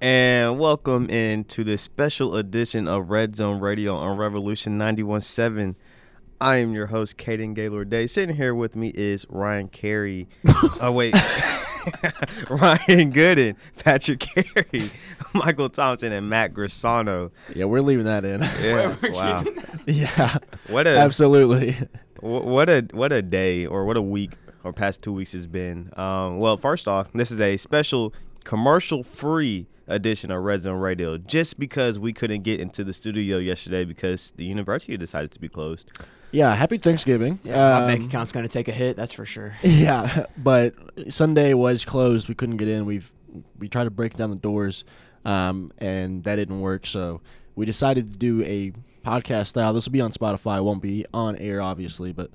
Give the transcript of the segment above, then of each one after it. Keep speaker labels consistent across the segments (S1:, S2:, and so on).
S1: And welcome into this special edition of Red Zone Radio on Revolution 917. I am your host, Kaden Gaylord Day. Sitting here with me is Ryan Carey. oh, wait. Ryan Gooden, Patrick Carey, Michael Thompson, and Matt Grisano.
S2: Yeah, we're leaving that in.
S1: Yeah, wow.
S2: yeah,
S1: What a
S2: absolutely.
S1: Wh- what a what a day or what a week or past two weeks has been. Um, well, first off, this is a special commercial-free edition of Red Zone Radio. Just because we couldn't get into the studio yesterday because the university decided to be closed.
S2: Yeah, happy Thanksgiving.
S3: Yeah, my bank
S2: Um,
S3: account's gonna take a hit. That's for sure.
S2: Yeah, but Sunday was closed. We couldn't get in. We've we tried to break down the doors, um, and that didn't work. So we decided to do a podcast style. This will be on Spotify. It won't be on air, obviously, but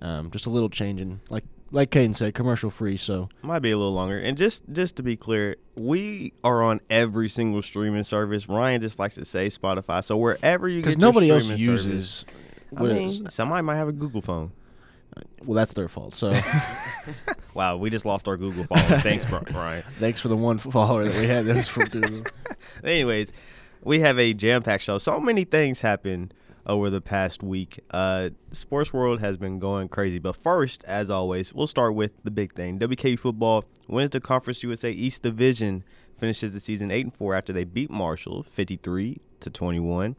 S2: um, just a little change in like like Caden said, commercial free. So
S1: Might be a little longer. And just just to be clear, we are on every single streaming service. Ryan just likes to say Spotify. So wherever you
S2: because
S1: get
S2: nobody
S1: your
S2: else
S1: streaming service-
S2: uses.
S1: I
S2: what
S1: mean,
S2: is-
S1: somebody might have a Google phone.
S2: well, that's their fault. So
S1: Wow, we just lost our Google phone. Thanks, Bri- Brian.
S2: thanks for the one follower that we had that was from Google.
S1: Anyways, we have a jam-packed show. So many things happened over the past week. Uh, sports world has been going crazy. But first, as always, we'll start with the big thing. WKU football wins the Conference USA East Division, finishes the season eight and four after they beat Marshall fifty-three to twenty-one.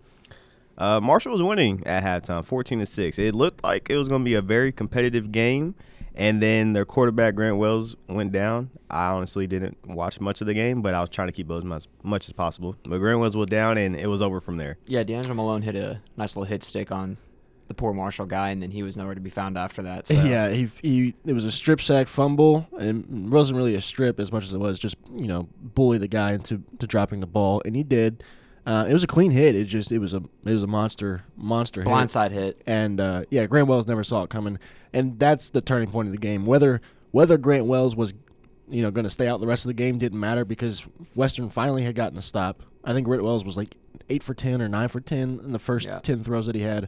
S1: Uh, Marshall was winning at halftime, fourteen to six. It looked like it was going to be a very competitive game, and then their quarterback Grant Wells went down. I honestly didn't watch much of the game, but I was trying to keep up as much, much as possible. But Grant Wells was down, and it was over from there.
S3: Yeah, D'Angelo Malone hit a nice little hit stick on the poor Marshall guy, and then he was nowhere to be found after that. So.
S2: Yeah, he he. It was a strip sack fumble, and it wasn't really a strip as much as it was just you know bully the guy into to dropping the ball, and he did. Uh, it was a clean hit. It just it was a it was a monster monster hit.
S3: blindside hit.
S2: And uh, yeah, Grant Wells never saw it coming, and that's the turning point of the game. Whether whether Grant Wells was, you know, going to stay out the rest of the game didn't matter because Western finally had gotten a stop. I think Grant Wells was like eight for ten or nine for ten in the first
S3: Yeah.
S2: ten throws that he had,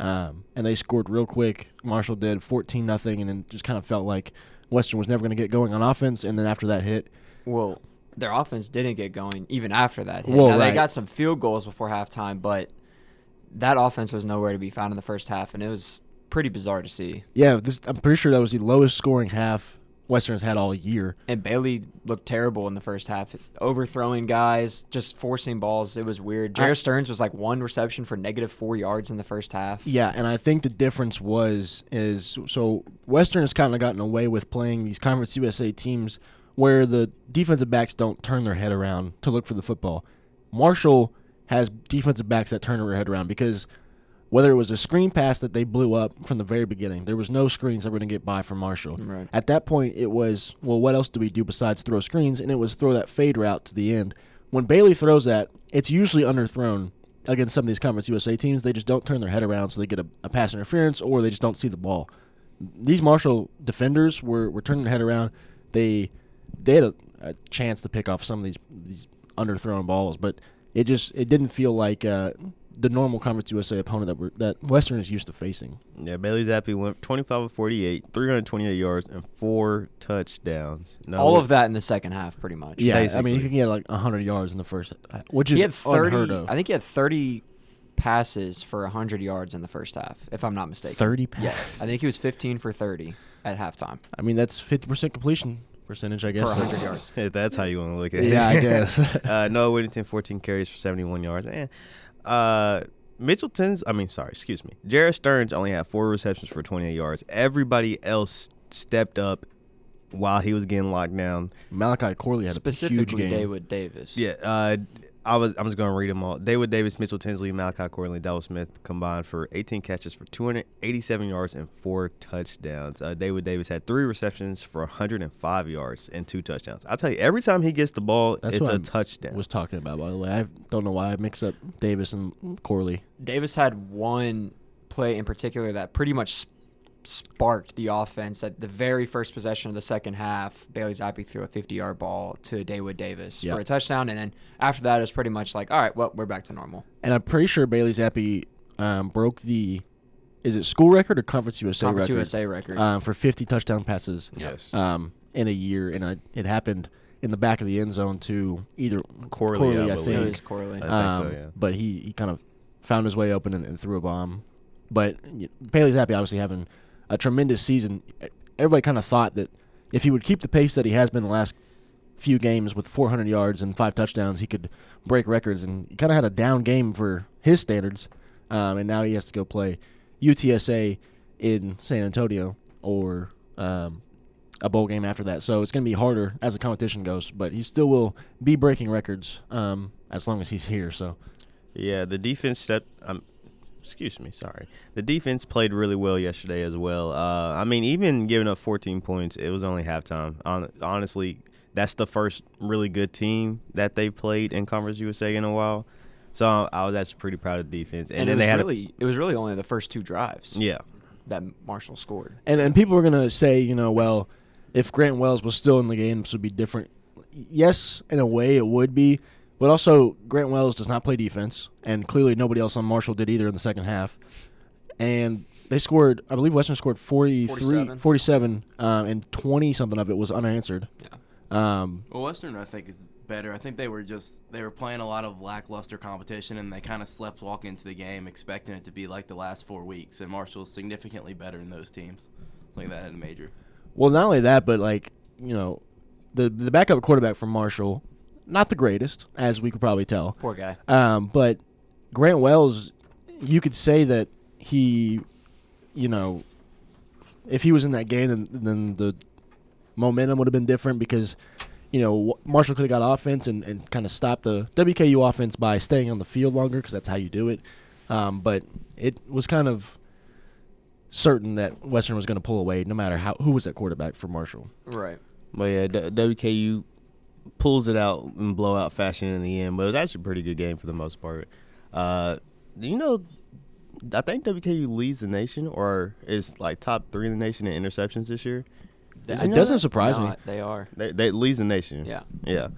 S2: um, and they scored real quick. Marshall did fourteen nothing, and then just kind of felt like Western was never going to get going on offense. And then after that hit,
S3: Well, their offense didn't get going even after that hit.
S2: Well,
S3: now,
S2: right.
S3: They got some field goals before halftime, but that offense was nowhere to be found in the first half, and it was pretty bizarre to see.
S2: yeah, this I'm pretty sure that was the lowest scoring half Western's had all year.
S3: And Bailey looked terrible in the first half, overthrowing guys, just forcing balls. It was weird. Jair
S2: I-
S3: Stearns was like one reception for negative four yards in the first half.
S2: Yeah, and I think the difference was is so Western has kind of gotten away with playing these Conference USA teams where the defensive backs don't turn their head around to look for the football. Marshall has defensive backs that turn their head around because whether it was a screen pass that they blew up from the very beginning, there was no screens that were going to get by from Marshall.
S3: Right.
S2: At that point, it was well, what else do we do besides throw screens? And it was throw that fade route to the end. When Bailey throws that, it's usually underthrown against some of these Conference USA teams. They just don't turn their head around, so they get a, a pass interference or they just don't see the ball. These Marshall defenders were, were turning their head around. They they had a, a chance to pick off some of these these underthrown balls, but it just it didn't feel like uh, the normal Conference USA opponent that we're, that Western is used to facing.
S1: Yeah, Bailey Zappi went 25 of 48, 328 yards, and four touchdowns. No,
S3: All of that in the second half, pretty much.
S2: Yeah, I mean,
S1: Basically.
S2: he can get like 100 yards in the first, uh, which is
S3: he had
S2: unheard
S3: thirty.
S2: of.
S3: I think he had thirty passes for hundred yards in the first half, if I'm not mistaken.
S2: 30
S3: Yes,
S2: passes.
S3: I think he was fifteen for thirty at halftime.
S2: I mean, that's 50% completion percentage, I guess.
S3: 100 yards.
S1: If that's how you want to look at it.
S2: Yeah, I guess.
S1: uh, Noah Whittington, 14 carries for 71 yards. Eh. Uh, Mitchelton's, I mean, sorry, excuse me. Jared Stearns only had four receptions for 28 yards. Everybody else stepped up while he was getting locked down.
S2: Malachi Corley had a huge
S3: Specifically,
S2: game.
S3: David Davis.
S1: Yeah, uh, I was I'm just gonna read them all. David Davis, Mitchell Tinsley, Malachi Corley, and Dallas Smith combined for 18 catches for 287 yards and four touchdowns. Uh, David Davis had three receptions for 105 yards and two touchdowns. I'll tell you, every time he gets the ball,
S2: That's
S1: it's
S2: what
S1: a
S2: I'm-
S1: touchdown.
S2: was talking about, by the way. I don't know why I mix up Davis and Corley.
S3: Davis had one play in particular that pretty much sp- sparked the offense at the very first possession of the second half. Bailey Zappi threw a 50-yard ball to Daywood Davis
S2: Yeah.
S3: for a touchdown, and then after that, it was pretty much like, all right, well, we're back to normal.
S2: And I'm pretty sure Bailey Zappi um, broke the, is it school record or Conference USA
S3: Conference
S2: record?
S3: USA record.
S2: Um, for 50 touchdown passes
S1: Yes.
S2: um, in a year. And I, it happened in the back of the end zone to either
S1: Corley,
S2: Corley,
S1: I
S2: I
S1: believe.
S3: It
S2: think. Um,
S3: was Corley.
S1: Uh, I think so, yeah.
S2: But he, he kind of found his way open and, and threw a bomb. But y- Bailey Zappi obviously having a tremendous season. Everybody kind of thought that if he would keep the pace that he has been the last few games with 400 yards and five touchdowns, he could break records. And he kind of had a down game for his standards. Um, and now he has to go play UTSA in San Antonio or um, a bowl game after that. So it's going to be harder as the competition goes, but he still will be breaking records um, as long as he's here. So
S1: Yeah, the defense stepped. Um, excuse me, sorry. The defense played really well yesterday as well. Uh, I mean, even giving up 14 points, it was only halftime. Hon- honestly, that's the first really good team that they played in Conference USA in a while. So I was actually pretty proud of the defense. And,
S3: and
S1: then
S3: it was
S1: they had a-
S3: really it was really only the first two drives
S1: yeah.
S3: that Marshall scored.
S2: and and people are going to say, you know, well, if Grant Wells was still in the game, this would be different. Yes, in a way, it would be, but also Grant Wells does not play defense, and clearly nobody else on Marshall did either in the second half. And they scored, I believe Western scored 43, 47,
S3: 47.
S2: um, and 20 something of it was unanswered.
S3: Yeah.
S2: Um,
S4: Well, Western, I think, is better. I think they were just they were playing a lot of lackluster competition, and they kind of slept walking into the game, expecting it to be like the last four weeks. And Marshall's significantly better than those teams, like that in a major.
S2: Well, not only that, but like you know, the the backup quarterback from Marshall, not the greatest, as we could probably tell.
S3: Poor guy.
S2: Um, but Grant Wells, you could say that he, you know, if he was in that game, then then the momentum would have been different because. You know, Wh- Marshall could have got offense and, and kind of stopped the WKU offense by staying on the field longer because that's how you do it. Um, but it was kind of certain that Western was going to pull away no matter how who was at quarterback for Marshall.
S3: Right.
S1: But yeah, D- WKU pulls it out in blowout fashion in the end. But it was actually a pretty good game for the most part. Uh, you know, I think WKU leads the nation or is like top three in the nation in interceptions this year.
S3: They-
S2: It
S3: I know
S2: doesn't
S3: they're
S2: surprise me.
S3: They are.
S1: They, they leads the nation.
S3: Yeah.
S1: Yeah.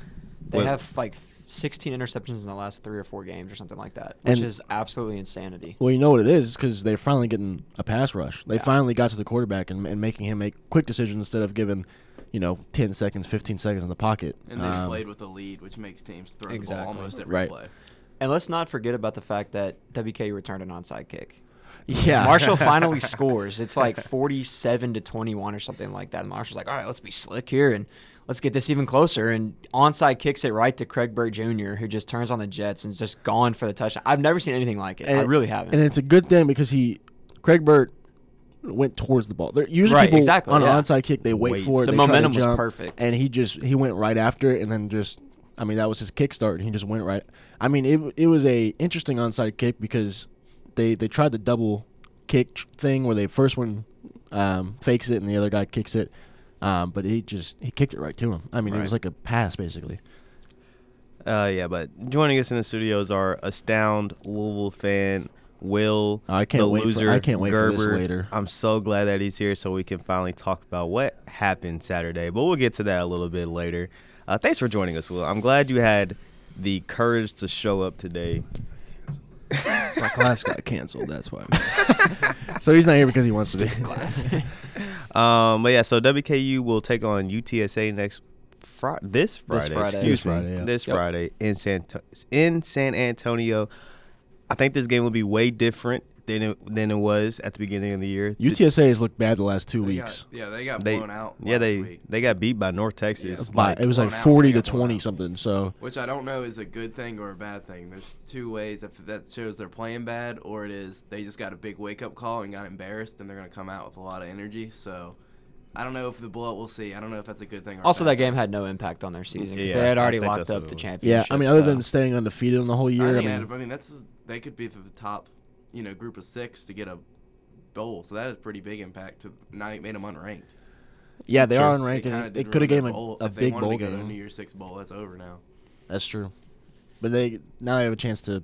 S3: They
S1: Well,
S3: have like 16 interceptions in the last three or four games or something like that, which
S2: And-
S3: is absolutely insanity.
S2: Well, you know what it is because they're finally getting a pass rush. They
S3: Yeah.
S2: finally got to the quarterback and, and making him make quick decisions instead of giving, you know, ten seconds, fifteen seconds in the pocket.
S4: And they
S2: Um,
S4: played with a lead, which makes teams throw the
S3: Exactly.
S4: ball almost every
S2: Right.
S4: play.
S3: And let's not forget about the fact that WK returned an onside kick.
S2: Yeah,
S3: Marshall finally scores. It's like 47 to 21 or something like that. And Marshall's like, all right, let's be slick here and let's get this even closer. And onside kicks it right to Craig Burke Jr., who just turns on the Jets and is just gone for the touchdown. I've never seen anything like it. I
S2: And-
S3: really haven't.
S2: and it's a good thing because he, Craig Burt, went towards the ball. They're, usually
S3: Right,
S2: people
S3: exactly,
S2: on
S3: yeah.
S2: an onside kick they wait,
S1: Wait.
S2: for it.
S3: The
S2: they try to
S3: momentum was
S2: jump,
S3: perfect.
S2: and he just he went right after it, and then just I mean that was his kickstart, and he just went right. I mean it it was a interesting onside kick because they they tried the double kick tr- thing where the first one um, fakes it and the other guy kicks it. Um, but he just he kicked it right to him. I mean, it
S1: Right.
S2: was like a pass basically.
S1: Uh, yeah, but joining us in the studios are astound Louisville fan Will.
S2: Oh, I can't
S1: the
S2: wait for-
S1: loser,
S2: I can't wait for
S1: Gerber.
S2: this later.
S1: I'm so glad that he's here, so we can finally talk about what happened Saturday. But we'll get to that a little bit later. Uh, thanks for joining us, Will. I'm glad you had the courage to show up today.
S5: My class got canceled. That's why.
S2: So he's not here because he wants to be.
S3: class.
S1: Um, but yeah, so WKU will take on UTSA next Friday. This Friday,
S3: Friday.
S1: excuse
S2: This
S1: me,
S2: Friday, yeah.
S1: this
S3: Yep.
S1: Friday in San in San Antonio. I think this game will be way different than it, than it was at the beginning of the year.
S2: UTSA has looked bad the last two
S4: They got-
S2: weeks.
S4: yeah, they got
S1: they
S4: blown out.
S1: yeah
S4: last
S1: they
S4: week.
S1: they got beat by North Texas.
S4: Yeah.
S2: By-
S4: like
S2: it was like
S4: blown out,
S2: forty to
S4: they got blown
S2: twenty
S4: out.
S2: something. So
S4: Which I don't know is a good thing or a bad thing. There's two ways if that shows they're playing bad, or it is they just got a big wake up call and got embarrassed, and they're gonna come out with a lot of energy. So I don't know if the blowout we'll see. I don't know if that's a good thing. or a
S3: also,
S4: bad
S3: that game had no impact on their season because
S1: Yeah,
S3: they had
S1: I
S3: already
S1: think
S3: locked
S1: that's
S3: up
S1: what it
S3: the
S1: was. Yeah, I
S2: yeah,
S3: championship.
S2: I mean, other
S3: so-
S2: than staying undefeated on the whole year,
S4: I
S2: I
S4: think,
S2: mean,
S4: I mean that's they could be the top, you know, group of six to get a bowl. So that is pretty big impact. To now you made them unranked.
S2: yeah, they
S1: Sure.
S2: are unranked.
S4: kinda
S2: and They,
S4: did
S2: could have
S4: ruin
S2: gave
S4: their
S2: a, a
S4: If they
S2: big
S4: wanted
S2: bowl
S4: to go to the New
S2: game.
S4: Year's Six bowl. That's over now.
S2: That's true, but they now they have a chance to.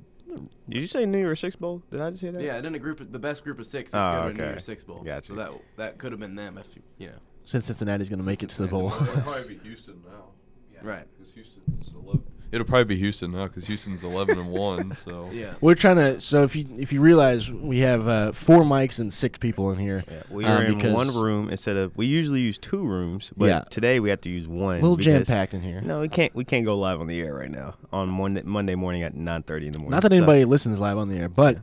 S1: Did you say New Year's Six Bowl? Did I just hear that?
S4: Yeah, and then a group, of, the best group of six is
S1: Oh,
S4: go to a New
S1: okay.
S4: Year's Six bowl.
S1: Gotcha.
S4: So that that could have been them if you know.
S2: Since Cincinnati's going to make it to the bowl,
S4: Cincinnati's
S6: It'd probably be Houston now.
S4: Right.
S6: Because Houston is a low. It'll probably be Houston now because Houston's 11 and one. So
S4: Yeah.
S2: We're trying to. So if you if you realize we have uh, four mics and six people in here.
S1: Yeah, we
S2: uh,
S1: are in
S2: because
S1: one room instead of we usually use two rooms, but
S2: Yeah.
S1: today we have to use one.
S2: A little jam
S1: because-
S2: packed in here.
S1: No, we can't. We can't go live on the air right now on Monday, Monday morning at nine thirty in the morning.
S2: Not that
S1: So,
S2: anybody listens live on the air, but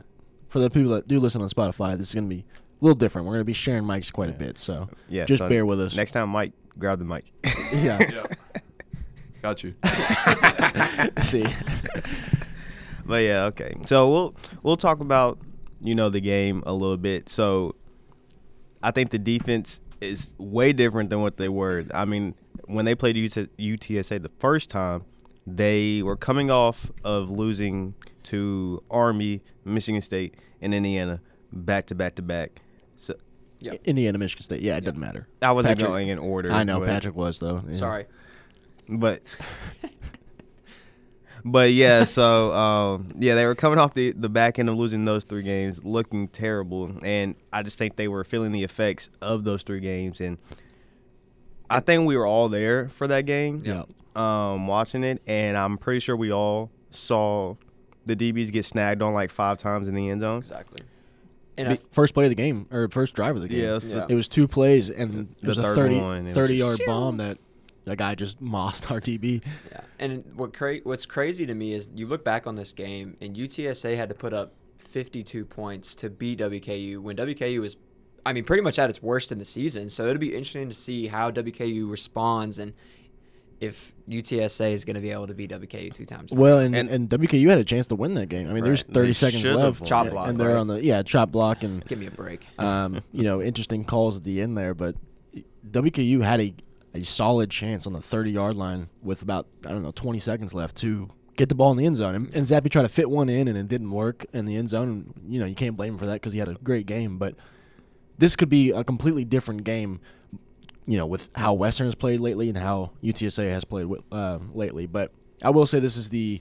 S2: for the people that do listen on Spotify, this is going to be a little different. We're going to be sharing mics quite a bit, so
S1: yeah,
S2: just
S1: so
S2: bear with us.
S1: Next time, Mike, grab the mic.
S2: Yeah.
S6: Yeah. Got you.
S2: See.
S1: But yeah, okay. So we'll we'll talk about you know the game a little bit. So I think the defense is way different than what they were. I mean, when they played UT- UTSA the first time, they were coming off of losing to Army, Michigan State, and Indiana back to back to back. So
S3: Yeah.
S2: Indiana, Michigan State. Yeah, it doesn't matter.
S1: I wasn't
S2: Patrick-
S1: going in order.
S2: I know
S1: but-
S2: Patrick was though. yeah.
S3: Sorry.
S1: but but yeah so um, yeah they were coming off the, the back end of losing those three games looking terrible and i just think they were feeling the effects of those three games and i think we were all there for that game
S2: Yeah.
S1: um, watching it and i'm pretty sure we all saw the dbs get snagged on like five times in the end zone
S3: Exactly.
S2: The
S3: And I,
S2: first play of the game or first drive of the game.
S1: yeah, that's The,
S3: Yeah.
S2: It was two plays and
S1: The
S2: it was
S1: third
S2: a 30,
S1: one, it was
S2: 30
S1: just-
S2: yard bomb that the guy just mossed our DB.
S3: yeah. And what cra- what's crazy to me is you look back on this game and UTSA had to put up 52 points to beat WKU when WKU was I mean pretty much at its worst in the season. So it'll be interesting to see how WKU responds and if UTSA is going to be able to beat WKU two times.
S2: Well, and,
S1: And-
S2: and WKU had a chance to win that game. I mean, there's
S1: Right.
S2: 30
S1: They
S2: seconds
S1: should've
S2: left.
S1: won.
S3: Chop
S2: and-
S3: block,
S2: And they're
S3: right?
S2: on the, yeah, chop block and,
S3: give me a break.
S2: um, you know, interesting calls at the end there. But WKU had a, a solid chance on the 30 yard line with about, I don't know, 20 seconds left to get the ball in the end zone. And, and Zappi tried to fit one in and it didn't work in the end zone. And, you know, you can't blame him for that because he had a great game. But this could be a completely different game, you know, with how Western has played lately and how UTSA has played wi- uh, lately. But I will say this is the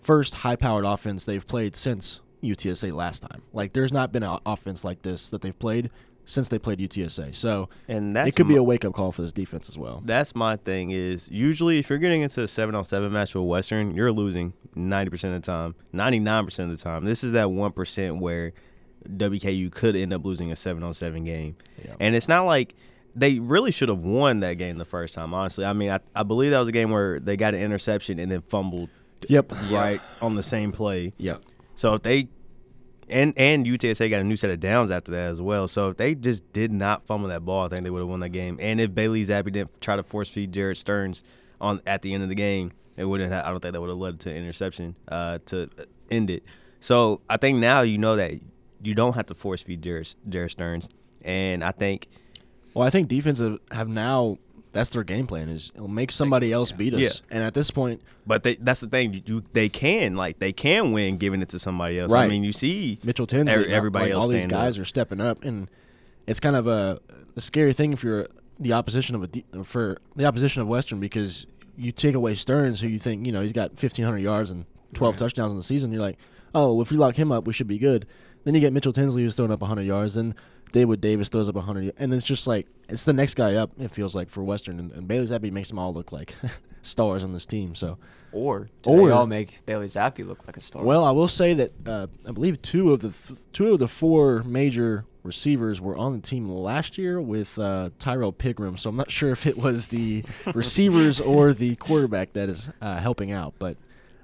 S2: first high-powered offense they've played since UTSA last time. Like, there's not been an offense like this that they've played since they played UTSA. So
S1: and
S2: it
S1: that's
S2: could be
S1: my-
S2: a wake-up call for this defense as well.
S1: That's my thing is usually if you're getting into a seven on seven match with Western, you're losing ninety percent of the time, ninety nine percent of the time. This is that one percent where WKU could end up losing a seven on seven game, and it's not like they really should have won that game the first time. Honestly, I mean, I, I believe that was a game where they got an interception and then fumbled
S2: Yep.
S1: right on the same play.
S2: Yep.
S1: So if they and and UTSA got a new set of downs after that as well. So if they just did not fumble that ball, I think they would have won that game. And if Bailey Zappi didn't try to force feed Jared Stearns on at the end of the game, it wouldn't. Have, I don't think that would have led to interception uh, to end it. So I think now you know that you don't have to force feed Jared, Jared Stearns. And I think
S2: Well, I think defensive have now. That's their game plan is make somebody else beat us.
S1: Yeah.
S2: And at this point,
S1: But they, that's the thing. You, they can like they can win giving it to somebody else. I
S2: Right.
S1: mean, you see
S2: Mitchell Tinsley,
S1: every-
S2: and,
S1: everybody
S2: like,
S1: else.
S2: all these
S1: stand up.
S2: guys are stepping up, and it's kind of a, a scary thing if you're the opposition of a de- for the opposition of Western because you take away Stearns, who you think you know he's got 1,500 yards and 12 touchdowns in the season. You're like, oh, well, if we lock him up, we should be good. Then you get Mitchell Tinsley who's throwing up 100 yards, and David Davis throws up 100, y- and it's just like it's the next guy up. It feels like for Western, and, and Bailey Zappi makes them all look like stars on this team. So.
S3: Or do
S2: Or-
S3: they all make Bailey Zappi look like a star?
S2: Well, I will say that uh, I believe two of the th- two of the four major receivers were on the team last year with uh, Tyrell Pigram. So I'm not sure if it was the receivers or the quarterback that is uh, helping out, but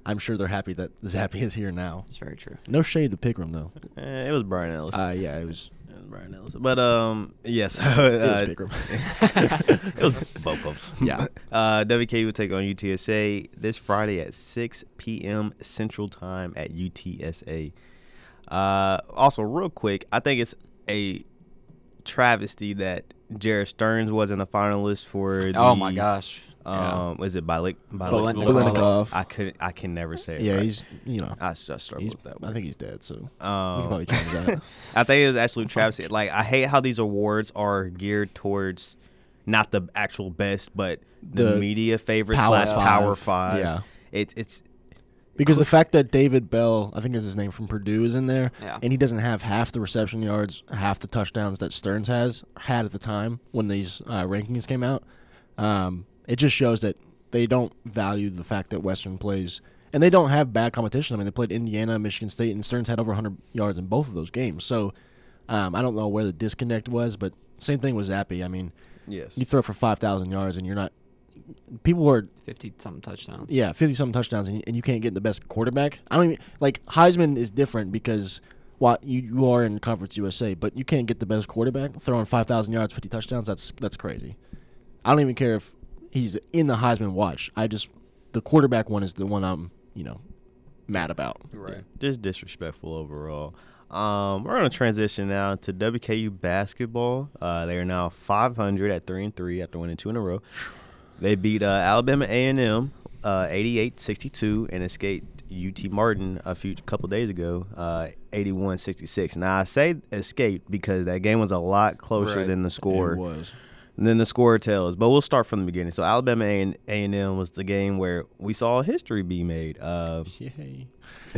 S2: I'm sure they're happy that Zappi is here now.
S3: it's very true.
S2: No shade to Pigram though.
S1: Eh, it was Brian Ellis.
S2: Uh, yeah, it was
S1: It was Brian Ellis. But um, yes, yeah, so,
S2: it was
S1: uh,
S2: Pigram.
S1: it was both of them. Yeah. Uh, WK will take on UTSA this Friday at 6 p.m. Central Time at UTSA. Uh, also, real quick, I think it's a travesty that Jared Stearns wasn't a finalist for. The,
S3: Oh my gosh.
S1: Um, is it Bilik?
S3: Bilik-
S2: Bilikov.
S1: I couldn't. I can never say it.
S2: yeah,
S1: right.
S2: he's you know
S1: I s- I struggle
S2: he's,
S1: with that.
S2: I
S1: word.
S2: think he's dead. So we
S1: Um,
S2: can probably change that.
S1: I think it was absolute travesty. Like I hate how these awards are geared towards not the actual best, but the,
S2: The
S1: media favorite
S2: Power
S1: slash power
S2: Five.
S1: five.
S2: Yeah.
S1: It, it's
S2: Because the fact that David Bell, I think is his name from Purdue, is in there,
S3: Yeah.
S2: and he doesn't have half the reception yards, half the touchdowns that Stearns has had at the time when these uh, rankings came out, um, it just shows that they don't value the fact that Western plays, and they don't have bad competition. I mean, they played Indiana, Michigan State, and Stearns had over 100 yards in both of those games. So um, I don't know where the disconnect was, but same thing with Zappy. I mean,
S1: Yes.
S2: you throw for 5,000 yards and you're not. People are
S3: fifty something touchdowns.
S2: yeah, fifty something touchdowns, and, and you can't get the best quarterback. I don't even like Heisman is different because while you, you are in Conference USA, but you can't get the best quarterback throwing five thousand yards, fifty touchdowns. That's that's crazy. I don't even care if he's in the Heisman watch. I just the quarterback one is the one I'm you know mad about.
S3: Right.
S1: just disrespectful overall. Um, we're gonna transition now to WKU basketball. Uh, they are now 500 at three and three after winning two in a row. They beat uh, Alabama A&M uh, 88-62 and escaped UT Martin a few couple days ago, uh, 81-66. Now I say escaped because that game was a lot closer
S6: Right.
S1: than the score
S2: It was
S1: and then the score tells. But we'll start from the beginning. So Alabama A and M was the game where we saw history be made. Uh,
S2: yay.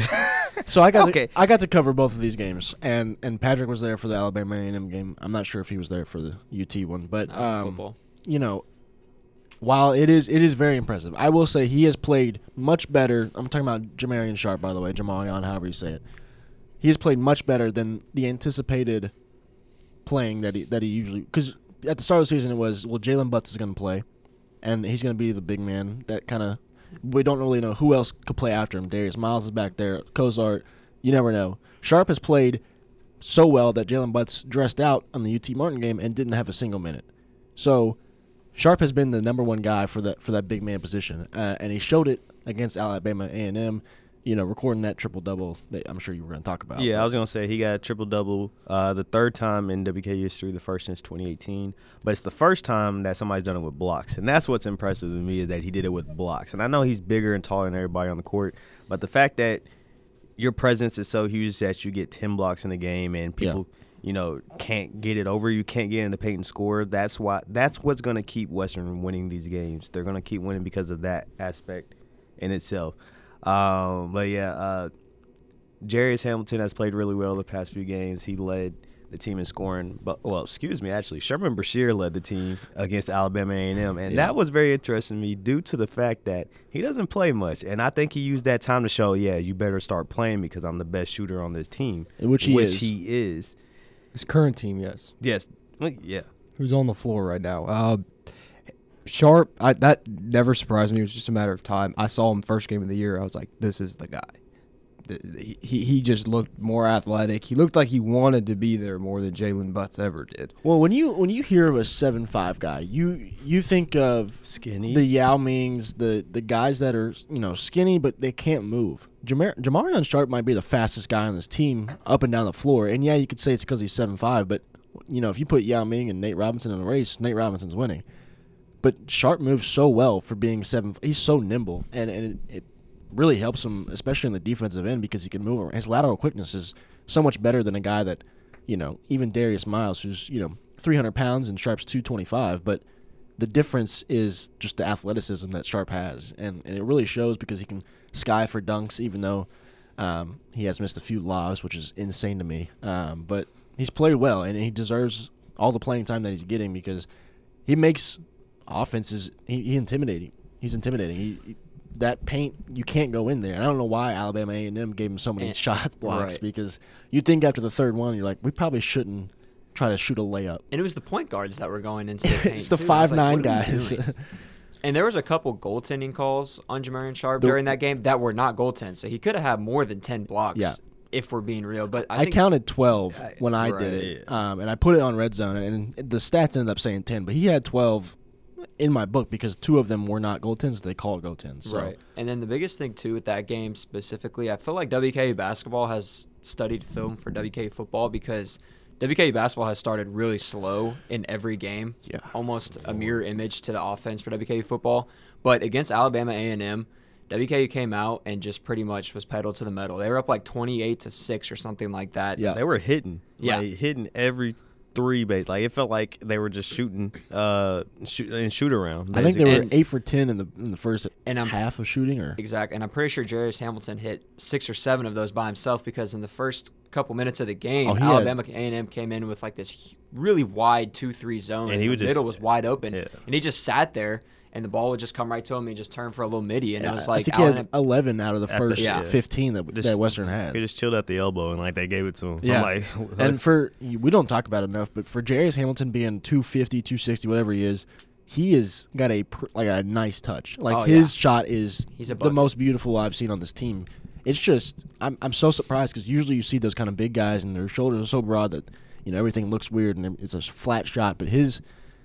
S2: so I got
S1: Okay.
S2: to, I got to cover both of these games, and and Patrick was there for the Alabama A&M game. I'm not sure if he was there for the UT one, but
S3: Uh,
S2: um,
S3: football.
S2: you know, while it is it is very impressive, I will say he has played much better. I'm talking about Jamarian Sharp, by the way, Jamarion, however you say it. He has played much better than the anticipated playing that he that he usually because at the start of the season it was well Jalen Butts is going to play, and he's going to be the big man. That kind of we don't really know who else could play after him. Darius Miles is back there. Cozart, you never know. Sharp has played so well that Jalen Butts dressed out on the UT Martin game and didn't have a single minute. So Sharp has been the number one guy for that for that big man position, uh, and he showed it against Alabama A and M. You know, recording that triple double that I'm sure you were going to talk about.
S1: yeah, I was gonna say he got a triple double, uh, the third time in WKU history, the first since 2018. But it's the first time that somebody's done it with blocks, and that's what's impressive to me is that he did it with blocks. And I know he's bigger and taller than everybody on the court, but the fact that your presence is so huge that you get 10 blocks in a game and
S2: Yeah.
S1: people you know can't get it over you can't get in the paint and score that's why that's what's going to keep western winning these games they're going to keep winning because of that aspect in itself um, but yeah uh, Jarius Hamilton has played really well the past few games. He led the team in scoring, but well, excuse me, actually, Sherman Brashear led the team against Alabama A&M, and that was very interesting to me due to the fact that he doesn't play much, and I think he used that time to show, yeah, you better start playing because I'm the best shooter on this team,
S2: Which he is.
S1: he is.
S5: His current team, yes.
S1: Yes, Look, yeah,
S5: who's on the floor right now. Uh, Sharp, I, that never surprised me. It was just a matter of time. I saw him first game of the year. I was like, this is the guy. The- the- He, he just looked more athletic. He looked like he wanted to be there more than Jalen Butts ever did.
S2: Well, when you when you hear of a seven five guy, you you think of
S1: Skinny.
S2: the Yao Mings, the the guys that are you know skinny but they can't move. Jamar- Jamarion Sharp might be the fastest guy on this team up and down the floor, and yeah, you could say it's because he's seven five, but you know if you put Yao Ming and Nate Robinson in a race, Nate Robinson's winning. But Sharp moves so well for being seven. He's so nimble, and and it, it really helps him, especially in the defensive end, because he can move. Around. His lateral quickness is so much better than a guy that, you know, even Darius Miles, who's you know 300 pounds and Sharp's 225, but the difference is just the athleticism that Sharp has, and and it really shows because he can sky for dunks, even though um, he has missed a few lobs, which is insane to me. Um, but he's played well, and he deserves all the playing time that he's getting because he makes offenses he, he intimidating. He's intimidating. He, he- that paint you can't go in there. And I don't know why Alabama A and M gave him so many
S3: And-
S2: shot blocks
S3: right.
S2: because you think after the third one you're like we probably shouldn't try to shoot a layup.
S3: And it was the point guards that were going into the paint.
S2: it's the
S3: too. I was
S2: five
S3: like,
S2: nine
S3: what are we
S2: guys.
S3: doing? And there was a couple goaltending calls on Jamarian Sharp
S2: The-
S3: during that game that were not goaltend, so he could have had more than ten blocks.
S2: Yeah.
S3: If we're being real, but I,
S2: I,
S3: think
S2: counted 12 when I did
S3: right,
S2: it. Um, and I put it on red zone, and the stats ended up saying 10, but he had 12 in my book because two of them were not goal 10s. They call goal 10s. So
S3: Right. And then the biggest thing too with that game specifically, I feel like WKU basketball has studied film for WKU football because WKU basketball has started really slow in every game.
S2: Yeah.
S3: Almost a mirror image to the offense for WKU football, but against Alabama A&M, WKU came out and just pretty much was pedal to the metal. They were up like 28 to 6 or something like that.
S2: Yeah.
S1: they were hitting,
S3: Yeah.
S1: like, hitting every three base. Like it felt like they were just shooting, uh, shoot and shoot around.
S2: I think they were
S3: And-
S2: 8 for 10 in the in the first
S3: And I'm-
S2: half of shooting. Or
S3: Exactly. And I'm pretty sure Jarius Hamilton hit six or seven of those by himself because in the first couple minutes of the game,
S5: Oh, he had-
S3: Alabama A&M came in with like this hu- really wide two-three zone,
S1: And
S3: and,
S1: he
S3: the
S1: would just-
S3: middle was wide open,
S1: Yeah.
S3: and he just sat there, and the ball would just come right to him, and he just turned for a little midi, and I was
S2: I
S3: like,
S2: think he had
S3: Alabama-
S2: 11 out of the
S1: At the
S2: first
S1: Yeah.
S2: 15 that,
S1: Just-
S2: that Western
S1: He
S2: had.
S1: just chilled at the elbow and like they gave it to him. I'm
S2: Yeah.
S1: like,
S2: And for we don't talk about it enough, but for Jarius Hamilton being 250, 260, whatever he is, he has got a pr- like a nice touch. Like
S3: Oh,
S2: his
S3: yeah.
S2: shot is
S3: He's a
S2: the
S3: bucket.
S2: most beautiful I've seen on this team. It's just I'm I'm so surprised because usually you see those kind of big guys and their shoulders are so broad that you know everything looks weird and it's a flat shot. But his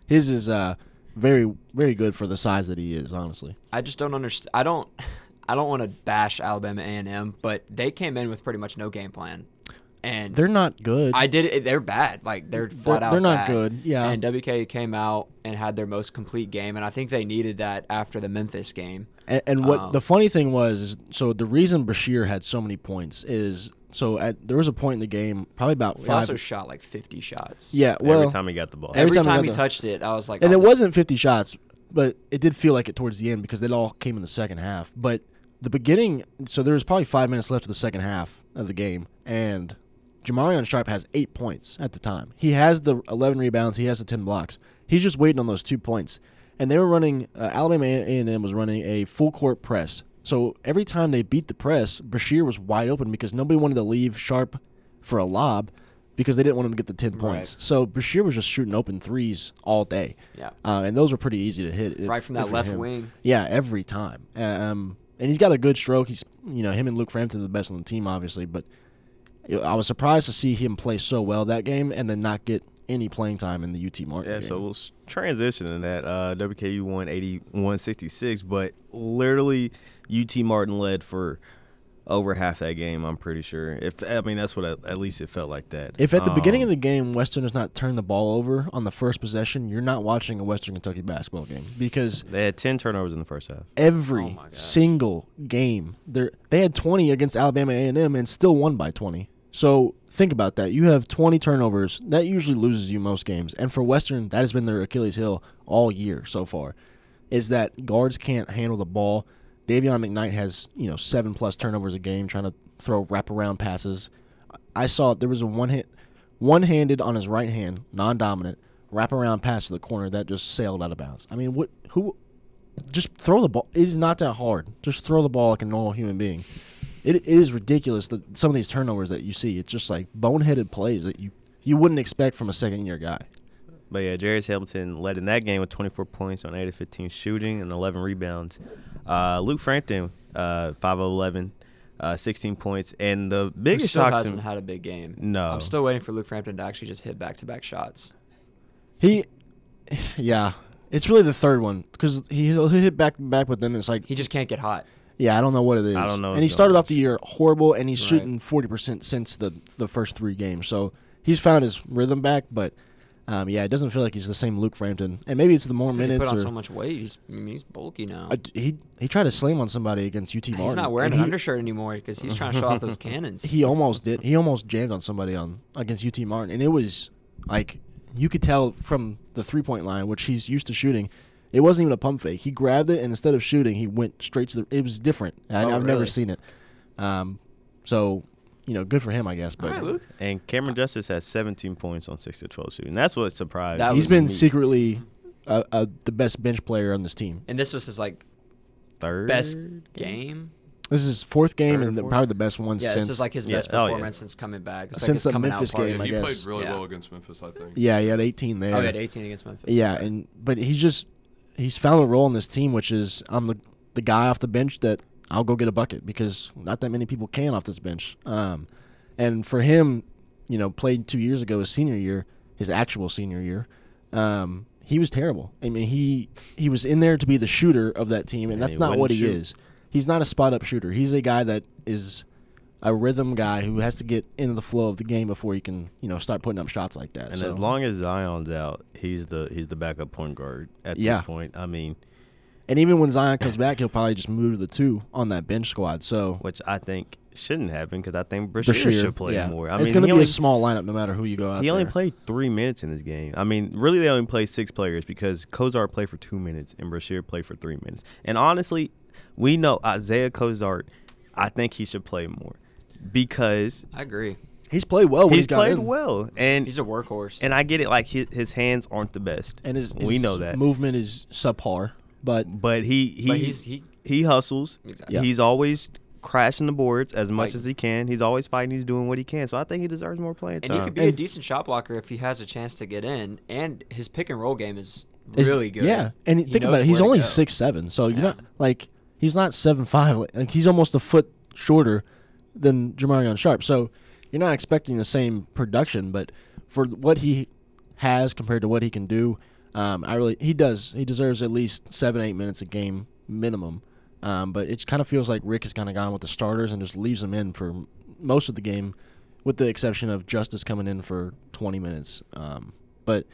S2: his is uh very very good for the size that he is. Honestly,
S3: I just don't understand. I don't. I don't want to bash Alabama A&M, but they came in with pretty much no game plan, and
S2: they're not good.
S3: I did. it- They're bad. Like they're flat out.
S2: they're not
S3: bad.
S2: good, yeah.
S3: And WK came out and had their most complete game, and I think they needed that after the Memphis game.
S2: And, and what
S3: Um,
S2: the funny thing was, is so the reason Bashir had so many points is so at there was a point in the game, probably about
S3: We
S2: five.
S3: also shot like 50 shots.
S2: yeah, well,
S1: every time he got the ball.
S2: every
S3: Every,
S2: time we
S3: time,
S2: got
S3: he
S2: the-
S3: touched it, I was like,
S2: and
S3: oh,
S2: it
S3: this-
S2: wasn't fifty shots, but it did feel like it towards the end because it all came in the second half. But the beginning, so there was probably five minutes left of the second half of the game, and Jamarion Sharp has eight points at the time. He has the eleven rebounds, he has the ten blocks. He's just waiting on those two points, and they were running. Uh, Alabama A and M was running a full court press. So every time they beat the press, Bashir was wide open because nobody wanted to leave Sharp for a lob because they didn't want him to get the 10 points. So Bashir was just shooting open threes all day.
S3: Yeah.
S2: Uh, and those were pretty easy to hit. if-
S3: Right from
S2: if
S3: that
S2: you're
S3: left
S2: him.
S3: wing.
S2: Yeah, every time. Um, and he's got a good stroke. He's, you know, him and Luke Frampton are the best on the team, obviously. But I was surprised to see him play so well that game and then not get any playing time in the UT Martin.
S1: Yeah,
S2: game.
S1: so we'll s- transition in that. Uh, WKU won 81-66, but literally UT Martin led for over half that game, I'm pretty sure. If I mean, that's what at at least it felt like that.
S2: If at the
S1: um,
S2: beginning of the game Western does not turn the ball over on the first possession, you're not watching a Western Kentucky basketball game because
S1: They had 10 turnovers in the first half.
S2: Eh.
S3: Oh
S2: every
S3: my gosh.
S2: single game. They they had 20 against Alabama A&M and still won by 20. So think about that. You have 20 turnovers. That usually loses you most games. And for Western, that has been their Achilles heel all year so far. Is that guards can't handle the ball. Davion McKnight has, you know, 7 plus turnovers a game trying to throw wraparound passes. I saw there was a one hit one handed on his right hand, non dominant, wraparound pass to the corner that just sailed out of bounds. I mean, what who just throw the ball. It is not that hard. Just throw the ball like a normal human being. It, it is ridiculous that some of these turnovers that you see. It's just like boneheaded plays that you you wouldn't expect from a second year guy.
S1: But yeah, Jarius Hamilton led in that game with 24 points on 8 of 15 shooting and 11 rebounds. Uh, Luke Frampton, uh, 5 of 11, uh, 16 points. And the
S3: Who
S1: biggest
S3: still
S1: shock
S3: hasn't
S1: to
S3: had a big game.
S1: No.
S3: I'm still waiting for Luke Frampton to actually just hit back-to-back shots.
S2: He, yeah, it's really the third one because he he'll hit back back, but then it's like
S3: He just can't get hot.
S2: yeah, I don't know what it is.
S1: I don't know
S2: And he
S1: what's
S2: started
S1: going on.
S2: off the year horrible, and he's
S3: Right.
S2: shooting forty percent since the the first three games. So he's found his rhythm back, but. Um, yeah, it doesn't feel like he's the same Luke Frampton, and maybe it's the more
S3: It's 'cause
S2: minutes.
S3: He put on
S2: or,
S3: so much weight. He's, I mean, he's bulky now.
S2: I d he he tried to slam on somebody against UT Martin.
S3: he's not wearing
S2: and
S3: an
S2: he,
S3: undershirt anymore because he's trying to show off those cannons.
S2: He almost did. He almost jammed on somebody on against UT Martin, and it was like you could tell from the three point line, which he's used to shooting. It wasn't even a pump fake. He grabbed it, and instead of shooting, he went straight to the. It was different. I,
S3: Oh,
S2: I've never
S3: really?
S2: seen it. Um, so you know, good for him, I guess. But
S3: right, Luke.
S1: And Cameron Justice has 17 points on 6 to 12 shooting. That's what surprised
S3: That
S1: me.
S2: he's
S3: was
S2: been
S3: neat.
S2: secretly uh, uh, the best bench player on this team.
S3: And this was his like
S1: third
S3: best game.
S2: This is his fourth game,
S1: Third or
S2: and the-
S1: fourth?
S2: probably the best one
S3: Yeah,
S2: since.
S3: this is like his
S1: Yeah,
S3: best
S1: oh, yeah.
S3: performance since coming back. It's like
S2: Since
S3: his
S2: the
S3: coming out
S2: Memphis
S6: Yeah,
S2: game,
S3: party.
S2: I
S6: he
S2: guess.
S6: played really
S3: Yeah.
S6: well against Memphis, I think.
S2: yeah, he had 18 there.
S3: Oh, he had 18 against Memphis.
S2: Yeah, and but he's just he's found a role in this team, which is I'm the the guy off the bench that I'll go get a bucket because not that many people can off this bench. Um, and for him, you know, played two years ago, his senior year, his actual senior year. Um, he was terrible. I mean, he he was in there to be the shooter of that team, and,
S1: And
S2: that's
S1: he
S2: not what he
S1: wouldn't shoot.
S2: is. He's not a spot up shooter. He's a guy that is a rhythm guy who has to get into the flow of the game before he can, you know, start putting up shots like that.
S1: And
S2: so.
S1: as long as Zion's out, he's the he's the backup point guard at
S2: Yeah.
S1: this point. I mean,
S2: And even when Zion comes back, he'll probably just move to the two on that bench squad. So
S1: which I think shouldn't happen because I think Brashear
S2: Bashir,
S1: should play
S2: yeah.
S1: more. I
S2: it's
S1: mean,
S2: going
S1: he
S2: to be
S1: only,
S2: a small lineup no matter who you go out.
S1: He only
S2: there.
S1: played three minutes in this game. I mean, really, they only played six players because Kozar played for two minutes and Brashear played for three minutes. And honestly, we know Isaiah Kozart. I think he should play more because
S3: I agree.
S2: He's played well. Oh, When
S1: he's
S2: he's got
S1: played
S2: in.
S1: well, and
S3: He's a workhorse.
S1: and I get it. Like his, his hands aren't the best,
S2: and his,
S1: we
S2: his
S1: know that.
S2: movement is subpar. But
S1: But he he
S3: But he's- he-
S1: hustles.
S3: Exactly.
S2: Yeah.
S1: He's always crashing the boards as much
S3: Fighting.
S1: as he can. He's always fighting. He's doing what he can. So I think he deserves more playing
S3: And
S1: time.
S3: he could be a
S2: And-
S3: decent shot blocker if he has a chance to get in. And his pick and roll game is
S2: is-
S3: really good.
S2: Yeah, and
S3: He
S2: think
S3: knows
S2: about it. He's
S3: where to
S2: only
S3: go.
S2: six seven, so you're
S3: Yeah.
S2: not like he's not seven five. Like he's almost a foot shorter than Jamarion Sharp. So you're not expecting the same production, but for what he has compared to what he can do, um, I really he does he deserves at least seven eight minutes a game minimum. Um, but it kind of feels like Rick has kind of gone with the starters and just leaves them in for m- most of the game, with the exception of Justice coming in for 20 minutes. Um, but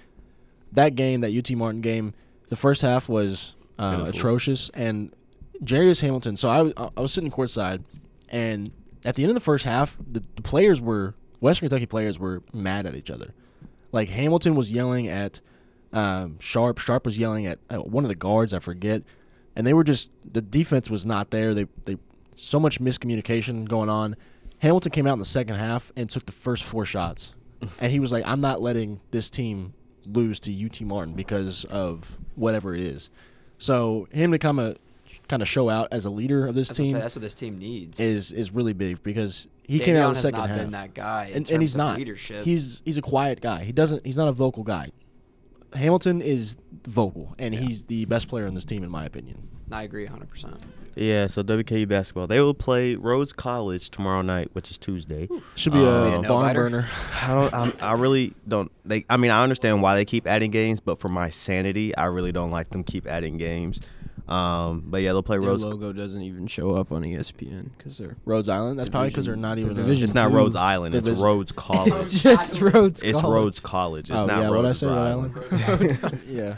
S2: that game, that UT Martin game, the first half was uh,
S1: Pitiful.
S2: atrocious. And Jarius Hamilton. So I, w- I was sitting courtside, and at the end of the first half, the, the players were Western Kentucky players were mad at each other. Like Hamilton was yelling at um, Sharp. Sharp was yelling at uh, one of the guards. I forget. And they were just the defense was not there. They they so much miscommunication going on. Hamilton came out in the second half and took the first four shots, and he was like, "I'm not letting this team lose to UT Martin because of whatever it is." So him to come a kind of show out as a leader of this
S3: That's what, I
S2: team
S3: said, that's what this team needs.
S2: is is really big because he came out in
S3: Davion
S2: the
S3: has
S2: second
S3: not
S2: half.
S3: been that guy in
S2: and, and he's
S3: terms of
S2: not.
S3: leadership.
S2: He's he's a quiet guy. He doesn't. He's not a vocal guy. Hamilton is vocal, and he's the best player on this team, in my opinion.
S3: I agree 100. percent
S1: yeah. So WKU basketball. They will play Rhodes College tomorrow night, which is Tuesday.
S2: Should be
S1: Uh,
S2: a
S1: Yeah, no
S2: barn
S3: biter.
S2: burner.
S1: I don't. I'm, I really don't. They. I mean, I understand why they keep adding games, but for my sanity, I really don't like them keep adding games. Um, but yeah, they'll play
S5: Their
S1: Rhodes.
S5: logo doesn't even show up on ESPN because they're
S2: Rhodes Island. That's probably because they're
S5: Division-
S2: not
S5: their
S2: even. A,
S5: division.
S1: It's not
S5: Blue
S1: Rhodes Island. It's
S2: Divis-
S1: Rhodes College.
S5: just Rhodes.
S1: It's
S5: College.
S1: Rhodes College. It's
S2: Oh,
S1: not
S2: yeah, what'd I
S1: Rhodes
S2: say, Rhode
S1: Island.
S2: yeah,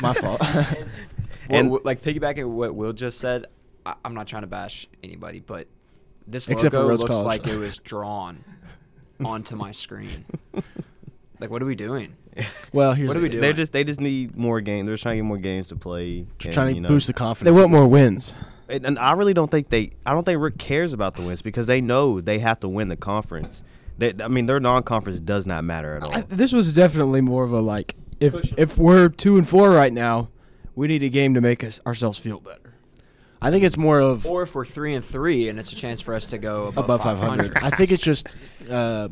S2: my fault.
S1: And-
S3: and like piggybacking on what Will just said, I, I'm not trying to bash anybody, but this
S2: Except for
S3: logo
S2: Rhodes
S3: looks
S2: College.
S3: like it was drawn onto my screen. like, what are we doing?
S2: well, here's
S3: What
S2: the
S3: do we
S2: thing.
S3: do?
S1: They're just. They just need more games. They're trying to get more games to play.
S2: Tr- Trying to
S1: you know.
S2: boost the
S5: They
S2: confidence.
S5: want more wins.
S1: And, and I really don't think they. I don't think Rick cares about the wins because they know they have to win the conference. They, I mean, their non-conference does not matter at all.
S5: I, this was definitely more of a like if if we're two and four right now, we need a game to make us ourselves feel better.
S2: I think it's more of
S3: Or if we're three and three, and it's a chance for us to go above,
S2: above
S3: 500.
S2: 500. I think it's just, uh,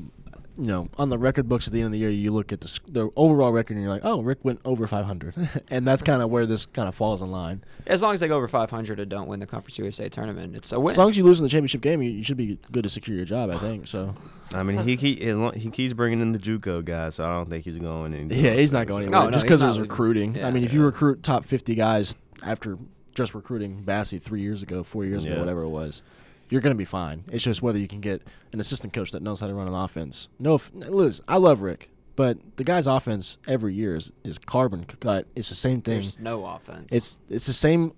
S2: you know, on the record books at the end of the year, you look at the, s- the overall record and you're like, oh, Rick went over 500. and that's kind of where this kind of falls in line.
S3: As long as they go over 500 and don't win the Conference USA tournament, it's a win.
S2: As long as you lose in the championship game, you, you should be good to secure your job, I think. So,
S1: I mean, he he as long- he keeps bringing in the JUCO guys, so I don't think he's going. Anywhere.
S2: yeah, he's not going
S3: No,
S2: anywhere
S3: no,
S2: just
S3: he's
S2: because it
S3: not
S2: was
S3: leaving.
S2: recruiting. I
S3: Yeah.
S2: mean, if you recruit top 50 guys after just recruiting Bassey three years ago, four years ago,
S1: Yeah.
S2: whatever it was. You're going to be fine. It's just whether you can get an assistant coach that knows how to run an offense. No, if, Liz, I love Rick, but the guy's offense every year is, is carbon cut. It's the same thing.
S3: There's no offense.
S2: It's it's the same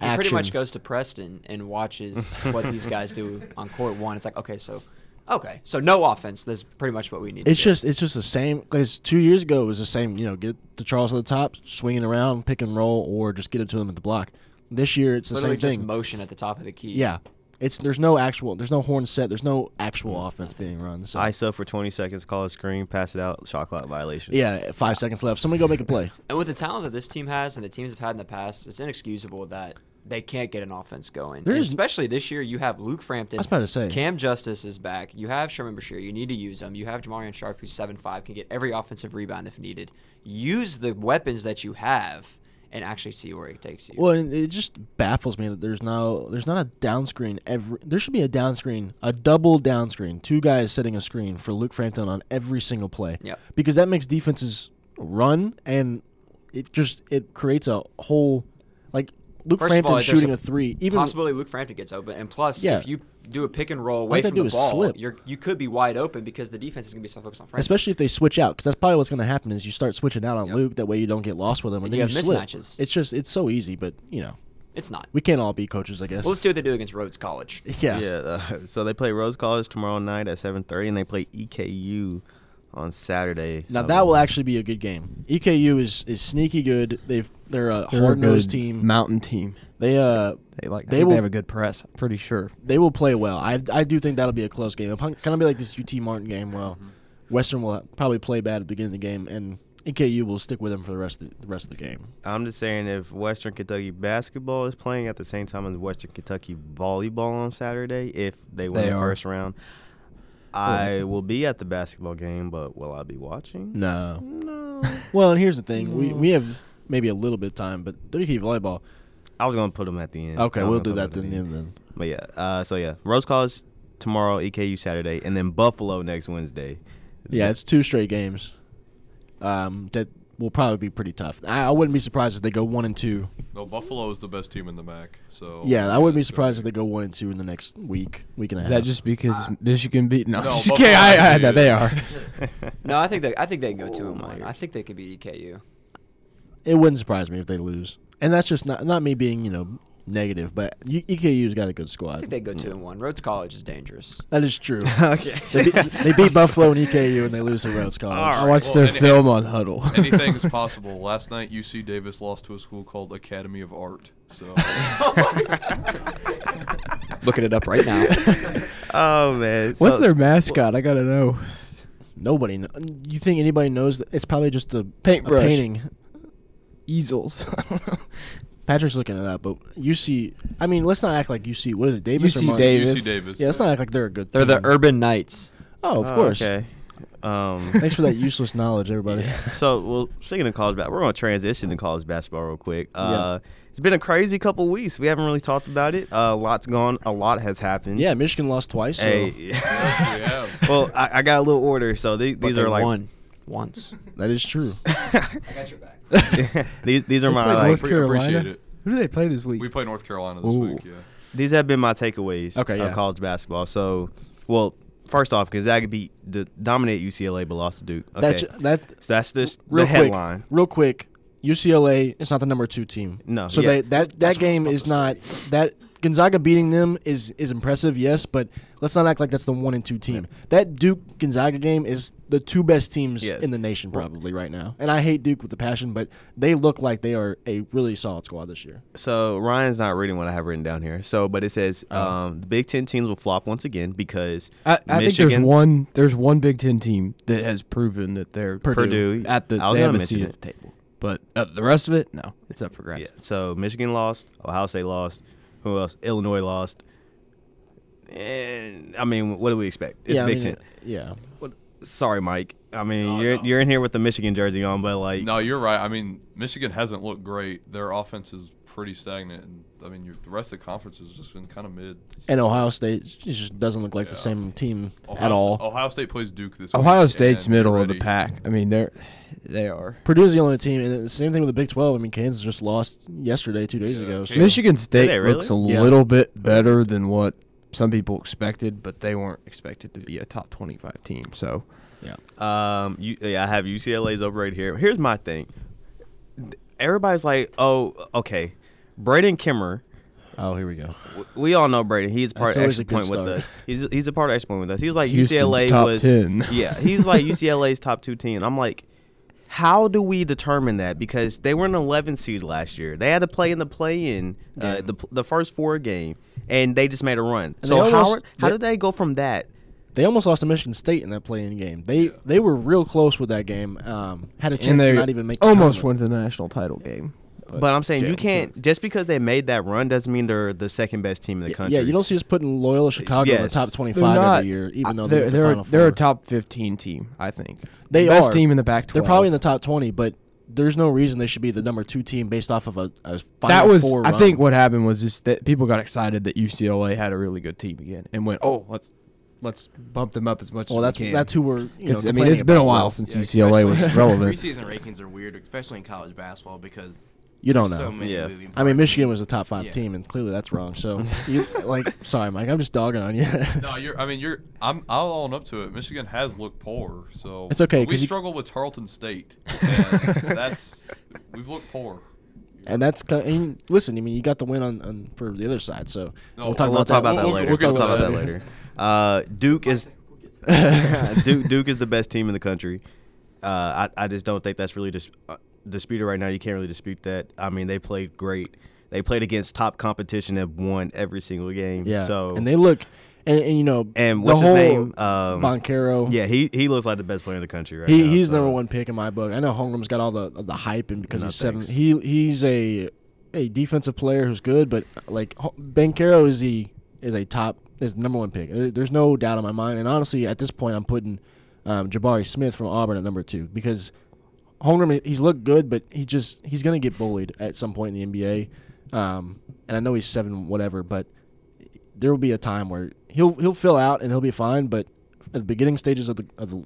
S3: he
S2: action.
S3: pretty much goes to Preston and watches what these guys do on court one. It's like, okay, so, okay, so no offense. That's pretty much what we need.
S2: It's
S3: to do.
S2: just it's just the same. Because two years ago it was the same. You know, get the Charles at the top, swinging around, pick and roll, or just get it to them at the block. This year it's the
S3: literally
S2: same
S3: just
S2: thing.
S3: motion at the top of the key.
S2: yeah, it's there's no actual there's no horn set. There's no
S3: Mm.
S2: actual offense being run. So
S1: ISO for 20 seconds, call a screen, pass it out, shot clock violation.
S2: yeah, five seconds left. Somebody go make a play.
S3: And with the talent that this team has and the teams have had in the past, it's inexcusable that they can't get an offense going.
S2: There
S3: And
S2: is-
S3: especially this year, you have Luke Frampton.
S2: I was about to say.
S3: Cam Justice is back. You have Sherman Bashir. You need to use him. You have Jamarian Sharp, who's seven five, can get every offensive rebound if needed. Use the weapons that you have and actually see where it takes you.
S2: Well, and it just baffles me that there's no there's not a down screen every there should be a down screen, a double down screen, two guys setting a screen for Luke Frampton on every single play.
S3: Yep.
S2: Because that makes defenses run and it just it creates a whole like Luke
S3: First of
S2: Frampton
S3: all, there's
S2: shooting
S3: a
S2: a three, even
S3: possibility Luke Frampton gets open, and plus,
S2: Yeah.
S3: if you do a pick and roll
S2: All
S3: away
S2: you gotta
S3: from
S2: do
S3: the
S2: is
S3: ball,
S2: slip.
S3: you're you could be wide open because the defense is going to be so focused on Frampton.
S2: especially if they switch out because that's probably what's going to happen is you start switching out on Luke that way you don't get lost with him and,
S3: you
S2: then
S3: have
S2: you slip.
S3: mismatches.
S2: It's just it's so easy, but you know
S3: it's not.
S2: we can't all be coaches, I guess.
S3: Well, let's see what they do against Rhodes College.
S2: yeah.
S1: Yeah. uh, so they play Rose College tomorrow night at 7:30, and they play EKU E on Saturday. Um,
S2: Now
S3: Um,
S1: I
S2: that will
S1: believe.
S2: actually be a good game. EKU is is sneaky good. They've they're a
S5: They're a
S2: hard nosed
S5: good
S2: team.
S5: mountain team.
S2: They uh
S5: They like.
S2: They
S5: They,
S2: will-
S5: they have a good press. I'm pretty sure.
S2: they will play well. I I do think that'll be a close game. It'll kind of be like this UT Martin game. Well,
S3: Mm-hmm.
S2: Western will probably play bad at the beginning of the game, and EKU will stick with them for the rest of the, the rest of the game.
S1: I'm just saying if Western Kentucky basketball is playing at the same time as Western Kentucky volleyball on Saturday, if they win
S5: They
S1: the
S5: are.
S1: first round, I will be at the basketball game, but will I be watching?
S2: No.
S1: No.
S2: Well, and here's the thing. We we have maybe a little bit of time, but WKU volleyball.
S1: I was gonna put them at the end.
S2: Okay,
S1: I was
S2: we'll
S1: gonna
S2: do
S1: put
S2: that
S1: 'em at
S2: then.
S1: the end.
S2: Then, then.
S1: But yeah, uh, so yeah, Rose College tomorrow, EKU Saturday, and then Buffalo next Wednesday.
S2: Yeah, it's two straight games. Um, that will probably be pretty tough. I, I wouldn't be surprised if they go one and two.
S6: No, Buffalo is the best team in the MAC. So
S2: yeah, I wouldn't be
S6: it's gonna
S2: surprised if they go one and two in the next week, week and a
S5: Is
S2: half.
S5: that just because Michigan beat? No,
S6: No,
S5: just
S6: Buffalo
S5: kidding. I, I had
S6: beat
S5: that. They
S6: us.
S5: are.
S3: No, I think they I think they can go two and
S2: Oh
S3: one. I think they could beat E EKU.
S2: it wouldn't surprise me if they lose. And that's just not not me being you know negative, but U- EKU's got a good
S3: I
S2: squad.
S3: think they go two and one. Rhodes College is dangerous.
S2: Mm. that is true.
S1: okay.
S2: they, beat, they beat Buffalo and EKU, and they lose to Rhodes College.
S1: All
S5: I
S1: right,
S6: well,
S5: watched their
S6: any-
S5: film on Huddle.
S6: Anything is possible. Last night, UC Davis lost to a school called Academy of Art. So
S3: Looking it up right now.
S1: Oh man,
S5: What's
S1: So-
S5: their mascot? I gotta know.
S2: Nobody, kn- you think anybody knows? That it's probably just a
S5: Paintbrush.
S2: a painting.
S5: Easels.
S2: Patrick's looking it up, but UC. I mean, let's not act like UC. What is it, Davis or
S5: UC
S2: Martin?
S5: Davis.
S6: UC Davis.
S2: Yeah, let's not act like they're a good.
S3: They're the
S2: team.
S3: Urban Knights.
S2: Oh, of
S1: Oh,
S2: course.
S1: Okay. Um,
S2: Thanks for that useless knowledge, everybody.
S1: So, well, speaking of college basketball, we're going to transition to college basketball real quick. Uh, It's been a crazy couple weeks. We haven't really talked about it. Uh, a lot's gone. A lot has happened.
S2: Yeah, Michigan lost twice. So
S1: Hey.
S6: Yes, we have.
S1: well, I, I got a little order, so the-
S3: but
S1: these
S3: they
S1: are like
S3: won once.
S2: that is true.
S3: I got your back.
S1: these these are
S5: They
S1: my
S5: played
S1: like
S5: North
S6: Appre- appreciate
S5: Carolina.
S6: it.
S5: Who do they play this week?
S6: we play North Carolina this
S5: Ooh.
S6: week. Yeah.
S1: these have been my takeaways
S2: Okay,
S1: of
S2: yeah.
S1: college basketball. So, well, first off, Gonzaga beat the dominate UCLA, but lost to Duke. Okay,
S2: That that
S1: so that's this
S2: real
S1: the
S2: quick.
S1: headline.
S2: Real quick, UCLA is not the number two team.
S1: No,
S2: So
S1: yeah.
S2: they, that that
S3: That's what I was
S2: game
S3: about
S2: is
S3: to
S2: not that Gonzaga beating them is is impressive. Yes, but let's not act like that's the one and two team. That Duke Gonzaga game is the two best teams
S1: Yes.
S2: in the nation probably right now. And I hate Duke with a passion, but they look like they are a really solid squad this year.
S1: So Ryan's not reading what I have written down here. So, but it says um, the Big Ten teams will flop once again because
S5: I, I think
S1: Michigan,
S5: there's one. There's one Big Ten team that has proven that they're
S1: Purdue.
S5: at the.
S1: I was
S5: they have
S1: gonna
S5: a seat
S1: mention
S5: at the table. But uh, the rest of it, no, it's up for grabs.
S1: Yeah. So Michigan lost. Ohio State lost. Who else? Illinois lost. And I mean, what do we expect? It's
S2: yeah, I
S1: Big
S2: mean,
S1: Ten.
S2: Yeah.
S1: What, sorry, Mike. I mean, you're you're in here with the Michigan jersey on, but like,
S6: No, you're right. I mean, Michigan hasn't looked great. Their offense is pretty stagnant, and I mean, your, the rest of the conference has just been kind of mid.
S2: And Ohio State s- just doesn't look like the
S6: Yeah.
S2: same team
S6: Ohio
S2: at all.
S6: St- Ohio State oh. plays Duke this week.
S5: Ohio State's
S6: and they're
S5: middle of the
S6: ready.
S5: pack. I mean, they're they are.
S2: Purdue's the only team, and the same thing with the Big Twelve. I mean, Kansas just lost yesterday, two days
S6: Yeah,
S2: ago. So
S6: Kansas-
S5: Michigan State
S1: they really?
S5: looks a
S2: Yeah.
S5: little bit better than what some people expected, but they weren't expected to be a top 25 team. So
S2: yeah,
S1: Um, you, yeah, I have UCLA's over right here. Here's my thing. Everybody's like, oh, okay, Braden Kimmer.
S2: oh, here we go.
S1: w- We all know Braden. He's part
S2: That's
S1: of
S2: always a
S1: Extra
S2: good
S1: Point with
S2: start.
S1: us. He's he's a part of Extra Point with us. He's like
S5: Houston's
S1: UCLA
S5: top
S1: was
S5: 10.
S1: yeah. He's like UCLA's top two team. I'm like, how do we determine that? Because they were an 11 seed last year. They had to play in the play-in, uh, the the first four game, and they just made a run.
S2: And
S1: so
S2: they
S1: how
S2: almost-
S1: are- how
S2: they-
S1: did they go from that?
S2: They almost lost to Michigan State in that play-in game. They they were real close with that game. Um, had a chance
S5: and
S2: to
S5: they
S2: not even make the
S5: almost
S2: tournament.
S5: went to the national title game.
S1: But I'm saying you
S5: Jalen
S1: can't
S5: Suggs.
S1: just because they made that run doesn't mean they're the second best team in the country.
S2: Yeah, you don't see us putting Loyola Chicago in the
S1: Yes.
S2: top
S5: They're
S2: twenty-five
S5: not-
S2: every year, even though
S5: I- they're
S2: they're,
S5: they're,
S2: the final
S5: they're
S2: four.
S5: a top 15 team. I think
S2: They
S5: best
S2: are.
S5: team in the back 12.
S2: They're probably in the top twenty, but there's no reason they should be the number two team based off of a, a final
S5: that was
S2: four
S5: I
S2: run.
S5: think what happened was just that people got excited that UCLA had a really good team again and went oh let's let's bump them up as much
S2: Well,
S5: as
S2: that's
S5: we can.
S2: that's who we're. You know,
S5: Because, I mean it's been a
S2: complaining
S5: while
S2: about.
S5: since
S4: Yeah,
S5: UCLA was
S4: especially-
S5: relevant.
S4: Preseason rankings are weird, especially in college basketball, because
S2: You don't know.
S4: there's so many
S1: Yeah.
S4: moving
S2: I mean,
S4: parts.
S2: Michigan was a top five
S4: Yeah.
S2: team, and clearly that's wrong. So, you, like, sorry, Mike, I'm just dogging on you.
S6: No, you're. I mean, you're. I'm. I'll own up to it. Michigan has looked poor, so
S2: It's okay,
S6: We
S2: 'cause you-
S6: struggle with Tarleton State. and that's we've looked poor.
S2: and that's ki- and listen. I mean, you got the win on, on for the other side, so
S6: No,
S2: we'll talk
S1: we'll
S2: about
S1: talk
S2: that.
S1: about that
S6: We'll-
S1: later. We'll
S6: we'll get
S1: talk
S6: to
S1: about
S6: that.
S1: that later. Uh, Duke is Duke Duke is the best team in the country. Uh, I I just don't think that's really dis- uh, disputed right now. You can't really dispute that. I mean, they played great. They played against top competition and won every single game.
S2: Yeah.
S1: So
S2: and they look, and, and you know,
S1: and
S2: the
S1: what's his
S2: whole
S1: name? Um,
S2: Boncaro.
S1: Yeah, he he looks like the best player in the country right
S2: He,
S1: now.
S2: he's
S1: so.
S2: number one pick in my book. I know Holmgren's got all the the hype, and because
S1: No,
S2: he's seven,
S1: thanks.
S2: he he's a a defensive player who's good, but like Ho- Bankero is the is a top is the number one pick. There- There's no doubt in my mind. And honestly, at this point, I'm putting um, Jabari Smith from Auburn at number two because Holmgren he's looked good, but he just he's gonna get bullied at some point in the NBA. Um, and I know he's seven whatever, but there will be a time where he'll he'll fill out and he'll be fine. But at the beginning stages of the of the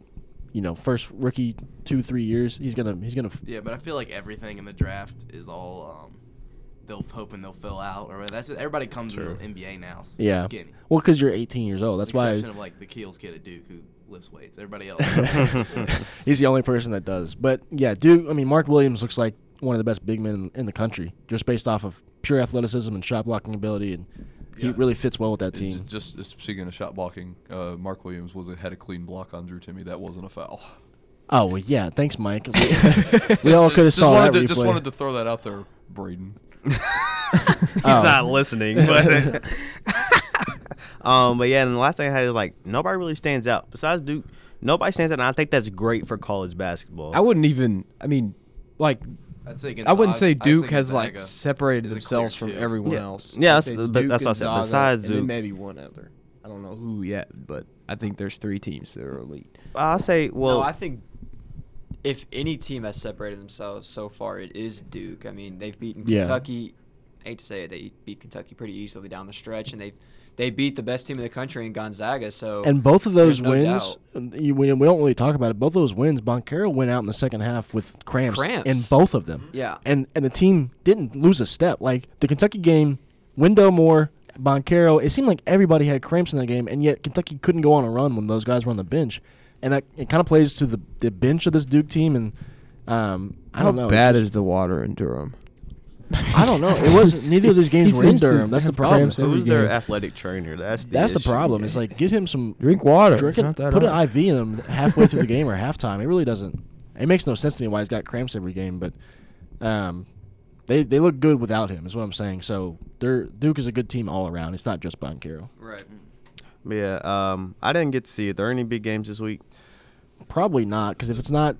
S2: you know first rookie two three years, he's gonna he's gonna f-
S4: Yeah, but I feel like everything in the draft is all um, they'll hoping they'll fill out or whatever. that's everybody comes
S1: Sure.
S4: in the NBA now. s-
S2: yeah.
S4: skinny.
S2: Well, because you're 18 years old, that's
S4: With the exception
S2: why
S4: of like the Keels kid at Duke who lifts weights. Everybody else.
S2: he's the only person that does. But yeah, dude, I mean Mark Williams looks like one of the best big men in, in the country, just based off of pure athleticism and shot blocking ability, and he
S6: Yeah.
S2: really fits well with that
S6: It
S2: team.
S6: ju- Just, just speaking of shot blocking, uh, Mark Williams was had a clean block on Drew Timmy. That wasn't a foul.
S2: oh well, yeah, thanks, Mike. we all
S6: Just-
S2: could have
S6: just
S2: saw
S6: wanted
S2: that
S6: to, Just
S2: replay.
S6: wanted to throw that out there, Braden.
S1: he's not
S2: Oh.
S1: listening, but um, but yeah. And the last thing I had is like nobody really stands out besides Duke. Nobody stands out, and I think that's great for college basketball.
S5: I wouldn't even. I mean, like
S4: I'd say
S5: I wouldn't
S4: Gonzaga-
S5: say
S4: I'd
S5: Duke has like
S4: Gonzaga.
S5: separated
S4: is a clear
S5: themselves from
S4: two.
S5: everyone
S1: Yeah.
S5: else.
S1: Yeah,
S5: I'd
S1: that's-
S5: say it's
S1: but that's what I said.
S5: Gonzaga,
S1: Besides
S5: and then
S1: Duke.
S5: maybe one other. I don't know who yet, but I think there's three teams that are elite.
S1: I'll say, well,
S3: no, I think if any team has separated themselves so far, it is Duke. I mean, they've beaten
S2: Yeah.
S3: Kentucky. I hate to say it, they beat Kentucky pretty easily down the stretch, and they they beat the best team in the country in Gonzaga. So
S2: And both of those
S3: There's no
S2: wins, um, you, we, we don't really talk about it. Both of those wins, Boncaro went out in the second half with cramps,
S3: Cramps.
S2: in both of them.
S3: Yeah.
S2: and and the team didn't lose a step. Like the Kentucky game, Window Moore, Boncaro, it seemed like everybody had cramps in that game, and yet Kentucky couldn't go on a run when those guys were on the bench, and that it kind of plays to the the bench of this Duke team. And um, I don't
S5: How
S2: know. it's
S5: bad
S2: just-
S5: is the water in Durham?
S2: I don't know. It wasn't. Neither of those games
S5: He
S2: were in
S5: seems to
S2: Durham. That's the
S5: have
S2: problem.
S5: cramps every
S1: who's their
S5: game.
S1: athletic trainer? That's the
S2: That's the
S1: issue.
S2: problem. It's like get him some
S5: Drink water.
S2: Drink
S5: It's
S2: it,
S5: not that
S2: put
S5: hard.
S2: an IV in him halfway through the game or halftime. It really doesn't. It makes no sense to me why he's got cramps every game, but um, they they look good without him. Is what I'm saying. So they're, Duke is a good team all around. It's not just Boncaro.
S3: right,
S1: yeah. Um, I didn't get to see it. There are any big games this week?
S2: Probably not because if it's not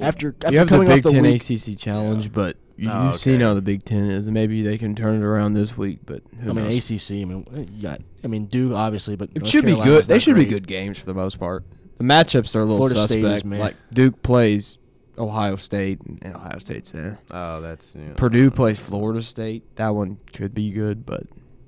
S2: after after
S5: you have the
S2: coming
S5: Big
S2: off the
S5: Ten
S2: week,
S5: ACC challenge, but you,
S1: Oh,
S5: you've seen
S1: okay.
S5: how the Big Ten is. Maybe they can turn it around this week, but who
S2: I mean
S5: knows?
S2: ACC. I mean, you got, I mean Duke obviously, but
S5: It
S2: North
S5: should be good.
S2: Carolina's
S5: They
S2: not
S5: should
S2: great.
S5: be good games for the most part. The matchups are a little
S2: Florida State is
S5: suspect.
S2: meh.
S5: Like Duke plays Ohio State, and and Ohio State's there.
S1: Oh, that's yeah.
S5: Purdue plays Florida State. That one could be good, but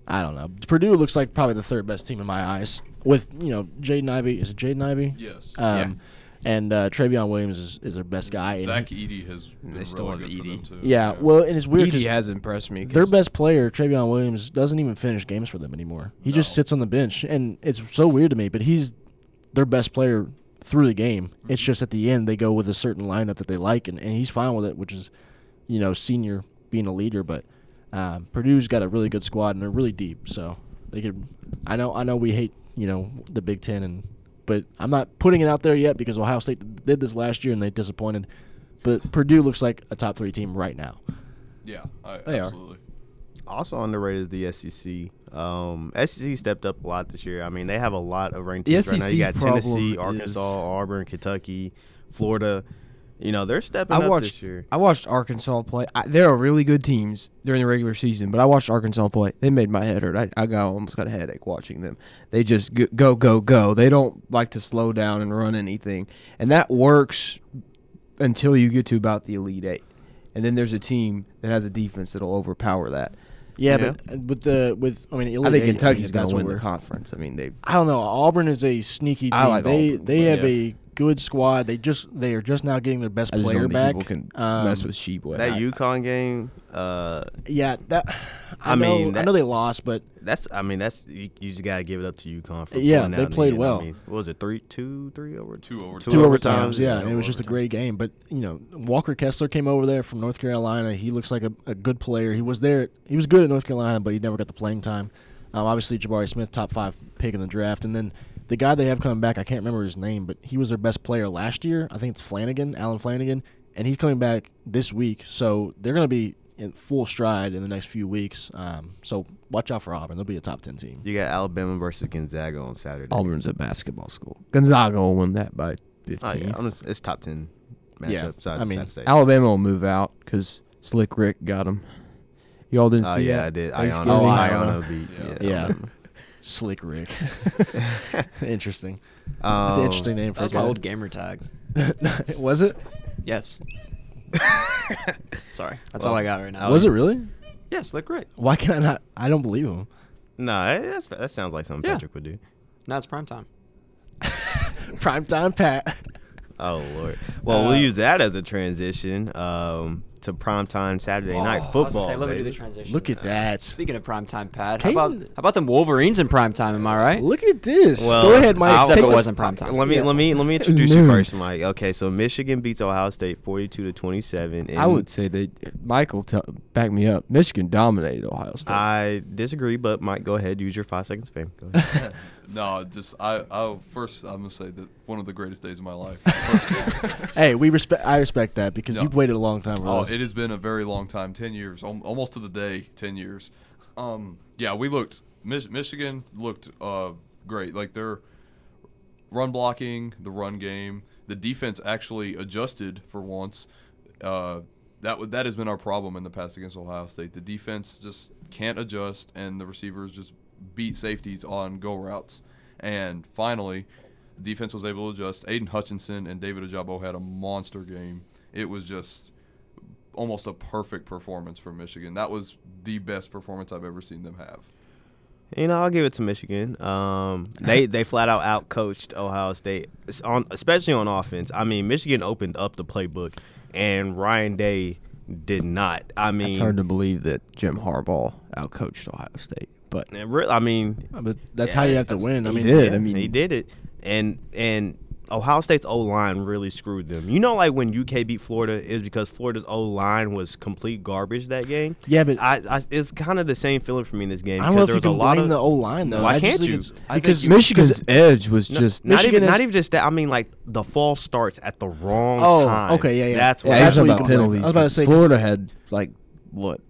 S2: I don't know. Purdue looks like probably the third best team in my eyes with you know Jaden Ivey. Is it Jaden Ivey?
S6: Yes.
S2: Um, And uh, Travion Williams is, is their best guy. and
S6: Zach
S2: he-
S6: Eady has. Been
S5: They still
S6: really
S5: have
S6: good for
S5: Edey.
S6: them too.
S2: Yeah, well, and it's weird
S5: Edie
S2: because
S5: has impressed me. 'cause
S2: their best player, Travion Williams, doesn't even finish games for them anymore. He just
S6: No.
S2: sits on the bench, and it's so weird to me. But he's their best player through the game. It's just at the end they go with a certain lineup that they like, and, and he's fine with it, which is, you know, senior being a leader. But um, Purdue's got a really good squad, and they're really deep. So they could. I know. I know we hate you know the Big Ten, and but I'm not putting it out there yet because Ohio State did this last year and they disappointed. But Purdue looks like a top three team right now.
S6: Yeah, I,
S5: They are.
S6: absolutely.
S1: also underrated is the SEC. Um, SEC stepped up a lot this year. I mean, they have a lot of ranked
S5: The
S1: teams right now. You
S5: SEC
S1: got
S5: 's
S1: Tennessee,
S5: problem
S1: Arkansas,
S5: is-
S1: Auburn, Kentucky, Florida. You know, they're stepping
S5: I
S1: up
S5: watched.
S1: this year.
S5: I watched Arkansas play. I, they're really good teams during the regular season, but I watched Arkansas play. They made my head hurt. I, I got almost got a headache watching them. They just g- go go go. They don't like to slow down and run anything, and that works until you get to about the elite eight, and then there's a team that has a defense that'll overpower that.
S2: Yeah,
S1: Yeah.
S2: but uh, with the with I mean,
S5: I
S2: Elite
S5: think
S2: Eight,
S5: Kentucky's
S2: mean,
S5: going
S2: that's
S5: to win
S2: what
S5: the
S2: we're-
S5: conference. I mean, they
S2: I don't know. Auburn is a sneaky team.
S5: I like
S2: they
S5: Auburn,
S2: they
S5: but-
S2: have
S1: Yeah.
S2: a good squad. They just they are just now getting their best
S5: I just
S2: player
S5: don't
S2: back.
S5: think people can
S2: Um,
S5: mess with Sheboy.
S1: That
S5: I-
S1: UConn game, uh,
S2: Yeah, that. I,
S1: I
S2: know,
S1: mean,
S2: I
S1: that-
S2: know they lost, but
S1: that's I mean that's you, you just gotta give it up to UConn for
S2: Yeah,
S1: pulling
S2: they
S1: out in the
S2: played
S1: end. I
S2: well.
S1: mean, what was it three, two, three over
S6: Two over
S1: Two
S2: two
S1: over-
S6: over.
S2: overtimes.
S1: overtimes,
S2: Yeah,
S1: yeah,
S2: and it was just a great game. But you know, Walker Kessler came over there from North Carolina. He looks like a, a good player. He was there. He was good at North Carolina, but he never got the playing time. Um, obviously, Jabari Smith, top five pick in the draft, and then The guy they have coming back, I can't remember his name, but he was their best player last year. I think it's Flanagan, Alan Flanagan, and he's coming back this week. So they're going to be in full stride in the next few weeks. Um, so watch out for Auburn. They'll be a top ten team.
S1: You got Alabama versus Gonzaga on Saturday.
S5: Auburn's a basketball school. Gonzaga will win that by
S1: Oh,
S5: fifteen.
S1: yeah. I'm just, it's top 10 matchup.
S2: Yeah,
S1: so I,
S2: I
S1: just
S2: mean,
S1: have to say.
S5: Alabama will move out because Slick Rick got him. Y'all didn't
S1: Oh,
S5: see
S1: yeah,
S5: that?
S1: I did.
S5: Thanksgiving?
S1: Iona,
S2: Oh,
S1: Iona
S2: Iona.
S1: beat.
S2: Yeah.
S1: Yeah.
S2: Slick Rick. interesting.
S1: Um,
S2: That's an interesting name for
S3: That was
S2: a
S3: my
S2: guy.
S3: old gamer tag.
S2: was it?
S3: Yes. Sorry. That's all I got right now.
S1: Oh,
S2: was
S1: yeah.
S2: it really?
S3: Yeah, Slick Rick.
S2: Why can I not? I don't believe him.
S1: No, that's, that sounds like something
S3: Yeah.
S1: Patrick would do.
S3: Now it's prime time.
S2: Primetime Pat.
S1: Oh Lord. Well,
S2: Uh,
S1: we'll use that as a transition um, to primetime Saturday night
S3: Oh, I
S1: football.
S3: was gonna say, let me do the
S1: baby.
S3: transition.
S2: Look at that.
S3: Speaking of prime time, Pat, how about,
S2: Caden-
S3: how about them Wolverines in prime time? Am I right?
S2: Look at this.
S1: Well,
S2: Go ahead, Mike.
S3: Except
S2: Take
S3: it
S2: the-
S3: wasn't prime time.
S1: Let me
S2: Yeah.
S1: let me let me introduce you
S5: noon.
S1: first, Mike. Okay, so Michigan beats Ohio State forty-two to twenty-seven. And
S5: I would say they. Michael, tell back me up. Michigan dominated Ohio State.
S1: I disagree, but Mike, go ahead. Use your five seconds, fame. Go ahead.
S6: No, just I. I first I'm gonna say that one of the greatest days of my life. First of all.
S2: Hey, we respect. I respect that because
S6: No.
S2: you've waited a long time for
S6: Oh,
S2: this.
S6: it has been a very long time, ten years, al- almost to the day, ten years. Um, yeah, we looked. Mich- Michigan looked uh, great. Like their run blocking, the run game, the defense actually adjusted for once. Uh, that w- that has been our problem in the past against Ohio State. The defense just can't adjust, and the receivers just beat safeties on go routes. And finally, the defense was able to adjust. Aiden Hutchinson and David Ajabo had a monster game. It was just almost a perfect performance from Michigan. That was the best performance I've ever seen them have.
S1: you know, I'll give it to Michigan. Um, they they flat out outcoached Ohio State It's on, especially on offense. I mean, Michigan opened up the playbook, and Ryan Day did not. I mean,
S5: it's hard to believe that Jim Harbaugh outcoached Ohio State, but
S1: and re- I mean,
S2: but that's
S1: Yeah,
S2: how you have to
S1: that's-
S2: win. I
S5: he
S2: mean,
S5: did.
S1: Yeah,
S5: I mean,
S1: he did it, and and Ohio State's O line really screwed them. You know, like when UK beat Florida is because Florida's O line was complete garbage that game.
S2: Yeah, but
S1: I, I it's kind of the same feeling for me in this game.
S2: I don't know if
S1: because
S2: you
S1: there was
S2: can
S1: a lot
S2: blame
S1: of
S2: the O line though.
S1: Why
S2: I just
S1: can't
S2: think
S1: you?
S2: it's-
S1: I think
S2: Because
S1: you-
S5: Michigan's edge was
S1: No,
S5: just.
S1: not
S2: Michigan
S1: even
S2: has-
S1: not even just that. I mean, like the false starts at the wrong
S2: Oh,
S1: time.
S2: okay, yeah, yeah.
S1: That's what
S5: yeah,
S2: Well,
S5: he
S1: that's
S5: was
S2: what
S5: about
S2: you can blame.
S5: penalties.
S2: I was about to say, 'cause-
S5: Florida had like what,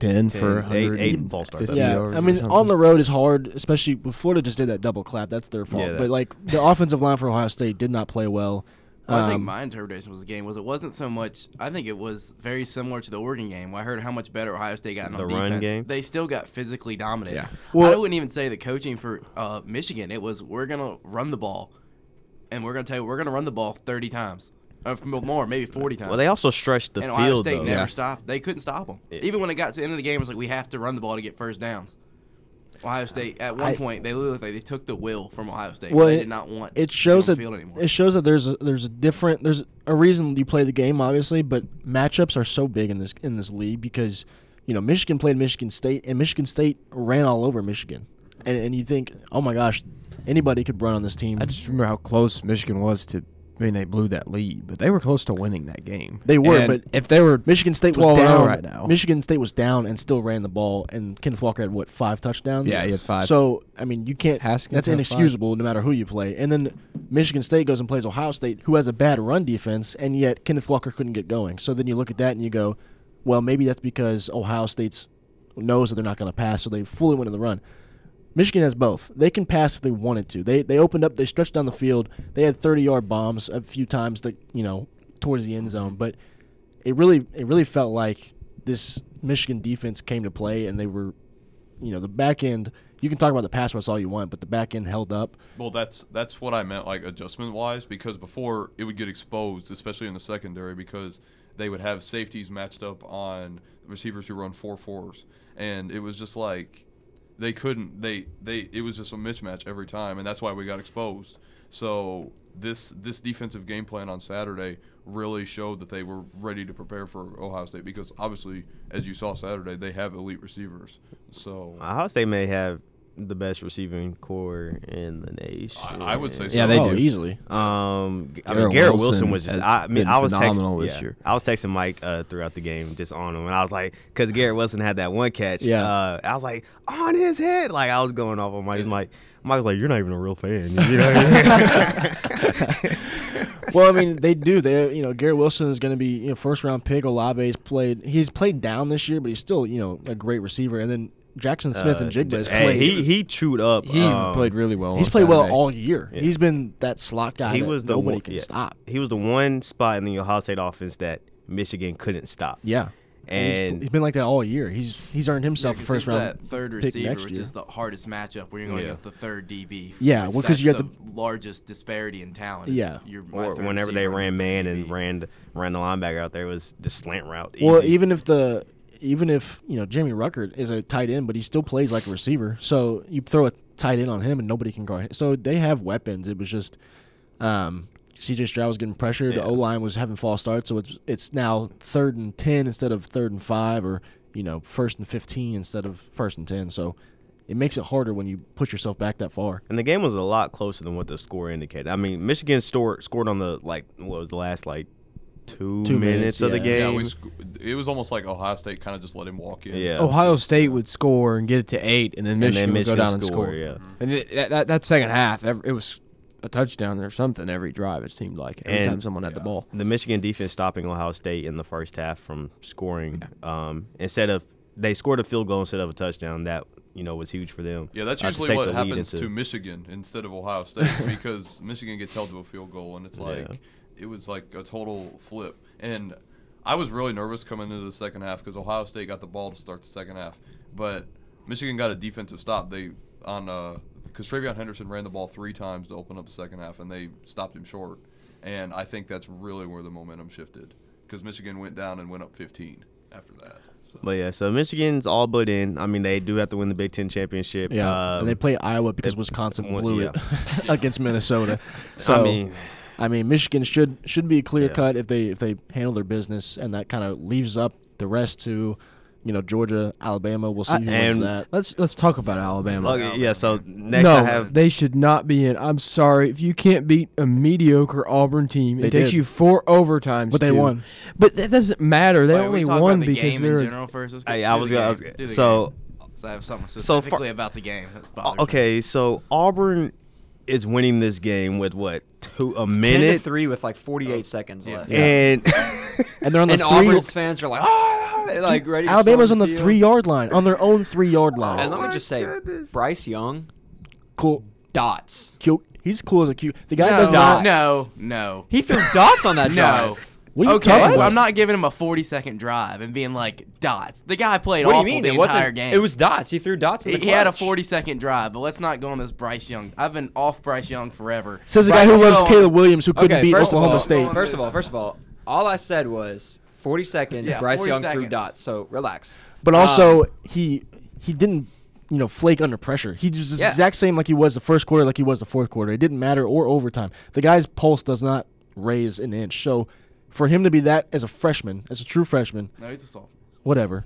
S5: ten,
S1: 10,
S5: for
S1: eight- eight
S5: 100
S1: false starts.
S2: yeah, I mean, on the road is hard, especially when Florida just did that double clap. That's their fault.
S1: Yeah, that-
S2: But like the offensive line for Ohio State did not play well.
S4: Well, I think
S2: Um,
S4: my interpretation was the game was it wasn't so much. I think it was very similar to the Oregon game. Where I heard how much better Ohio State got in
S1: The
S4: on
S1: run
S4: defense.
S1: game?
S4: They still got physically dominated.
S5: Yeah.
S2: Well-
S4: I wouldn't even say the coaching for uh, Michigan. It was we're gonna run the ball, and we're gonna tell you we're gonna run the ball thirty times, or f- more, maybe forty times.
S1: well, they also stretched the
S4: and Ohio
S1: field
S4: State
S1: though.
S4: never
S5: Yeah.
S4: stopped. They couldn't stop them.
S1: Yeah.
S4: Even when it got to the end of the game, it was like we have to run the ball to get first downs. Ohio State at one
S2: I-
S4: point they looked like they took the will from Ohio State.
S2: Well,
S4: they
S2: it-
S4: did not want
S2: it shows
S4: to
S2: that
S4: be on the field anymore.
S2: it shows that there's a, there's a different there's a reason you play the game obviously, but matchups are so big in this in this league because you know Michigan played Michigan State and Michigan State ran all over Michigan, and and you think oh my gosh anybody could run on this team.
S5: I just remember how close Michigan was to. I mean, they blew that lead, but they were close to winning that game.
S2: They were,
S5: And
S2: but
S5: if they were
S2: Michigan State was
S5: 12 and 0
S2: down
S5: right now.
S2: Michigan State was down and still ran the ball, and Kenneth Walker had what five touchdowns?
S5: Yeah, he had five.
S2: So I mean, you can't.
S5: Haskins
S2: that's
S5: had five.
S2: inexcusable, no matter who you play. And then Michigan State goes and plays Ohio State, who has a bad run defense, and yet Kenneth Walker couldn't get going. So then you look at that and you go, well, maybe that's because Ohio State's knows that they're not going to pass, so they fully went in the run. Michigan has both. They can pass if they wanted to. They they opened up, they stretched down the field. They had 30-yard bombs a few times that, you know, towards the end zone, but it really it really felt like this Michigan defense came to play and they were you know, the back end, you can talk about the pass rush all you want, but the back end held up.
S6: Well, that's that's what I meant, like adjustment wise, because before it would get exposed, especially in the secondary, because they would have safeties matched up on receivers who run four fours, and it was just like they couldn't. They they it was just a mismatch every time, and that's why we got exposed. So this this defensive game plan on Saturday really showed that they were ready to prepare for Ohio State
S1: Uh,
S6: because obviously, as you saw Saturday, they have elite receivers. So
S1: Ohio State may have the best receiving core in the nation.
S6: I- I would say so.
S5: Yeah, they
S2: oh,
S5: do.
S2: easily.
S1: Um, I mean,
S5: Garrett
S1: Garrett Wilson
S5: Wilson
S1: was just.
S5: has
S1: I, I mean,
S5: been
S1: I was
S5: phenomenal
S1: texting.
S5: this
S1: yeah,
S5: year.
S1: I was texting Mike uh, throughout the game just on him, and I was like, because Garrett Wilson had that one catch.
S2: Yeah.
S1: Uh, I was like, on his head. Like I was going off on Mike. Mike, Mike was like, you're not even a real fan. You know what I mean?
S2: well, I mean, they do. They, you know, Garrett Wilson is going to be you know first round pick. Olave's played. He's played down this year, but he's still you know a great receiver. And then Jackson Smith and Jigba has
S1: Uh, Hey,
S2: played.
S1: he he chewed up.
S5: He
S1: um,
S5: played really well.
S2: he's
S5: on
S2: played well
S5: Saturday.
S2: all year.
S1: Yeah.
S2: He's been that slot guy.
S1: He
S2: that
S1: was the
S2: nobody
S1: one-
S2: can
S1: yeah.
S2: stop.
S1: He was the one spot in the Ohio State offense that Michigan couldn't stop.
S2: Yeah, He's-
S1: And-
S2: he's been like that all year. He's he's earned himself a
S4: 'cause
S2: first
S4: he's
S2: round
S4: that third
S2: pick
S4: receiver,
S2: next
S4: which
S2: year.
S4: is the hardest matchup where you're going
S1: Yeah.
S4: against the third DB.
S2: Yeah,
S4: which
S2: well, 'cause you
S4: that's
S2: have
S4: the largest disparity in talent. is
S2: Yeah.
S4: your- my
S1: Or
S4: third
S1: whenever they
S4: receiver and
S1: ran man
S4: your third
S1: and
S4: DB.
S1: ran ran the linebacker out there it was the slant route.
S2: Well,
S1: easy.
S2: even if the even if you know Jamie Ruckert is a tight end, but he still plays like a receiver. So you throw a tight end on him, and nobody can guard. him. So they have weapons. It was just um, C.J. Stroud was getting pressure. The
S1: Yeah.
S2: O line was having false starts. So it's it's now third and ten instead of third and five, or you know first and fifteen instead of first and ten. So it makes it harder when you push yourself back that far.
S1: And the game was a lot closer than what the score indicated. I mean, Michigan store, scored on the like what was the last like two,
S2: Two
S1: minutes,
S2: minutes,
S1: of the
S2: yeah.
S6: Yeah,
S1: game.
S6: we sc- it was almost like Ohio State kind of just let him walk in.
S1: Yeah.
S5: Ohio State would score and get it to eight, and then
S1: then
S5: Michigan,
S1: Michigan
S5: would go down
S1: score,
S5: and score.
S1: yeah.
S5: And it, that, that that second half, ev- it was a touchdown or something every drive. It seemed like every
S1: And-
S5: time someone had the ball.
S1: the Michigan defense stopping Ohio State in the first half from scoring. Um, instead of they scored a field goal instead of a touchdown. That you know was huge for them.
S6: Yeah, that's
S1: Uh, to
S6: usually
S1: take
S6: what
S1: the lead
S6: happens
S1: into-
S6: to Michigan instead of Ohio State because Michigan gets held to a field goal, and it's like
S1: Yeah.
S6: it was like a total flip. And I was really nervous coming into the second half because Ohio State got the ball to start the second half, but Michigan got a defensive stop. They on because Travion Henderson ran the ball three times to open up the second half, and they stopped him short. And I think that's really where the momentum shifted because Michigan went down and went up 15 after that. So.
S1: But yeah, so Michigan's all but in. I mean, they do have to win the Big Ten championship.
S2: Yeah,
S1: Um,
S2: and they play Iowa because Wisconsin
S1: well,
S2: blew it against Minnesota. So
S1: I mean,
S2: I mean, Michigan should should be a clear
S1: Yeah.
S2: cut if they if they handle their business, and that kind of leaves up the rest to, you know, Georgia, Alabama. We'll see
S5: I-
S2: who wins
S1: and-
S2: that.
S5: Let's let's talk about Alabama.
S1: okay, oh, yeah. So next,
S5: no,
S1: I have
S5: they should not be in. I'm sorry if you can't beat a mediocre Auburn team.
S2: They
S5: it takes
S2: did.
S5: you four overtimes,
S2: But they
S5: to-
S2: won.
S5: But that doesn't matter. They
S4: Wait, are we
S5: only
S4: talking
S5: won
S4: about the
S5: because
S4: game
S5: they're.
S4: in general first. Let's
S1: Hey,
S4: get-
S1: I
S4: do
S1: was
S4: the
S1: gonna- I was
S4: game.
S1: gonna-
S4: Do the
S1: so-
S4: game. So I have something
S1: so far-
S4: specifically about the game. That's bothering me.
S1: Uh, okay. So Auburn is winning this game with what two a
S3: Ten to
S1: minute
S3: three with like 48 seconds left.
S1: and
S2: And they're on the
S3: And
S2: three.
S3: Auburn's fans are like, ah, they're, like ready. to
S2: Alabama's on
S3: storm
S2: the
S3: field. Oh
S2: three yard line, on their own three yard
S3: And
S2: line.
S3: let me just say, Bryce Young
S2: Cool,
S3: dots.
S2: cute. He's cool as a cute. The guy
S4: No,
S2: does not.
S4: no, no.
S3: He threw dots on that
S4: No.
S3: drive.
S2: What are you
S4: Okay,
S2: talking
S4: well,
S2: about?
S4: I'm not giving him a 40 second drive and being like dots. The guy played
S3: What do
S4: awful
S3: you mean?
S4: the
S3: It
S4: entire
S3: wasn't.
S4: game.
S3: It was dots. He threw dots. In
S4: He
S3: the
S4: he had a
S3: clutch.
S4: 40 second drive, but let's not go on this Bryce Young. I've been off Bryce Young forever.
S2: Says the guy
S4: Bryce,
S2: who
S4: you
S2: loves
S4: go on.
S2: Caleb Williams, who couldn't
S3: Okay,
S2: beat
S3: first of
S2: Oklahoma
S3: all-
S2: State.
S3: First of all, first of all, all I said was 40 seconds.
S4: Yeah,
S3: Bryce
S4: 40
S3: Young threw
S4: seconds.
S3: dots. So relax.
S2: But
S3: Um,
S2: also, he he didn't you know flake under pressure. He was the
S3: Yeah.
S2: exact same like he was the first quarter, like he was the fourth quarter. It didn't matter or overtime. The guy's pulse does not raise an inch. So for him to be that as a freshman, as a true freshman,
S4: No, he's a soft.
S2: whatever,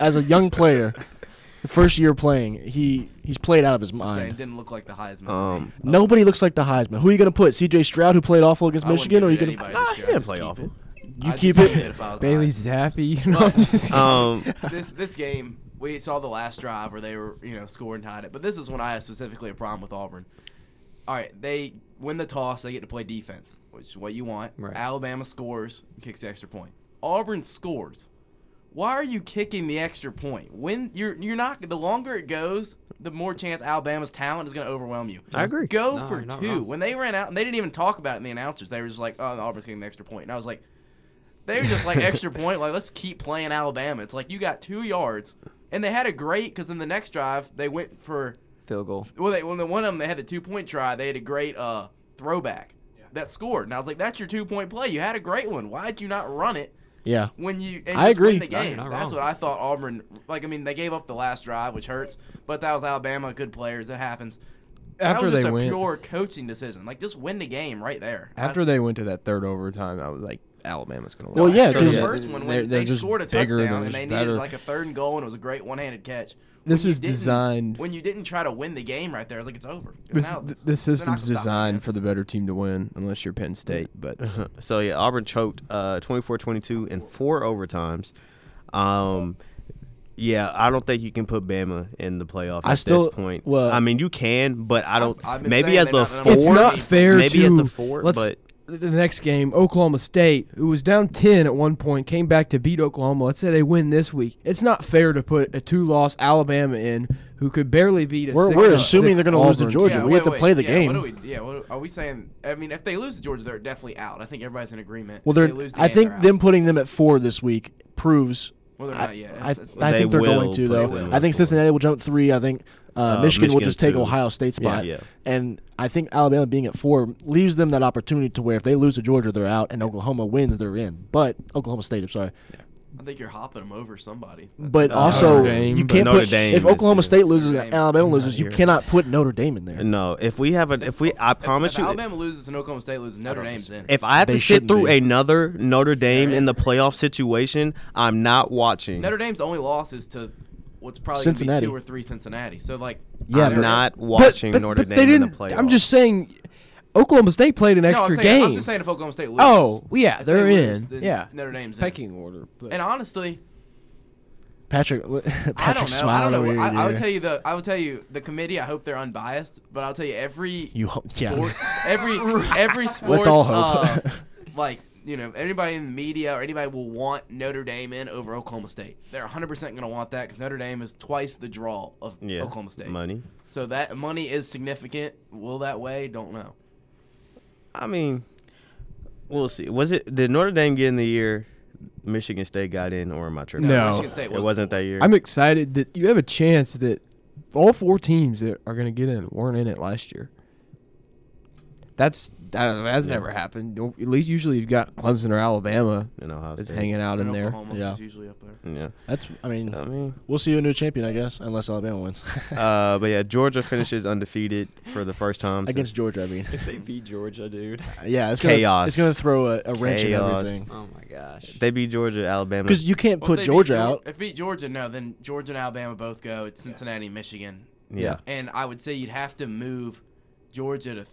S2: as a young player, the first year playing, he he's played out of his
S4: Saying it
S2: mind.
S4: didn't look like the Heisman.
S1: um,
S2: Nobody looks like the Heisman. Who are you going to put? C.J. Stroud, who played awful against
S4: I wouldn't
S2: Michigan,
S4: give
S2: or are you
S4: it to
S2: going to
S4: anybody this year. I
S1: didn't
S4: just
S1: play
S4: keep
S1: awful.
S4: it.
S2: you
S4: I'd
S2: keep
S4: just keep
S2: it?
S4: if I was
S5: Bailey's happy. You know, I'm
S4: Well,
S5: just kidding.
S1: um,
S4: this this game we saw the last drive where they were you know scored and tied it, but this is when I had specifically a problem with Auburn. All right, they win the toss, they get to play defense, which is what you want.
S3: Right.
S4: Alabama scores, kicks the extra point. Auburn scores. Why are you kicking the extra point? When you're you're not the longer it goes, the more chance Alabama's talent is going to overwhelm you.
S1: I agree.
S4: Go
S3: No,
S4: for
S3: you're not
S4: two.
S3: wrong.
S4: When they ran out and they didn't even talk about it in the announcers, they were just like, "Oh, Auburn's getting the extra point," and I was like, they were just like extra point. Like, let's keep playing Alabama. It's like you got two yards, and they had a great because in the next drive they went for
S3: field goal.
S4: well, they when the one of them they had the two point try. They had a great uh throwback that scored, and I was like, that's your two point play. You had a great one. Why'd you not run it?
S2: Yeah.
S4: When you and
S2: I
S4: just
S2: agree.
S4: win the
S3: No, you're
S4: game,
S3: not
S4: that's
S3: wrong.
S4: what I thought. Auburn, like I mean, they gave up the last drive, which hurts, but that was Alabama. Good players, it happens.
S5: After
S4: that was just
S5: they
S4: a
S5: win-
S4: pure coaching decision. Like just win the game right there.
S5: After they went to that third overtime, I was like, Alabama's gonna win.
S2: Well, yeah,
S4: So
S2: Dude,
S4: the
S2: yeah,
S4: first one, when
S5: they're-
S4: they
S5: they're just
S4: scored a
S5: bigger,
S4: touchdown
S5: they're
S4: and they
S5: just
S4: needed
S5: better.
S4: like a third and goal and it was a great one-handed catch.
S5: this
S4: when you
S5: is
S4: didn't-
S5: designed.
S4: When you didn't try to win the game right there, I was like, it's over. It's
S5: This,
S4: out.
S5: th-
S4: They're not
S5: this
S4: gonna
S5: system's
S4: stop me.
S5: designed for the better team to win, unless you're Penn State. But
S1: So yeah, Auburn choked uh 24-22 in four overtimes. Um yeah, I don't think you can put Bama in the playoff
S2: I
S1: at
S2: still-
S1: this point.
S2: well-
S1: I mean, you can, but I don't.
S4: I've been
S1: maybe
S4: saying
S1: at
S4: they're
S1: the
S4: not the
S1: four.
S4: number
S5: it's not fair
S1: maybe
S5: to
S1: at the 4
S5: let's,
S1: but
S5: the next game, Oklahoma State, who was down ten at one point, came back to beat Oklahoma. Let's say they win this week. It's not fair to put a two-loss Alabama in, who could barely beat a.
S2: We're-
S5: six
S2: we're
S5: and
S2: assuming
S5: six
S2: they're gonna lose to
S5: Auburn
S2: Georgia.
S5: team.
S2: we have to play the
S4: yeah, What
S2: game.
S4: are we, yeah, what are, are we saying? I mean, if they lose to Georgia, they're definitely out. I think everybody's in agreement.
S2: Well,
S4: If
S2: they're.
S4: they lose to
S2: I
S4: game, they're
S2: think
S4: out.
S2: them putting them at four this week proves.
S4: Well, they're
S2: I-
S4: not yet.
S2: I,
S4: It's- it's-
S2: I
S1: They
S2: think they're
S1: will
S2: going to
S1: put
S2: though.
S1: them
S2: I
S1: at
S2: think
S1: four.
S2: Cincinnati will jump three. I think uh,
S1: Uh,
S2: Michigan will
S1: Michigan
S2: just take
S1: two.
S2: Ohio State's
S1: Yeah,
S2: spot.
S1: yeah.
S2: And I think Alabama being at four leaves them that opportunity to where if they lose to Georgia, they're out, and Oklahoma wins, they're in. But Oklahoma State, I'm sorry.
S4: I think you're hopping them over somebody.
S2: But
S1: Uh,
S2: also,
S5: Notre Dame,
S2: you
S5: but
S2: can't
S1: Notre
S2: put
S1: Dame
S2: if
S1: is-
S2: Oklahoma State loses
S4: Notre
S2: and
S4: Dame.
S2: Alabama loses, you
S5: here.
S2: cannot put Notre Dame in there.
S1: no. If we have a, if we, I promise
S4: if
S1: you,
S4: Alabama loses and Oklahoma State loses, Notre Dame's in.
S1: if I have
S2: They
S1: to sit
S2: shouldn't
S1: through
S2: be.
S1: another Notre Dame in the playoff situation, I'm not watching.
S4: Notre Dame's only loss is to what's probably gonna
S2: Cincinnati.
S4: be two or three Cincinnati. So like,
S2: Yeah,
S1: I'm
S4: they're-
S1: not watching Notre Dame
S5: they
S1: in the
S5: didn't,
S1: playoff.
S5: I'm just saying, Oklahoma State played an
S4: No, I'm
S5: extra
S4: saying,
S5: game.
S4: I'm just saying if Oklahoma State loses.
S5: oh yeah,
S4: if they
S5: they're
S4: lose,
S5: in.
S4: then
S5: Yeah,
S4: Notre Dame's
S5: It's
S4: in.
S5: pecking order. But
S4: And honestly,
S2: Patrick,
S4: I don't
S2: Patrick
S4: know. I don't
S2: Smiley.
S4: know. I, I would tell you the I would tell you the committee. I hope they're unbiased, but I'll tell you every
S2: You ho- yeah.
S4: sports every every sports
S2: all hope.
S4: uh, like you know anybody in the media or anybody will want Notre Dame in over Oklahoma State. They're 100 percent going to want that because Notre Dame is twice the draw of
S1: yeah,
S4: Oklahoma State.
S1: money.
S4: So that money is significant. Will that way? Don't know.
S1: I mean, we'll see. Was it did Notre Dame get in the year Michigan State got in, or am I tripping?
S5: No.
S4: Michigan State
S1: it
S4: was
S1: wasn't that year.
S5: I'm excited that you have a chance that all four teams that are going to get in weren't in it last year. That's that, that's never happened. No- At least usually you've got Clemson or Alabama
S1: in Ohio
S5: that's
S1: State.
S5: hanging out in
S4: And
S5: there.
S4: Oklahoma
S2: Yeah.
S4: was usually up there.
S1: Yeah,
S2: That's. I mean,
S1: I mean,
S2: we'll see you a new champion, I guess, unless Alabama wins
S1: Um, uh, but yeah, Georgia finishes undefeated for the first time since-
S2: against Georgia. I mean,
S7: they beat Georgia, dude.
S2: yeah, it's gonna,
S1: Chaos.
S2: It's going to throw a, a wrench
S1: Chaos.
S2: in everything
S3: Oh my gosh.
S1: They beat Georgia, Alabama.
S2: because you can't
S4: Well,
S2: put
S4: if they beat
S2: Georgia
S4: Geor-
S2: out.
S4: If beat Georgia, no, then Georgia and Alabama both go. It's Cincinnati, Michigan,
S1: yeah,
S4: and I would say you'd have to move Georgia to. Th-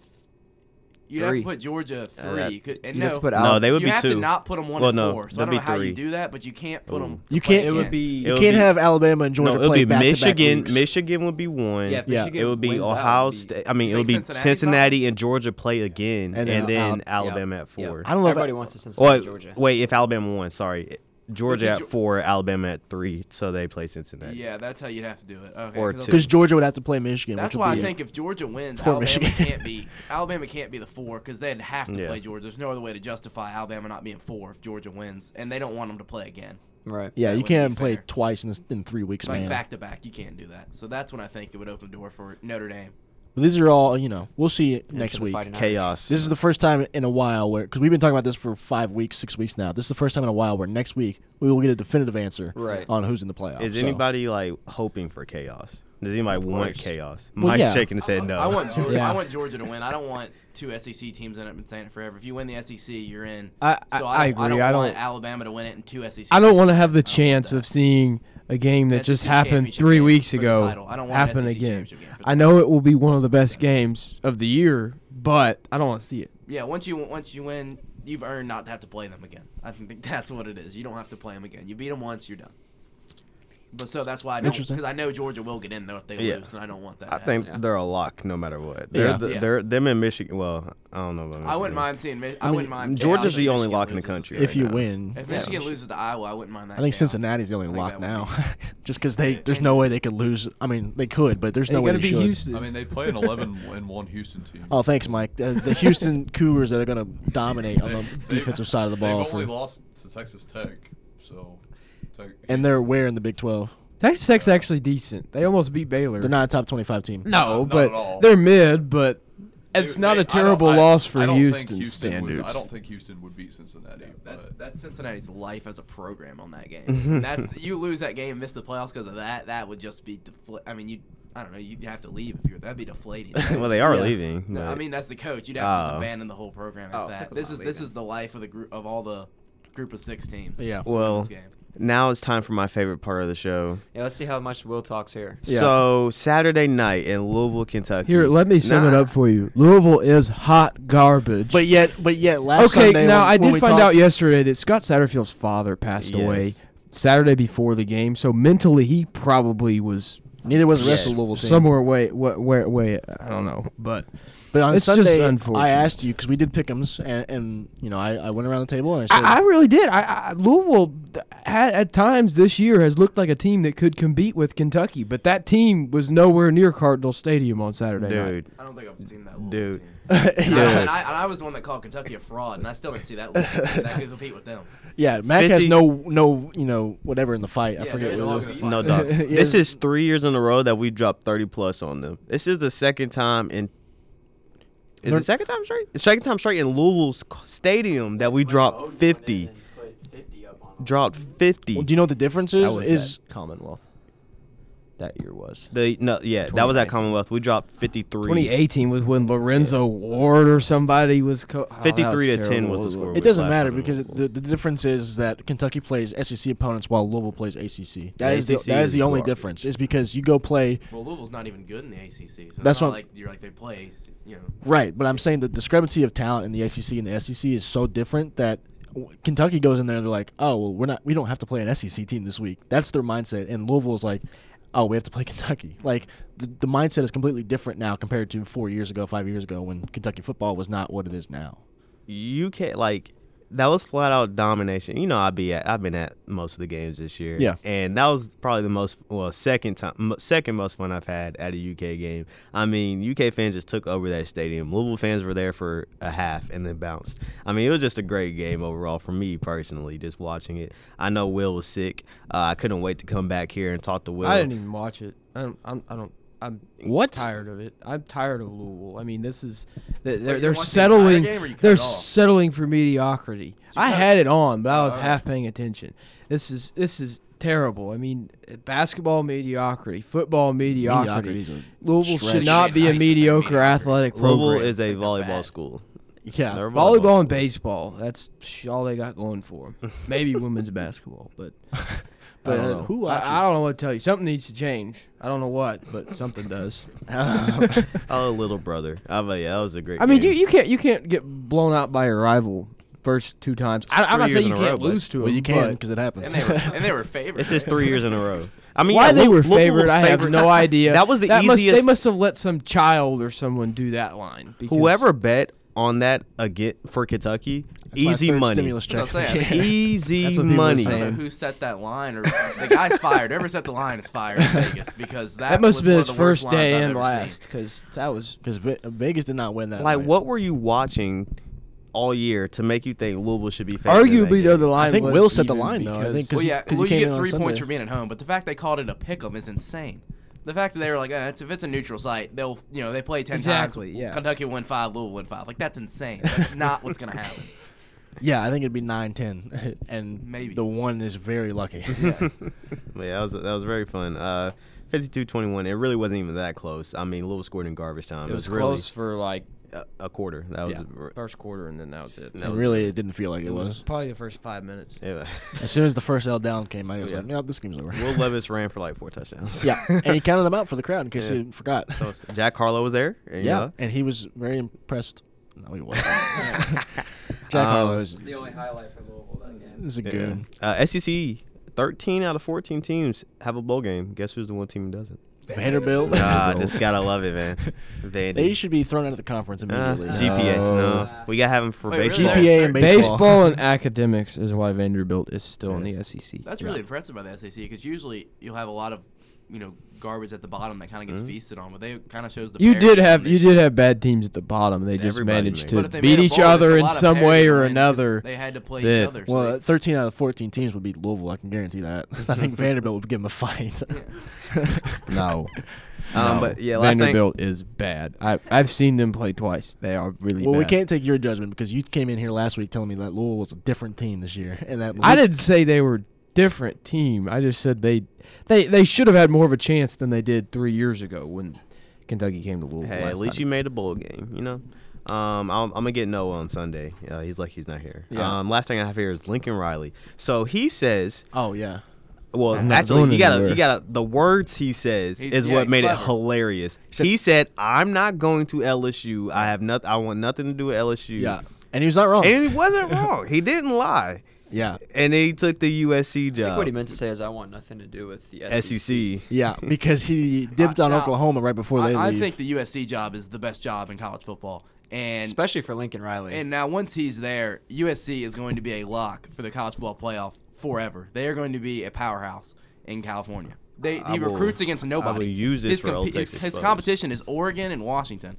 S4: you'd
S3: Three.
S4: have to put Georgia
S1: Uh,
S4: three.
S1: that-
S4: you could, and
S3: You'd
S4: no,
S3: have to put
S1: no,
S3: Alabama.
S1: they would
S4: you
S1: be
S4: have
S1: two.
S4: to not put them one
S1: Well,
S4: and
S1: no,
S4: four. So I
S1: that'd
S4: don't
S1: be
S4: know how
S1: three.
S4: you do that, but you can't put
S1: Ooh.
S4: them.
S2: You can't.
S7: It
S4: Yeah.
S7: would be
S2: You
S1: It'll
S2: can't
S1: be-
S2: have Alabama and Georgia
S1: no, it would
S2: play
S1: be
S2: back to back
S1: Michigan.
S2: weeks.
S1: Michigan would be one.
S7: Yeah, if
S2: Yeah.
S7: Michigan
S1: It would be
S7: wins out,
S1: Ohio
S7: it'd be-
S1: State. I mean,
S4: You
S1: it would be
S4: think
S1: Cincinnati,
S4: Cincinnati's
S1: and Georgia play again, and
S2: And then
S1: then,
S3: Al-
S1: Alabama
S3: yep,
S1: at four.
S3: yep.
S2: I don't know. If
S3: Everybody
S2: I,
S3: wants to Cincinnati,
S1: Wait,
S3: Georgia.
S1: wait, if Alabama won, sorry, Georgia
S4: it
S1: at
S4: Geor-
S1: four, Alabama at three, so they play Cincinnati.
S4: Yeah, that's how you'd have to do it. Okay,
S1: Or
S4: 'cause
S1: two.
S2: because Georgia would have to play Michigan.
S4: That's
S2: which
S4: why
S2: would
S4: I
S2: be a-
S4: think if Georgia wins,
S2: Poor
S4: Alabama
S2: Michigan.
S4: can't be Alabama can't be the four because they'd have to
S1: Yeah.
S4: play Georgia. There's no other way to justify Alabama not being four if Georgia wins, and they don't want them to play again,
S3: Right.
S2: yeah,
S4: that
S2: you
S4: wouldn't be
S2: can't play
S4: fair.
S2: twice in, this, in three weeks,
S4: like
S2: man.
S4: back to back. You can't do that. So that's when I think it would open the door for Notre Dame.
S2: But these are all you know. We'll see it
S3: to
S2: next
S3: the
S2: week.
S3: Fighting Irish.
S1: Chaos.
S2: This is the first time in a while where, because we've been talking about this for five weeks, six weeks now. This is the first time in a while where next week we will get a definitive answer
S3: Right.
S2: on who's in the playoffs.
S1: Is
S2: so.
S1: anybody like hoping for chaos? Does anybody want chaos?
S2: Well,
S1: Mike's
S2: yeah.
S1: shaking his head no.
S4: I want Georgia,
S5: Yeah.
S4: I want Georgia to win. I don't want two SEC teams in. I've been saying it forever. If you win the SEC, you're in.
S5: I- I-
S4: so
S5: I
S4: I, don't,
S5: agree.
S4: I
S5: I
S4: don't want
S5: don't-
S4: Alabama to win it in two E SEC.
S5: I don't want to have the
S4: want
S5: chance
S4: that.
S5: of seeing a game that just
S4: SEC
S5: happened
S4: championship
S5: three
S4: game
S5: weeks
S4: for the
S5: ago
S4: title. I don't want an
S5: happen
S4: SEC
S5: again.
S4: championship game for the
S5: I know it will be one of the best games of the year, but I don't want to see it.
S4: Yeah, once you once you win, you've earned not to have to play them again. I think that's what it is. You don't have to play them again. You beat them once, you're done. But so that's why I don't
S2: Interesting.
S4: because I know Georgia will get in though if they
S1: Yeah.
S4: lose, and I don't want that. to
S1: I
S4: happen.
S1: think
S3: Yeah.
S1: they're a lock no matter what. They're,
S2: Yeah.
S1: the,
S4: Yeah.
S1: they're them in Michigan. Well, I don't know about Michigan.
S4: I wouldn't mind seeing. Mi- I,
S2: mean,
S4: wouldn't mind.
S1: Georgia's
S4: chaos
S1: the
S4: if
S1: only
S4: Michigan
S1: lock in the
S4: loses this
S1: country.
S4: year.
S2: If you
S1: Right now.
S2: win,
S4: If Michigan loses to Iowa, I wouldn't mind that.
S2: I think
S4: chaos.
S2: Cincinnati's the only
S4: I think
S2: lock
S4: that would
S2: now,
S4: be-
S2: just because they there's no way they could lose. I mean, they could, but there's no
S5: It's
S2: way
S5: going
S2: they
S5: to be
S2: should.
S5: Houston.
S6: I mean, they play an 11 and 1 Houston team.
S2: Oh, thanks, Mike. The, the Houston Cougars that are going to dominate on the
S6: They've-
S2: defensive side of the ball,
S6: They've only
S2: for,
S6: lost to Texas Tech, so. Tech,
S2: and they're where in the Big Twelve?
S5: Texas Tech's
S6: uh,
S5: actually decent. They almost beat Baylor.
S2: They're not a top twenty-five team.
S5: No,
S6: Not at all.
S5: but they're mid. But it's
S6: they-
S5: not
S6: they-
S5: a
S6: I don't-
S5: terrible
S6: I-
S5: loss
S6: I
S5: for
S6: don't think
S5: Houston,
S6: Houston would-
S5: standards.
S6: I don't think Houston would beat Cincinnati.
S4: That's
S6: but-
S4: that's Cincinnati's life as a program on that game. that's you lose that game, miss the playoffs because of that. That would just be defla- I mean, you I don't know. You'd have to leave if you're that'd be deflating.
S1: well, they are
S2: Yeah.
S1: leaving.
S4: No, I
S1: but-
S4: mean that's the coach. You'd have to just
S1: Oh.
S4: abandon the whole program. At
S3: Oh,
S4: that.
S3: Fickle's
S4: This
S3: not
S4: is this
S3: leaving.
S4: is the life of the group of all the group of six teams.
S5: Yeah.
S4: to win
S1: Well,
S4: this game.
S1: now it's time for my favorite part of the show.
S3: Yeah, let's see how much Will talks here.
S5: Yeah.
S1: So Saturday night in Louisville, Kentucky.
S5: Here, let me sum it
S1: Nah.
S5: up for you. Louisville is hot garbage.
S2: But yet, but yet, last
S5: okay,
S2: Sunday
S5: now
S2: when-
S5: I
S2: when
S5: did
S2: we
S5: find
S2: talked-
S5: out yesterday that Scott Satterfield's father passed away
S1: Yes.
S5: Saturday before the game, so mentally he probably was
S2: Neither was the rest of
S1: Yes.
S2: the Louisville team.
S5: somewhere way, wh- where, way, I don't know, but
S2: But on
S5: It's just
S2: Sunday,
S5: unfortunate.
S2: I asked you because we did pickems, and, and you know, I, I went around the table and I said,
S5: I, I really did. I, I Louisville th- had, at times this year has looked like a team that could compete with Kentucky, but that team was nowhere near Cardinal Stadium on Saturday night.
S1: dude.
S4: I don't think I've seen that. Louisville
S1: Dude.
S4: team. And, I,
S1: Dude.
S4: and, I, and I was the one that called Kentucky a fraud, and I still didn't see that. Louisville team that could compete with them.
S2: "Yeah, Mac has
S1: 50
S2: no no you know whatever in the fight. I
S4: Yeah,
S2: forget
S4: there is
S2: what
S4: no-
S2: it is.
S1: No doubt.
S5: Yeah.
S1: This is three years in a row that we dropped thirty plus on them. This is the second time in. Is
S5: They're-
S1: it second time straight? It's second time straight in Louisville's c- stadium that we
S4: oh,
S1: dropped fifty. Dropped fifty.
S2: Well, do you know what the difference is? Is
S5: Commonwealth. That year was.
S1: the no, yeah, that was at
S5: 2019.
S1: Commonwealth. We dropped fifty three.
S5: 2018 was when Lorenzo Ward or somebody was co- oh, that was
S1: 53 to 10
S5: terrible.
S1: was the score.
S2: it doesn't
S1: last
S2: matter
S1: time
S2: because
S1: we
S2: it, the, the difference is that Kentucky plays SEC opponents while Louisville plays ACC. That
S1: Yeah,
S2: is the,
S1: ACC
S2: that is
S1: is
S2: the only
S1: garbage.
S2: difference. Is because you go play
S4: Well, Louisville's not even good in the ACC. So
S2: That's
S4: that's not
S2: what-
S4: like you're like they play. You know,
S2: Right, but I'm saying the discrepancy of talent in the SEC and the SEC is so different that w- Kentucky goes in there and they're like, "Oh, well, we're not we don't have to play an SEC team this week." That's their mindset. And Louisville's like, "Oh, we have to play Kentucky." Like the, the mindset is completely different now compared to 4 years ago, 5 years ago when Kentucky football was not what it is now.
S1: you can't like that was flat out domination. You know, I be at I've been at most of the games this year.
S2: Yeah.
S1: and that was probably the most well second time mo- second most fun I've had at a UK game. I mean, UK fans just took over that stadium. Louisville fans were there for a half and then bounced. I mean, it was just a great game overall for me personally. Just watching it, I know Will was sick. Uh, I couldn't wait to come back here and talk to Will.
S5: I didn't even watch it. I don't. I'm, I don't. I'm
S1: What?
S5: tired of it. I'm tired of Louisville. I mean, this is they- they're,
S4: you're
S5: they're
S4: watching the entire
S5: settling.
S4: game or you cut
S5: they're
S4: it off?
S5: settling for mediocrity. I
S4: cut it.
S5: had it on, but I was
S4: Oh.
S5: half paying attention. This is this is terrible. I mean, basketball mediocrity, football mediocrity.
S2: Mediocrity's a
S5: Louisville
S2: stretch.
S5: should not be a
S4: Nice, it's a
S5: mediocre
S4: mediocre.
S5: athletic program.
S1: Louisville is a
S5: Like, they're
S1: volleyball
S5: bad.
S1: school. They're
S2: Yeah.
S1: a
S5: Volleyball and
S1: school.
S5: baseball. That's sh- all they got going for 'em. Maybe women's basketball, but but
S2: don't
S5: uh,
S2: know. Who watches?
S5: I, I don't know what to tell you. Something needs to change. I don't know what, but something does.
S2: Um,
S1: Oh, little brother. Oh, but yeah, that was a great.
S5: I mean, you,
S1: game.
S5: you can't you can't get blown out by your rival first two times. I,
S1: Three
S5: I'm not
S1: years
S5: saying you
S1: in a row,
S5: can't
S1: bud.
S5: lose to them.
S2: Well, you can because it happens.
S4: and they were and they were favored.
S1: It's just
S4: right?
S1: three years in a row. I mean,
S5: Why
S1: yeah,
S5: they
S1: Lou-
S5: were
S1: Louisville was
S5: favored, I have
S1: favored.
S5: no idea.
S1: That was the
S5: that Must, they
S1: easiest-
S5: must have let some child or someone do that line. Because
S1: Whoever bet on that again for Kentucky,
S2: That's my
S1: easy
S2: third
S1: money.
S2: Stimulus check.
S4: That's what I'm saying.
S2: Yeah.
S1: Easy
S5: That's what people are
S1: money.
S4: I don't know
S5: saying.
S4: who set that line, or the guy's fired. Whoever set the line is fired in Vegas because that,
S5: that must
S4: was
S5: have been
S4: one
S5: his
S4: of the worst
S5: first
S4: lines
S5: day
S4: I've
S5: and
S4: ever
S5: last because that was
S2: Because E- Ve- Vegas did not win that.
S1: Like,
S2: night.
S1: what were you watching all year to make you think Louisville should be favored? in that
S5: arguably though
S1: game?
S5: the line.
S2: think
S5: was
S2: Will set the
S5: even
S2: line, though. I
S5: because-
S2: think 'cause
S4: Well,
S2: you-
S4: yeah,
S2: 'cause
S4: well,
S2: came
S4: you
S2: in
S4: get
S2: on
S4: three points
S2: Sunday.
S4: for being at home, but the fact they called it a pick'em is insane. The fact that they were like, eh, it's, if it's a neutral site, they'll you know they play ten
S5: Exactly,
S4: times.
S5: yeah.
S4: Kentucky will win five, Louisville win five. Like that's insane. That's not what's gonna happen.
S2: Yeah, I think it'd be 9-10 and
S4: Maybe.
S2: the one is very lucky.
S1: But yeah, that was that was very fun. Uh, 52-21. It really wasn't even that close. I mean, Louisville scored in garbage time.
S5: It was
S1: really
S5: close for like
S1: a, a quarter. That was.
S5: yeah, first quarter, and then that was it.
S1: That
S2: And
S1: was-
S2: really, it didn't feel like it,
S5: It
S2: was.
S5: was probably the first five minutes.
S1: yeah.
S2: As soon as the first L down came, I was
S1: Yeah.
S2: like, "No, this game's over."
S1: Will Levis ran for like four touchdowns.
S2: yeah, and he counted them out for the crowd in case
S1: Yeah.
S2: you forgot.
S1: So, Jack Harlow was there. and, you
S2: yeah,
S1: know,
S2: and he was very impressed. No, he wasn't. Jack
S1: Um,
S2: Harlow is
S3: the only highlight for Louisville that game.
S2: is a
S1: Yeah.
S2: goon.
S1: Uh, SEC, 13 out of 14 teams have a bowl game. Guess who's the one team who doesn't?
S2: Vanderbilt.
S1: Nah, just gotta love it, man. Vandy.
S2: They should be thrown out of the conference
S1: Uh,
S2: immediately.
S1: GPA.
S5: No.
S1: No. We gotta have them for
S4: Wait,
S1: baseball.
S4: really?
S2: GPA and baseball.
S5: Baseball and academics is why Vanderbilt is still in the E
S1: Yes.
S5: SEC.
S4: That's really impressive by the SAC because usually you'll have a lot of you know garbage at the bottom that kind of gets feasted on, but they kind of shows the.
S5: Mm-hmm. You
S4: parity
S5: did have you
S4: initially.
S5: did have bad teams at the bottom. They just
S1: Everybody
S5: managed
S1: made it.
S5: to
S4: But if they
S5: beat
S4: made a
S5: each
S4: bowl, it's
S5: other
S4: a
S5: in
S4: lot of
S5: some
S4: parity
S5: way
S4: to
S5: or
S4: win 'cause
S5: another.
S4: They had to play
S5: Then-
S4: each other. so
S2: Well,
S4: they-
S2: 13 out of 14 teams would beat Louisville. I can guarantee that. I think Vanderbilt would give him a fight.
S5: No.
S1: Um,
S5: No.
S1: but yeah, last thing.
S5: Vanderbilt is bad. I've I've seen them play twice. They are really
S2: Well,
S5: bad.
S2: we can't take your judgment because you came in here last week telling me that Louisville was a different team this year, and that
S5: I didn't say they were different team. I just said they they they should have had more of a chance than they did three years ago when Kentucky came to Louisville.
S1: Hey,
S5: last
S1: at least
S5: time.
S1: you made a bowl game, you know? Um, I'm, I'm gonna get Noah on Sunday. Uh, he's like he's not here.
S3: Yeah.
S1: Um, last thing I have here is Lincoln Riley. So he says,
S2: Oh yeah.
S1: well,
S5: I'm not
S1: actually,
S5: going
S1: you gotta, you
S5: anywhere.
S1: gotta. The words he says
S4: He's-
S1: is
S4: yeah,
S1: what
S4: he's
S1: made it
S4: clever.
S1: hilarious. he said, "I'm not going to LSU. I have nothing. I want nothing to do with LSU."
S2: Yeah. And he was not wrong.
S1: and he wasn't wrong. He didn't lie.
S2: yeah.
S1: And then he took the USC
S3: I think
S1: job. E
S3: what he meant to say is, I want nothing to do with the E SEC.
S1: SEC.
S2: Yeah, because he dipped
S4: Uh,
S2: on
S4: now,
S2: Oklahoma right before they
S4: I, I
S2: leave.
S4: think the USC job is the best job in college football, and
S3: Especially for Lincoln Riley.
S4: and now once he's there, USC is going to be a lock for the college football playoff forever. They are going to be a powerhouse in California. They
S1: I
S4: he
S1: will-
S4: recruits against nobody.
S1: I will use this
S4: his
S1: for
S4: compe-
S1: Old
S4: his-
S1: Texas
S4: his
S1: voters.
S4: competition is Oregon and Washington,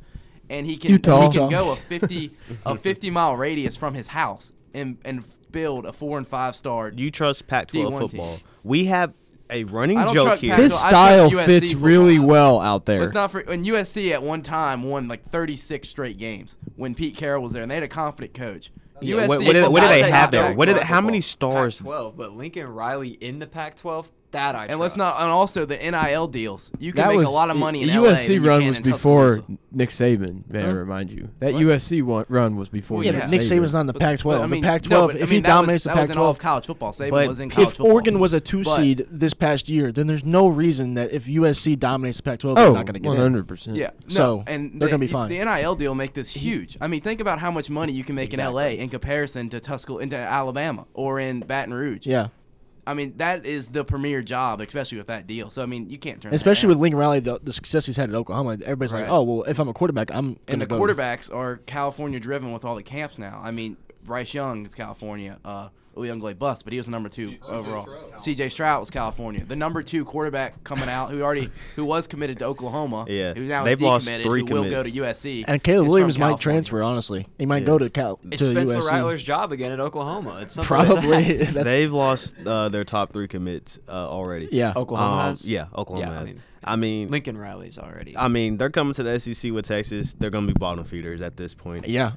S4: and he can
S5: Utah.
S4: he can
S5: Utah.
S4: go a fifty a fifty mile radius from his house and and build a four and five star.
S1: You trust Pac-12
S4: D1 team.
S1: football? We have a running
S4: I don't
S1: joke
S4: trust
S1: here.
S4: Pac-
S5: His
S4: so I
S5: style
S4: think USC
S5: fits really
S4: football-
S5: well out there.
S4: Let's not for and USC at one time won like 36 straight games when Pete Carroll was there, and they had a competent coach.
S1: Yeah,
S4: USC
S1: what- what did-
S4: football-
S1: what did they
S4: I-
S1: have there?
S4: I-
S1: What did-
S4: I-
S1: how many stars-
S3: Pac-12, but Lincoln Riley in the Pac-12. That I
S4: And let's
S3: trust.
S4: not and also the NIL deals. You can
S5: that
S4: make
S5: was
S4: a lot of money in
S5: the
S4: LA
S5: USC
S4: than you
S5: run
S4: can
S5: was
S4: in
S5: before
S4: Tuscaloosa.
S5: Nick Saban. May I
S4: Huh?
S5: remind you that USC one, run was before.
S4: Yeah,
S2: yeah,
S5: Nick
S2: but Nick
S5: Saban.
S2: Saban's not in the
S4: But-
S2: Pac-12.
S4: but, I mean,
S2: the Pac-12.
S4: no, but, I
S2: if he
S4: mean, that was-
S2: dominates
S4: that
S2: the
S4: was in all
S2: Pac-12,
S4: of college football. Saban
S1: But
S4: was in college
S2: if
S4: football.
S2: Oregon was a two
S4: But-
S2: seed this past year, then there's no reason that if USC dominates the Pac-12, they're
S5: Oh,
S2: not going to get
S5: one
S2: in.
S5: hundred percent.
S4: Yeah. No,
S2: So,
S4: and
S2: they're
S4: the-
S2: gonna be fine.
S4: The NIL deal make this huge. I mean, think about how much money you can make in LA in comparison to Tuscaloosa, into Alabama, or in Baton Rouge.
S2: Yeah,
S4: I mean, that is the premier job, especially with that deal. So I mean, you can't turn. that
S2: especially
S4: down.
S2: with Lincoln Riley, the, the success he's had at Oklahoma. Everybody's like,
S4: Right.
S2: "Oh, well, if I'm a quarterback, I'm."
S4: And
S2: gonna
S4: the
S2: go.
S4: quarterbacks are California driven with all the camps now. I mean, Bryce Young is California. Uh, Uyunglele bust, but he was the number two overall. C.J. Stroud was California, the number two quarterback coming out, who already who was committed to Oklahoma.
S1: Yeah.
S4: who now
S1: They've
S4: is
S1: lost
S4: decommitted,
S1: three
S4: who will go to
S1: commits.
S4: USC.
S2: And Caleb
S4: is from
S2: Williams might
S4: California.
S2: transfer. Honestly, he might
S1: Yeah.
S2: go to Cal
S3: It's
S2: to
S3: Spencer
S2: USC.
S3: Rattler's job again at Oklahoma. It's something like
S2: Probably.
S3: that.
S2: That's,
S1: They've lost uh, their top three commits uh, already.
S2: yeah.
S3: Oklahoma
S1: Um,
S3: has.
S1: Yeah, Oklahoma
S3: Yeah, I
S1: has.
S3: mean-
S1: I mean,
S3: Lincoln Riley's already.
S1: I mean, they're coming to the SEC with Texas. They're going to be bottom feeders at this point.
S2: Yeah.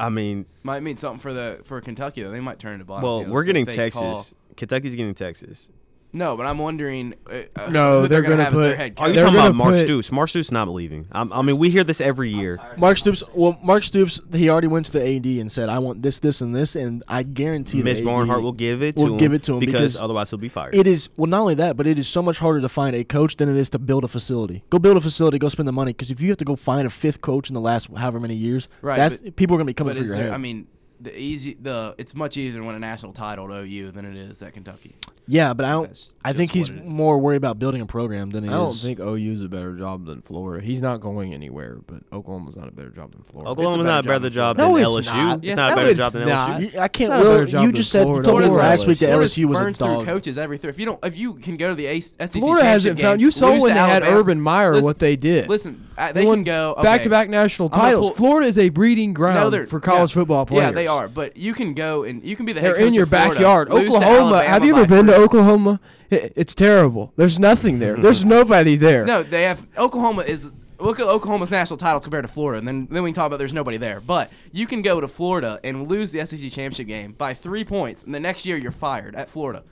S1: I mean,
S4: Might mean something for the for Kentucky though. They might turn it bottom.
S1: well,
S4: field
S1: we're
S4: if
S1: getting
S4: they
S1: Texas.
S4: call-
S1: Kentucky's getting Texas.
S4: No, but I'm wondering. Uh, uh,
S5: No,
S4: who
S5: they're
S4: going to
S5: gonna
S4: have as their
S5: put-
S4: head
S1: Are
S4: coach.
S1: you
S5: They're
S1: talking about
S5: gonna
S1: Mark
S5: put-
S1: Stoops? Mark Stoops not leaving. I'm, I mean, we hear this every year.
S2: Mark Stoops. Well, Mark Stoops. He already went to the AD and said, "I want this, this, and this," and I guarantee
S1: Mitch
S2: the
S1: Barnhart
S2: AD
S1: will give it to
S2: will
S1: him.
S2: give it to him
S1: because,
S2: because
S1: otherwise he'll be fired.
S2: It is well, not only that, but it is so much harder to find a coach than it is to build a facility. Go build a facility, go spend the money, because if you have to go find a fifth coach in the last however many years,
S4: Right,
S2: that's
S4: but-
S2: people are gonna be coming
S4: But
S2: for
S4: is
S2: your
S4: there,
S2: head.
S4: I mean, the easy the it's much easier to win a national title at OU than it is at Kentucky.
S2: yeah, but I don't.
S4: That's
S2: I think he's
S4: just what it is.
S2: more worried about building a program than he
S5: I don't
S2: is.
S5: think OU's a better job than Florida. He's not going anywhere, but Oklahoma's not a better job than Florida.
S1: Oklahoma's
S4: better
S1: not a
S4: job
S1: better
S4: than
S1: job
S2: Florida.
S1: than
S2: No, it's
S1: LSU.
S2: not.
S1: It's
S5: Yes,
S1: not a
S5: no,
S1: better
S5: it's
S1: job than
S5: not.
S1: LSU.
S5: think-
S2: You- I can't.
S5: It's not a
S2: Will,
S5: better job
S2: you
S5: than
S2: just said
S5: Florida.
S2: told me
S5: Florida's
S2: last week that
S4: Florida's
S2: LSU was a
S4: burns through
S2: dog.
S4: coaches every three. If you don't, if you can go to the A- SEC
S5: Florida
S4: championship
S5: hasn't found.
S4: game,
S5: You saw
S4: lose
S5: when
S4: to
S5: they had
S4: Alabama-
S5: Urban Meyer,
S4: Listen-
S5: what they did.
S4: Listen, I,
S5: They
S4: they
S5: won
S4: can go okay.
S5: back-to-back national
S4: I'm gonna
S5: titles.
S4: pull-
S5: Florida is a breeding
S4: No,
S5: ground
S4: they're-
S5: for college
S4: yeah.
S5: football players.
S4: Yeah, they are. But you can go and you can be the head
S5: They're
S4: coach
S5: in your
S4: of Florida,
S5: backyard.
S4: lose to
S5: Oklahoma. Have you
S4: Alabama
S5: ever
S4: by
S5: been to
S4: three.
S5: Oklahoma? I- It's terrible. There's nothing there. There's nobody there.
S4: No, they have Oklahoma is look at Oklahoma's national titles compared to Florida, and then then we can talk about there's nobody there. But you can go to Florida and lose the SEC championship game by three points, and the next year you're fired at Florida.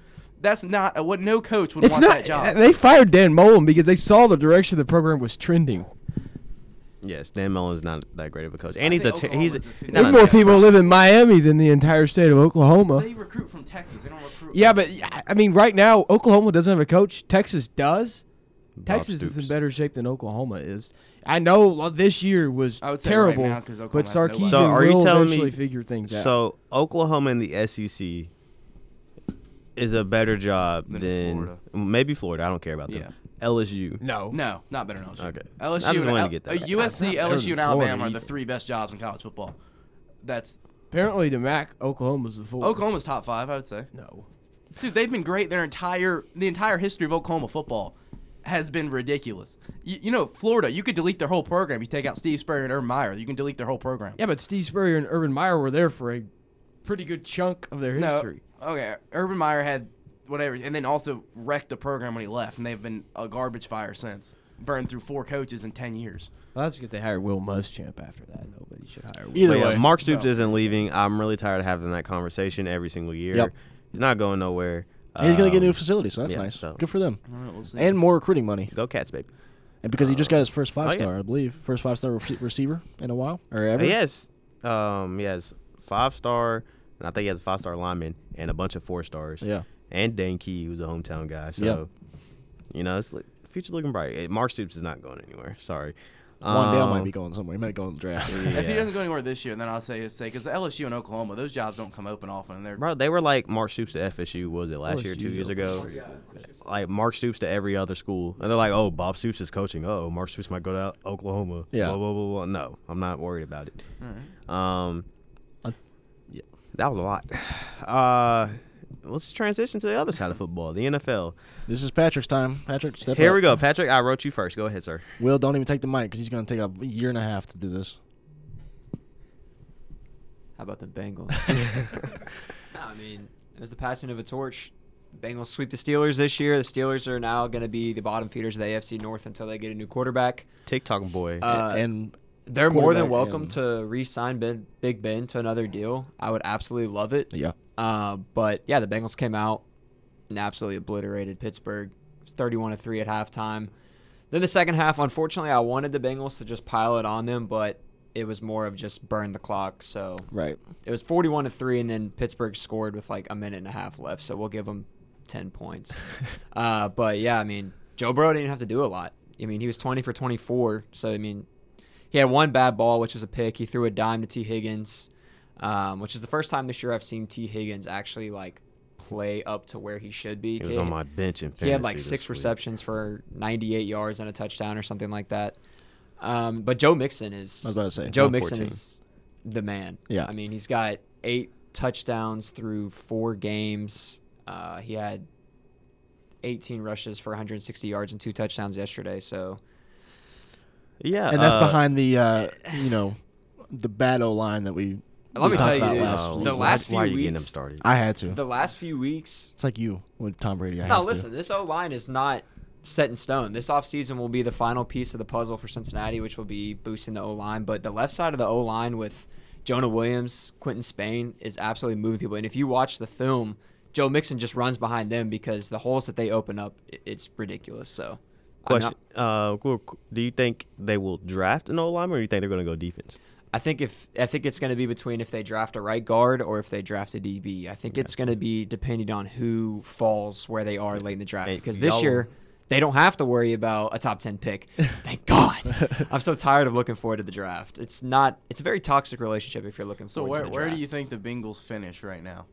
S4: That's not a, what no coach would
S5: It's
S4: want
S5: not. eh,
S4: that job.
S5: They fired Dan Mullen because they saw the direction the program was trending.
S1: Yes, Dan Mullen's not that great of a coach, and he's a
S4: think
S1: ter- he's a,
S4: Oklahoma's a
S1: no,
S5: There's
S1: no, no.
S5: more people live in Miami than the entire state of Oklahoma.
S4: they recruit from Texas. They don't recruit.
S5: Yeah, but I- I mean, right now Oklahoma doesn't have a coach. Texas does. Texas is in
S1: Stoops.
S5: better shape than Oklahoma is. I know lo- this year was
S4: I would say right
S5: terrible,
S4: now, 'cause
S5: but
S4: Oklahoma has nobody.
S5: Sarkeesian
S1: So are you
S5: will
S1: telling
S5: eventually
S1: me?
S5: figure things out.
S1: So Oklahoma and the SEC is a better job than,
S4: Than Florida.
S1: maybe Florida. I don't care about them. LSU.
S5: no,
S4: No, not better than LSU.
S1: Okay.
S4: LSU
S1: I just
S4: and
S1: wanted to
S4: Al-
S1: get that
S4: uh,
S1: out.
S4: USC, LSU,
S5: better than
S4: and
S5: Florida
S4: Alabama are the
S5: either.
S4: three best jobs in college football. That's
S5: apparently to Mac, Oklahoma's the fourth.
S4: Oklahoma's top five, I would say.
S5: no.
S4: Dude, they've been great their entire the entire history of Oklahoma football has been ridiculous. You, you know, Florida, you could delete their whole program. You take out Steve Spurrier and Urban Meyer, you can delete their whole program.
S5: Yeah, but Steve Spurrier and Urban Meyer were there for a pretty good chunk of their
S4: no,
S5: history.
S4: okay. Urban Meyer had whatever, and then also wrecked the program when he left, and they've been a garbage fire since. Burned through four coaches in ten years.
S5: Well, that's because they hired Will Muschamp after that. Nobody should hire. Will.
S2: Either
S1: But yeah,
S2: way.
S1: Mark Stoops isn't leaving. I'm really tired of having that conversation every single year.
S2: Yep.
S1: He's not going nowhere.
S2: And he's gonna get a new
S1: Um,
S2: facility, so that's
S1: yeah,
S2: nice.
S1: so-
S2: Good for them.
S4: I don't know, we'll see.
S2: And more recruiting money.
S1: Go Cats, baby.
S2: and because he just got his first
S5: Oh,
S2: five
S1: yeah.
S2: star, I believe, first five star rece- receiver in a while or
S1: Uh,
S2: ever.
S5: Oh,
S1: He has, um, he has five star, and I think he has a five star lineman and a bunch of four stars.
S2: Yeah.
S1: And Dan Key, who's a hometown guy. So, you know, it's like future looking bright. Eh, Mark Stoops is not going anywhere. Sorry.
S2: Wandale might
S1: Um,
S2: be going somewhere. He might go in the draft.
S4: If he
S1: Yeah.
S4: doesn't go anywhere this year, then I'll say say because LSU and Oklahoma, those jobs don't come open often, and they're
S1: Bro, they were like Mark Stoops to FSU. what was it last year, two years ago? Like Mark Stoops to every other school, and they're like, "Oh, Bob Stoops is coaching. Oh, Mark Stoops might go to Oklahoma."
S2: Yeah.
S1: Blah blah blah. blah. No, I'm not worried about it. Um,
S2: Un-
S1: yeah, that was a lot. Uh, let's transition to the other side of football, the NFL.
S2: this is Patrick's time. Patrick, step
S1: Here
S2: up.
S1: we go, Patrick. I wrote you first. Go ahead, sir.
S2: Will, don't even take the mic because he's going to take a year and a half to do this.
S3: How about the Bengals? No, I mean, it was the passing of a torch. Bengals sweep the Steelers this year. The Steelers are now going to be the bottom feeders of the AFC North until they get a new quarterback.
S1: TikTok boy.
S3: Uh,
S2: and
S3: They're more than
S2: quarterback
S3: welcome
S2: and-
S3: to re-sign ben, Big Ben to another deal. I would absolutely love it.
S2: yeah,
S3: Uh, but yeah, the Bengals came out and absolutely obliterated Pittsburgh. It's 31 to 3 at halftime. Then the second half, unfortunately, I wanted the Bengals to just pile it on them, but it was more of just burn the clock. So
S2: right.
S3: it was 41 to 3 and then Pittsburgh scored with like a minute and a half left, so we'll give them 10 points. uh, but yeah, I mean, Joe Burrow didn't have to do a lot. I mean, he was 20 for 24, so I mean, he had one bad ball, which was a pick. He threw a dime to T. Higgins, um, which is the first time this year I've seen T. Higgins actually like play up to where he should be.
S1: he was
S3: He-
S1: on my bench in fantasy.
S3: he had like six
S1: this week.
S3: receptions for 98 yards and a touchdown or something like that. Um, but Joe Mixon is.
S2: I was about to say,
S3: Joe
S1: 114.
S3: Mixon is the man.
S2: Yeah.
S3: I mean, he's got eight touchdowns through four games. Uh, he had 18 rushes for 160 yards and two touchdowns yesterday. So
S1: Yeah,
S2: And that's
S1: uh,
S2: behind the, uh, you know, the bad O line that we.
S3: Let
S2: we
S3: me tell
S2: talked
S3: you,
S2: about
S3: dude,
S2: last
S1: oh,
S2: week.
S3: the
S1: why-
S3: last
S1: why are
S3: few
S1: you getting him
S3: weeks-
S1: started?
S2: I had to.
S3: the last few weeks,
S2: it's like you with Tom Brady. I
S3: No,
S2: have to.
S3: listen, this O line is not set in stone. This offseason will be the final piece of the puzzle for Cincinnati, which will be boosting the O line. But the left side of the O line with Jonah Williams, Quentin Spain is absolutely moving people. And if you watch the film, Joe Mixon just runs behind them because the holes that they open up, i- it's ridiculous. So, I'm
S1: Question: uh, qu- qu- Do you think they will draft an O lineman, or you think they're going to go defense?
S3: I think if I think it's going to be between if they draft a right guard or if they draft a DB. I think it's going to be depending on who falls where they are late in the draft.
S1: Hey,
S3: Because this
S1: y'all-
S3: year they don't have to worry about a top ten pick. Thank God. I'm so tired of looking forward to the draft. It's not. It's a very toxic relationship if you're looking
S4: So
S3: forward
S4: where
S3: to the
S4: where do
S3: draft.
S4: you think the Bengals finish right now?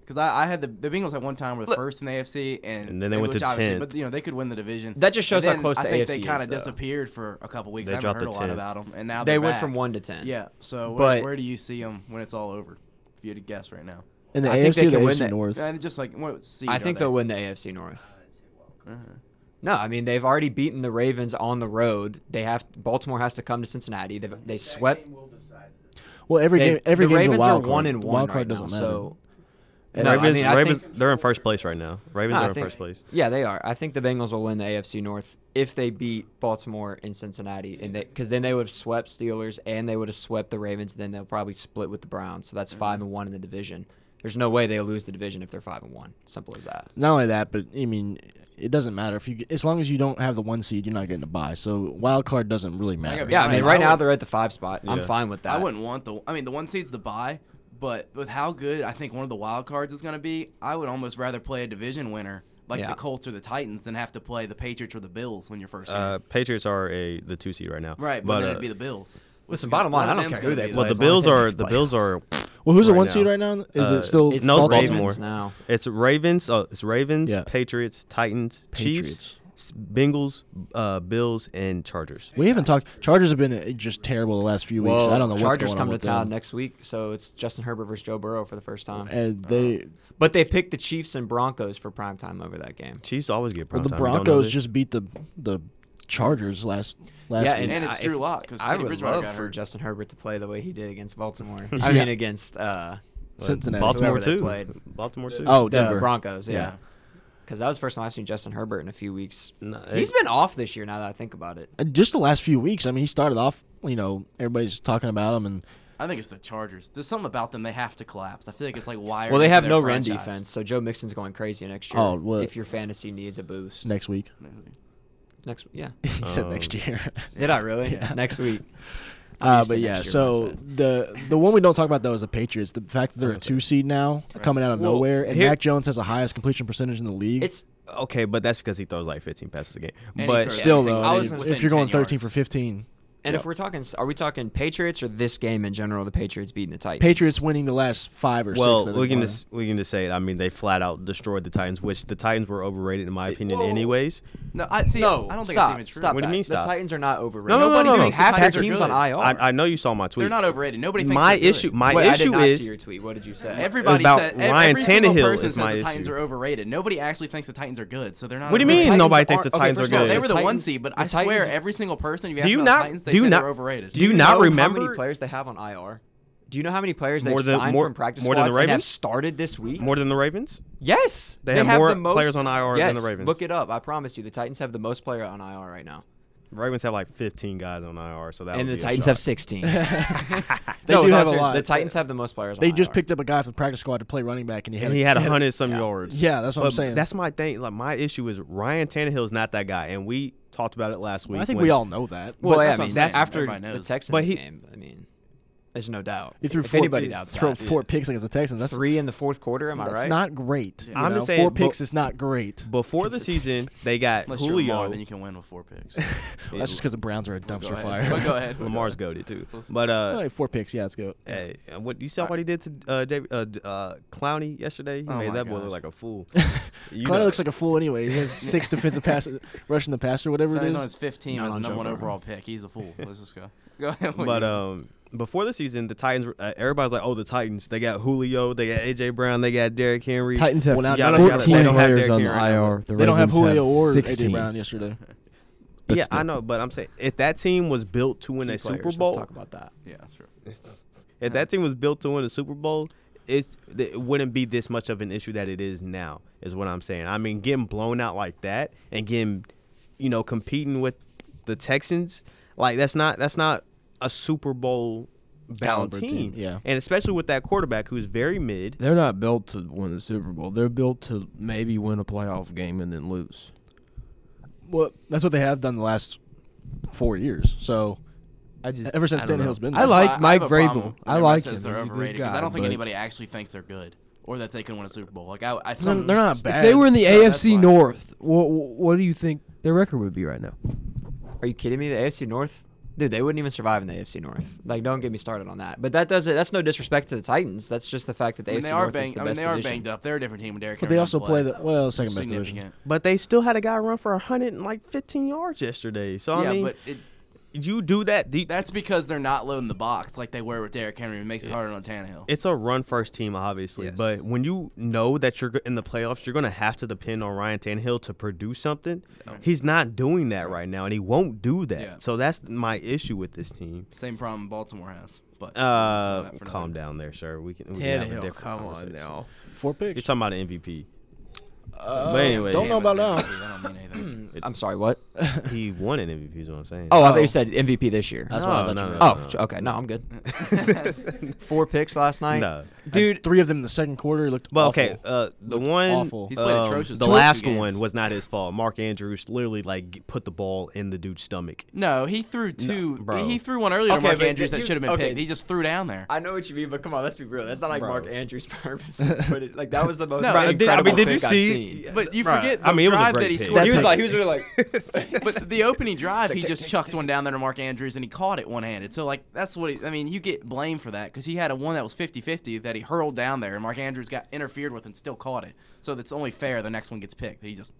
S4: Because I, I had the the Bengals at one time were the first in the AFC, and,
S1: And then they went to
S4: which obviously-
S1: 10th.
S4: But you know they could win the division.
S3: That just shows
S4: And
S3: how
S4: then
S3: close
S4: I
S3: the
S4: think
S3: AFC
S4: they kind
S3: is,
S4: of
S3: though.
S4: disappeared for a couple weeks.
S1: They
S4: I haven't
S1: dropped
S4: heard a
S1: to
S4: lot
S1: 10th.
S4: about them, and now
S3: They
S4: they're
S3: went
S4: back.
S3: from one to ten.
S4: Yeah. So where,
S3: But-
S4: where do you see them when it's all over? If you had to guess right now,
S2: In the
S3: I
S2: AFC,
S3: think they
S2: or the
S3: can win
S2: AFC
S3: that-
S2: North.
S4: and just like what seed
S3: I
S4: are
S3: think
S4: they?
S3: they'll win the AFC North.
S4: Uh-huh.
S3: No, I mean they've already beaten the Ravens on the road. They have Baltimore has to come to Cincinnati. They, they swept.
S2: Well, every
S3: They,
S2: game, every
S3: the
S2: game's
S3: Ravens
S2: a wild
S3: are
S2: card.
S3: one and one
S2: Wild card
S3: right
S2: doesn't
S3: now,
S2: matter.
S3: so
S2: And
S3: No, I
S1: Ravens,
S3: mean, I
S1: Ravens,
S3: think-
S1: they're in first place right now. Ravens
S3: No, I
S1: are in
S3: think-
S1: first place.
S3: Yeah, they are. I think the Bengals will win the AFC North if they beat Baltimore and Cincinnati, and because then they would have swept Steelers and they would have swept the Ravens. And then they'll probably split with the Browns, so that's five and one in the division. There's no way they'll lose the division if they're five and one. Simple as that.
S2: Not only that, but I mean, it doesn't matter if you get- as long as you don't have the one seed, you're not getting a buy. So wild card doesn't really matter.
S4: gotta be
S3: Yeah, I mean,
S4: Right,
S3: right
S4: I
S3: now
S4: would-
S3: they're at the five spot. I'm
S1: Yeah.
S3: fine with that.
S4: I wouldn't want the. I mean, the one seed's the buy, but with how good I think one of the wild cards is going to be, I would almost rather play a division winner like
S3: Yeah.
S4: the Colts or the Titans than have to play the Patriots or the Bills when you're first.
S1: Uh,
S4: Uh,
S1: Patriots are a the two seed right now.
S4: right, but, then it'd be the Bills.
S3: Listen, bottom line, I don't care who they
S1: well, the
S3: play. as long as
S1: Bills
S3: they
S1: are
S3: make the
S1: the Bills are.
S2: Well, who's the
S1: Right
S2: one seed
S1: now.
S2: right now? Is
S1: Uh,
S2: it still
S3: It's
S1: No,
S3: the
S1: it's
S3: Ravens
S1: Baltimore.
S3: now.
S1: It's Ravens. Uh, it's Ravens.
S2: Yeah.
S1: Patriots. Titans. Chiefs.
S2: Patriots.
S1: s- Bengals. Uh, Bills and Chargers.
S2: We haven't talked. Chargers have been uh, just terrible the last few weeks.
S3: Well,
S2: I don't know what's
S3: Chargers
S2: going on
S3: come to
S2: with
S3: town
S2: them.
S3: next week, so it's Justin Herbert versus Joe Burrow for the first time.
S2: And they,
S3: But they picked the Chiefs and Broncos for prime time over that game.
S1: Chiefs always get prime
S2: well, the
S1: time. You don't know
S2: Broncos
S1: this.
S2: just beat the the Chargers last last
S3: yeah,
S2: week.
S3: and,
S4: And it's
S3: I-
S4: Drew
S3: if-
S4: Lock, 'cause
S3: I
S4: Teddy
S3: would
S4: Bridgewater
S3: love
S4: got
S3: for
S4: hurt.
S3: Justin Herbert to play the way he did against Baltimore.
S2: Yeah.
S3: I mean, against uh,
S2: Cincinnati.
S1: Baltimore
S3: whoever they
S1: too.
S3: played.
S1: Baltimore too.
S2: Oh,
S3: the
S2: Denver.
S3: Broncos. Yeah,
S2: Yeah.
S3: because that was the first time I've seen Justin Herbert in a few weeks.
S1: No,
S3: He's
S1: it-
S3: been off this year. Now that I think about it,
S2: And Uh, just the last few weeks. I mean, he started off. You know, everybody's talking about him, and
S4: I think it's the Chargers. There's something about them they have to collapse. I feel like it's like wired.
S3: well, they
S4: into
S3: have
S4: their
S3: no
S4: franchise.
S3: run defense, so Joe Mixon's going crazy next year.
S2: Oh, what-
S3: if your fantasy needs a boost,
S2: next week.
S3: Next, yeah.
S2: he said next
S1: Um,
S2: year.
S3: Did I really?
S2: Oh. Yeah.
S3: Next week. I'm
S2: Uh,
S3: used to
S2: but yeah,
S3: next year when I
S2: so
S3: said.
S2: the the one we don't talk about though is the Patriots. The fact that they're a two seed now, coming out of
S1: Well,
S2: nowhere, and
S1: here-
S2: Mac Jones has the highest completion percentage in the league.
S3: it's
S1: Okay, but that's because he throws like 15 passes a game.
S4: he
S1: but
S4: throws-
S2: still
S4: I
S2: though,
S4: think- I was gonna
S2: if
S4: say
S2: you're going
S4: 10 yards.
S2: 13 for 15,
S3: and if we're talking, are we talking Patriots or this game in general? The Patriots beating the Titans.
S2: Patriots winning the last five or
S1: well,
S2: six. that
S1: we
S2: they've
S1: can
S2: won.
S1: just we can just say it. I mean, they flat out destroyed the Titans, which the Titans were overrated in my opinion,
S4: whoa.
S1: anyways.
S4: No, I see.
S3: No,
S4: I don't think
S3: stop.
S4: it's even true.
S3: Stop
S1: What do you
S3: that.
S1: mean
S3: The
S1: stop?
S3: Titans are not overrated.
S1: No, no, no,
S3: Nobody
S1: no, no.
S3: thinks half their
S4: Titans are
S3: teams
S4: good.
S3: on IR.
S1: I, I know you saw my tweet.
S4: They're not overrated. Nobody thinks
S1: my
S4: they're good.
S1: issue, my
S3: Wait, I did
S1: issue
S3: not see
S1: is
S3: your tweet. What did you say?
S4: Everybody
S1: about
S4: said ev-
S1: Ryan
S4: every single
S1: Tannehill
S4: person
S1: is
S4: says
S1: my
S4: the Titans
S1: issue.
S4: are overrated. Nobody actually thinks the Titans are good, so they're not.
S1: What do you
S3: The
S1: mean
S4: overrated.
S3: Titans
S1: nobody thinks
S3: aren't-
S1: the
S3: okay,
S1: Titans
S3: first
S1: are
S3: of all,
S1: good?
S4: They were the one
S3: Titans-
S4: seed, but
S3: the
S4: I swear
S3: Titans-
S4: every single person you
S1: Do
S4: ask
S1: you
S4: about
S1: not-
S4: the Titans,
S1: do
S4: they
S1: you
S4: said
S1: not-
S4: they're overrated.
S1: do you
S3: you
S1: not
S3: know
S1: remember?
S3: how many players they have on IR? Do you know how many players
S1: More
S3: they've
S1: than-
S3: signed
S1: more-
S3: from practice
S1: more than the
S3: squads and have
S1: Ravens?
S3: started this week?
S1: more than the Ravens.
S3: yes,
S1: They have more
S3: the most,
S1: players on IR
S3: yes,
S1: than the Ravens.
S3: Look it up. I promise you, the Titans have the most player on IR right now,
S1: Ravens have like 15 guys on IR, so that
S3: and
S1: would
S3: the
S1: be a
S3: Titans
S1: shock.
S3: have 16. they
S2: They
S3: no,
S2: do
S3: no,
S2: have a
S3: seriously,
S2: lot.
S3: The Titans have the most players.
S2: They
S3: on
S2: just
S3: IR.
S2: picked up a guy from the practice squad to play running back, and he had
S1: and he had
S2: a
S1: hundred some yards.
S2: Yeah, that's what I'm
S1: But
S2: saying.
S1: That's my thing. Like my issue is Ryan Tannehill is not that guy, and we talked about it last week.
S2: I think
S1: when-
S2: we all know that.
S3: Well,
S4: Well,
S3: yeah,
S4: that's
S3: I
S4: what
S3: mean,
S4: I'm saying.
S3: after
S4: Everybody
S3: the
S4: knows.
S3: Texans
S1: But he-
S3: game, I mean, there's no doubt.
S2: He threw
S3: if
S2: four,
S3: anybody
S2: he
S3: doubts
S2: threw
S3: that,
S2: four picks against the Texans. That's
S3: three in the fourth quarter. Am I
S2: That's
S3: right?
S2: not great.
S1: I'm
S2: you know?
S1: just saying,
S2: four
S1: but-
S2: picks is not great.
S1: before the
S2: Against
S1: season
S2: Texans.
S1: they got
S4: Unless you're
S1: Julio.
S4: Lamar, then you can win with four picks.
S2: That's just because the Browns are a dumpster
S4: Go
S2: fire.
S4: ahead. But go ahead.
S1: Lamar's goaded too, but
S2: All
S1: uh,
S2: right, four picks. Yeah, let's go.
S1: hey, what you saw what he did to uh, David, uh, d- uh Clowney yesterday? He
S4: Oh
S1: made
S4: my
S1: that boy look
S4: gosh.
S1: like a fool. You
S2: Clowney
S1: know-
S2: looks like a fool anyway. He has six defensive passes, rushing the passer, whatever it
S4: He's on
S2: is.
S4: his 15
S2: No,
S4: as
S2: no,
S4: the number
S2: joke,
S4: one
S2: bro.
S4: overall pick. He's a fool. Let's just go. Go ahead.
S1: But um, before the season, the Titans. were- Uh, everybody's like, "Oh, the Titans. They got Julio. They got AJ Brown. They got Derrick Henry.
S5: Titans have
S2: Well, now-
S5: 14
S2: now they got- they don't have
S5: players
S1: Derrick
S5: on the
S1: Henry right now.
S5: IR. The
S2: They don't have
S5: Ravens
S2: Julio or
S5: 16.
S2: AJ Brown yesterday.
S5: But
S1: yeah, I
S5: still.
S1: know. But I'm saying, if that team was built to win
S3: Key
S1: a Super
S3: players,
S1: Bowl,
S3: Let's talk about that.
S4: yeah, sure.
S1: if that team was built to win a Super Bowl, it, th- it wouldn't be this much of an issue that it is now. Is what I'm saying. I mean, getting blown out like that and getting, you know, competing with the Texans, like that's not that's not a Super Bowl bound
S2: Caliber
S1: team.
S2: team, yeah.
S1: and especially with that quarterback who's very mid.
S5: They're not built to win the Super Bowl. They're built to maybe win a playoff game and then lose.
S2: Well, that's what they have done the last four years. So
S5: I just
S2: ever since
S5: I don't know.
S2: Tannehill's been there,
S5: I like
S4: That's why
S5: Mike
S4: have a problem
S5: Vrabel.
S4: when
S5: I
S4: everyone
S5: like
S4: says they're
S5: him. He's a good
S4: overrated because
S5: guy,
S4: I don't think
S5: but
S4: anybody actually thinks they're good or that they can win a Super Bowl. Like I, I
S2: they're,
S4: some,
S2: they're not
S5: If
S2: bad.
S5: they were in the
S4: No, that's
S5: AFC
S4: fine.
S5: North, what what do you think their record would be right now?
S3: Are you kidding me? The AFC North, dude, they wouldn't even survive in the AFC North. Like, don't get me started on that. But that doesn't. That's no disrespect to the Titans. That's just the fact that the
S4: I mean,
S3: AFC
S4: they are
S3: North is
S4: banged.
S3: the
S4: I mean,
S3: best
S4: they are
S3: division.
S4: banged up. They're a different team. Derek
S2: but they also play the well second best division.
S4: significant.
S1: But they still had a guy run for 100 and like 15 yards yesterday. So, I
S4: yeah,
S1: mean,
S4: but it,
S1: you do that. The,
S4: that's because they're not loading the box like they were with Derrick Henry. It makes it harder on Tannehill.
S1: it's a run first team, obviously.
S5: Yes.
S1: But when you know that you're go- in the playoffs, you're going to have to depend on Ryan Tannehill to produce something. He's not doing that right now, and he won't do that.
S4: Yeah.
S1: So, that's my issue with this team.
S4: Same problem Baltimore has. But
S1: Uh,
S4: That for
S1: calm
S4: another-
S1: down there, sir. We can, we can have a different conversation.
S2: Four
S1: You're
S2: picks.
S1: talking about an MVP.
S2: Uh,
S1: But anyways-
S2: don't know
S4: Damn it,
S2: about now.
S4: dude, that don't mean anything.
S3: I'm sorry. What? Oh,
S1: he won an MVP, is what I'm saying.
S3: I
S2: Oh.
S3: thought you said MVP this year.
S2: That's
S1: no,
S2: what I thought
S1: no,
S2: you
S1: no,
S2: meant.
S3: oh,
S1: no.
S4: uh,
S3: okay. No, I'm good. Four picks last night.
S1: No.
S3: Dude,
S2: Three of them in the second quarter looked.
S1: Well,
S2: awful.
S1: okay, uh, the
S2: Looked
S1: one,
S2: awful.
S4: He's played
S1: um,
S4: atrocious
S1: the
S4: two
S1: last
S4: games.
S1: one was not his fault. Mark Andrews literally like g- put the ball in the dude's stomach.
S4: No, he threw two.
S1: bro.
S4: He threw one earlier to
S3: Okay,
S4: Mark
S3: but
S4: Andrews that
S3: you-
S4: should have been
S3: okay.
S4: picked. He just threw down there.
S3: I know what you mean, but come on, let's be real. That's not like
S1: Bro.
S3: Mark Andrews' purpose. But it, like that was the most
S1: Bro,
S4: uh,
S1: did-
S3: incredible
S1: I mean, did you
S3: pick I've
S1: see?
S3: seen.
S4: But you
S1: Bro,
S4: forget
S1: I
S4: the
S1: mean, it was a
S4: drive
S1: great
S4: that he
S1: pick.
S4: scored.
S3: He was
S4: That
S3: like, he was really like,
S4: but the opening drive, he just chucked one down there to Mark Andrews, and he caught it one-handed. So like that's what he, I mean. You get blamed for that because he had a one that was 50-50 that he hurled down there, and Mark Andrews got interfered with and still caught it. So that's only fair. The next one gets picked. He just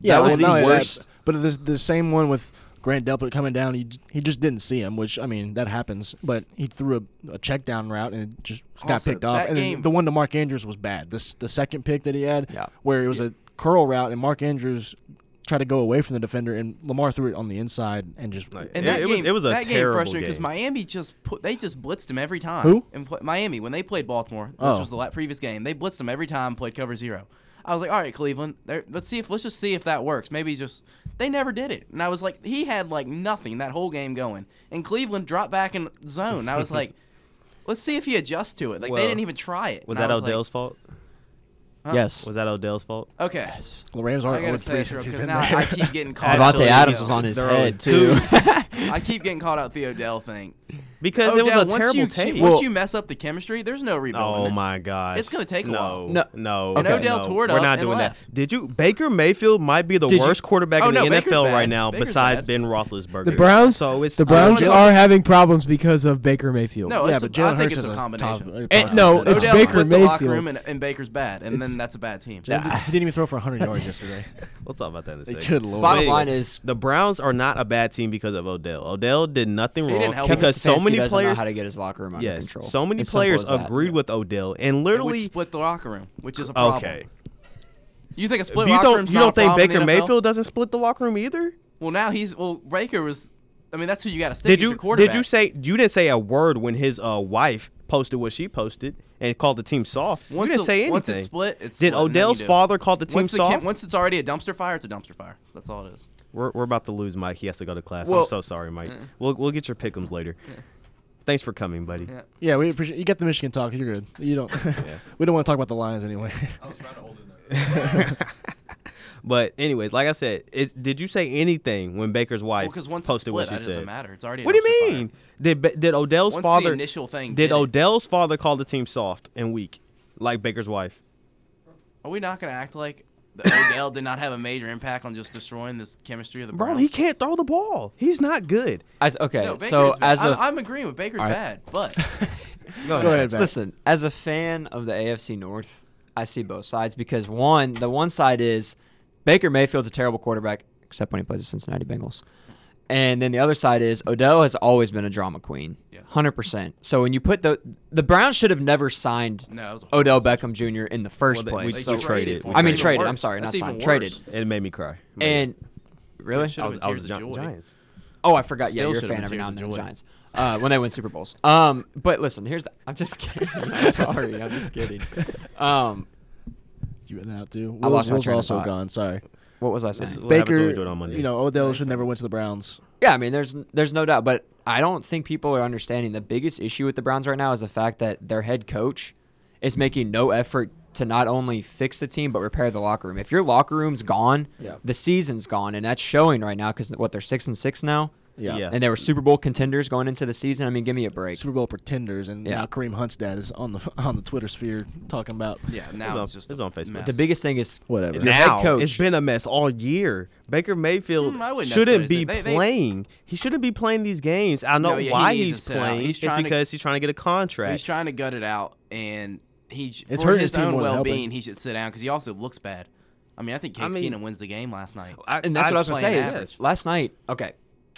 S2: Yeah,
S3: That was
S2: well,
S3: the
S2: not only that,
S3: worst.
S2: but the the same one with Grant Delpit coming down, he j- he just didn't see him, which I mean that happens. But he threw a, a check down route and it just got
S4: Also,
S2: picked off.
S4: that
S2: And then
S4: game-
S2: the one to Mark Andrews was bad. This the second pick that he had,
S3: Yeah.
S2: where it was a curl route and Mark Andrews tried to go away from the defender and Lamar threw it on the inside and just
S1: Like,
S4: and
S1: It-
S4: that
S1: it was-
S4: game
S1: it was a
S4: that game
S1: terrible
S4: frustrating because
S1: game.
S4: Miami just put they just blitzed him every time.
S2: Who?
S4: And pl- Miami when they played Baltimore, which
S2: Oh.
S4: was the la- previous game, they blitzed him every time. Played cover zero. I was like, all right, Cleveland, there- let's see if let's just see if that works. Maybe just they never did it, and I was like, he had like nothing that whole game going, and Cleveland dropped back in zone. And I was like. Let's see if he adjusts to it. Like
S1: Well,
S4: they didn't even try it.
S1: Was
S4: And I
S1: that
S4: like-
S1: Odell's fault?
S3: Yes.
S1: Was that Odell's fault?
S4: Okay.
S3: Yes.
S2: The Rams
S4: I
S2: aren't
S4: gotta
S2: one
S4: say
S2: three
S4: it,
S2: since he's
S4: because
S2: been
S4: now
S2: there.
S4: I keep getting caught. out.
S3: Davante
S1: Actually,
S3: Adams
S1: no.
S3: was on his
S1: They're
S3: head
S1: on
S3: too.
S4: I keep getting caught out the Odell thing.
S1: Because
S4: Odell,
S1: it was a
S4: Oh, once
S1: terrible
S4: you,
S1: take.
S4: Once you mess up the chemistry, there's no rebuilding.
S1: Oh
S4: it.
S1: my gosh.
S4: It's gonna take a
S1: no,
S4: while.
S1: No, no.
S4: And Odell
S1: no.
S4: tore it
S1: We're
S4: up
S1: not
S4: and
S1: doing
S4: left.
S1: that. Did you? Baker Mayfield might be the
S5: Did you-
S1: worst quarterback
S4: Oh,
S1: in the
S4: no, Baker's
S1: NFL right
S4: bad.
S1: now,
S4: Baker's
S1: besides
S4: bad.
S1: Ben Roethlisberger.
S5: The Browns,
S1: So it's
S5: the Browns
S4: Odell-
S5: are having problems because of Baker Mayfield.
S4: No,
S2: yeah,
S4: it's
S2: but
S4: a, I
S2: Jalen
S4: think
S2: Hurts
S4: it's
S2: is
S4: a
S2: a
S4: combination.
S2: top-
S5: Eh, no, it's
S4: Odell's
S5: Baker
S4: with the locker
S5: Mayfield.
S4: room and, and Baker's bad, and
S5: It's-
S4: then that's a bad team.
S2: Jalen did- He didn't even throw for 100 yards yesterday.
S1: We'll talk about that in a second.
S2: Good lord.
S3: Bottom
S1: Wait.
S3: line is
S1: The Browns are not a bad team because of Odell. Odell did nothing
S4: He
S1: wrong
S4: didn't help
S1: because
S4: us.
S1: so
S3: Stefanski
S1: many
S3: doesn't know
S1: players,
S3: how to get his locker room under
S1: yes,
S3: control.
S1: so many
S3: It's simple
S1: players
S3: as that.
S1: agreed with Odell, and
S4: Which
S1: literally,
S4: split the locker room, which is a problem.
S1: okay.
S4: You think a split
S1: You
S4: locker
S1: don't
S4: room's
S1: you
S4: not a
S1: don't think
S4: problem in
S1: Baker
S4: the NFL?
S1: Mayfield doesn't split the locker room either?
S4: Well, now he's well. Baker was. I mean, that's who you got to stick.
S1: Did
S4: He's your
S1: you
S4: quarterback.
S1: did you say you didn't say a word when his uh, wife posted what she posted and called the team soft?
S4: Once
S1: you didn't
S4: it-
S1: say anything.
S4: Once it's split, it's
S1: did
S4: split, and then
S1: Odell's
S4: you do.
S1: father call the team
S4: once
S1: soft?
S4: kid- once it's already a dumpster fire, it's a dumpster fire. That's all it is.
S1: We're, we're about to lose Mike. He has to go to class.
S4: Well-
S1: I'm so sorry, Mike. We'll we'll get your pickums later. Thanks for coming, buddy.
S4: Yeah.
S2: Yeah, we appreciate you got the Michigan talk. You're good. You don't. we don't want to talk about the Lions anyway.
S6: I was trying to hold in there.
S1: But anyways, like I said, it, did you say anything when Baker's
S4: Well,
S1: wife
S4: because once it's
S1: posted
S4: split,
S1: what
S4: it
S1: she
S4: doesn't
S1: said?
S4: matter. It's already. a
S1: What do you
S4: dumpster fire.
S1: mean? Did Ba- did Odell's
S4: Once
S1: father
S4: the initial thing.
S1: did
S4: it,
S1: Odell's father call the team soft and weak like Baker's wife?
S4: Are we not gonna act like the Odell did not have a major impact on just destroying this chemistry of the
S1: Bro,
S4: Browns?
S1: he can't throw the ball. He's not good.
S3: As, okay,
S4: No, Baker
S3: so
S4: is bad.
S3: as of
S4: I, I'm agreeing with Baker's bad, but
S1: Go,
S2: Go ahead, Matt.
S3: Listen, as a fan of the AFC North, I see both sides because one, the one side is Baker Mayfield's a terrible quarterback, except when he plays the Cincinnati Bengals. And then the other side is Odell has always been a drama queen,
S4: Yeah.
S3: hundred percent. So when you put the the Browns should have never signed
S4: no, that was a
S3: Odell Beckham Jr. in the first
S1: Well, they-
S3: place.
S1: we
S3: so,
S1: traded for
S4: for
S1: I
S4: him.
S1: mean,
S4: Even
S3: traded.
S4: worse.
S3: I'm sorry, not
S4: That's even
S3: signed, traded.
S4: worse.
S1: It made me cry.
S3: and really,
S4: Should have been
S1: I was
S4: tears
S1: a
S4: of
S1: Gi-
S4: joy.
S1: Giants.
S3: oh, I forgot. Yeah,
S4: Still
S3: you're a
S4: should
S3: fan
S4: have been
S3: every now and
S4: tears
S3: then
S4: of
S3: of the
S4: joy.
S3: Giants uh, when they win Super Bowls. Um, but listen, here's the. I'm just kidding. I'm sorry, I'm just kidding. Um,
S2: you went out too. Will's,
S3: I lost my
S2: Will's
S3: train of
S2: also
S3: thought.
S2: gone. Sorry.
S3: What was I saying?
S1: What happens when we
S2: Baker.
S1: do it on Monday?
S2: You know, Odell should never went to the Browns.
S3: Yeah, I mean, there's there's no doubt, but I don't think people are understanding the biggest issue with the Browns right now is the fact that their head coach is making no effort to not only fix the team but repair the locker room. If your locker room's gone,
S2: Yeah.
S3: the season's gone, and that's showing right now because what they're six and six now,
S2: Yeah.
S1: Yeah.
S3: and they were Super Bowl contenders going into the season. I mean, give me a break.
S2: Super Bowl pretenders, and
S3: Yeah.
S2: now Kareem Hunt's dad is on the on the Twitter sphere talking about
S4: Yeah,
S1: It was
S4: now
S1: on-
S4: it's just
S1: it was
S4: a
S1: on Facebook.
S4: mess.
S3: The biggest thing is
S2: Whatever.
S3: your
S1: now
S3: head coach.
S1: it's been a mess all year. Baker Mayfield
S4: Mm, I wouldn't
S1: shouldn't
S4: necessarily
S1: be
S4: say- they- they-
S1: playing. he shouldn't be playing these games. I know
S4: No, yeah, he
S1: why
S4: needs to
S1: he's
S4: sit out.
S1: playing.
S4: He's
S1: it's
S4: trying to-
S1: because he's trying to get a
S4: He's
S1: contract.
S4: trying to gut it out, and he sh-
S2: It's
S4: for
S2: hurting
S4: his
S2: his team
S4: own
S2: more than helping.
S4: well-being, he should sit down because he also looks bad. I mean, I think Case
S1: I mean-
S4: Keenum wins the game last night.
S3: and that's what I was gonna
S4: playing
S3: say is
S4: average.
S3: last night. Okay,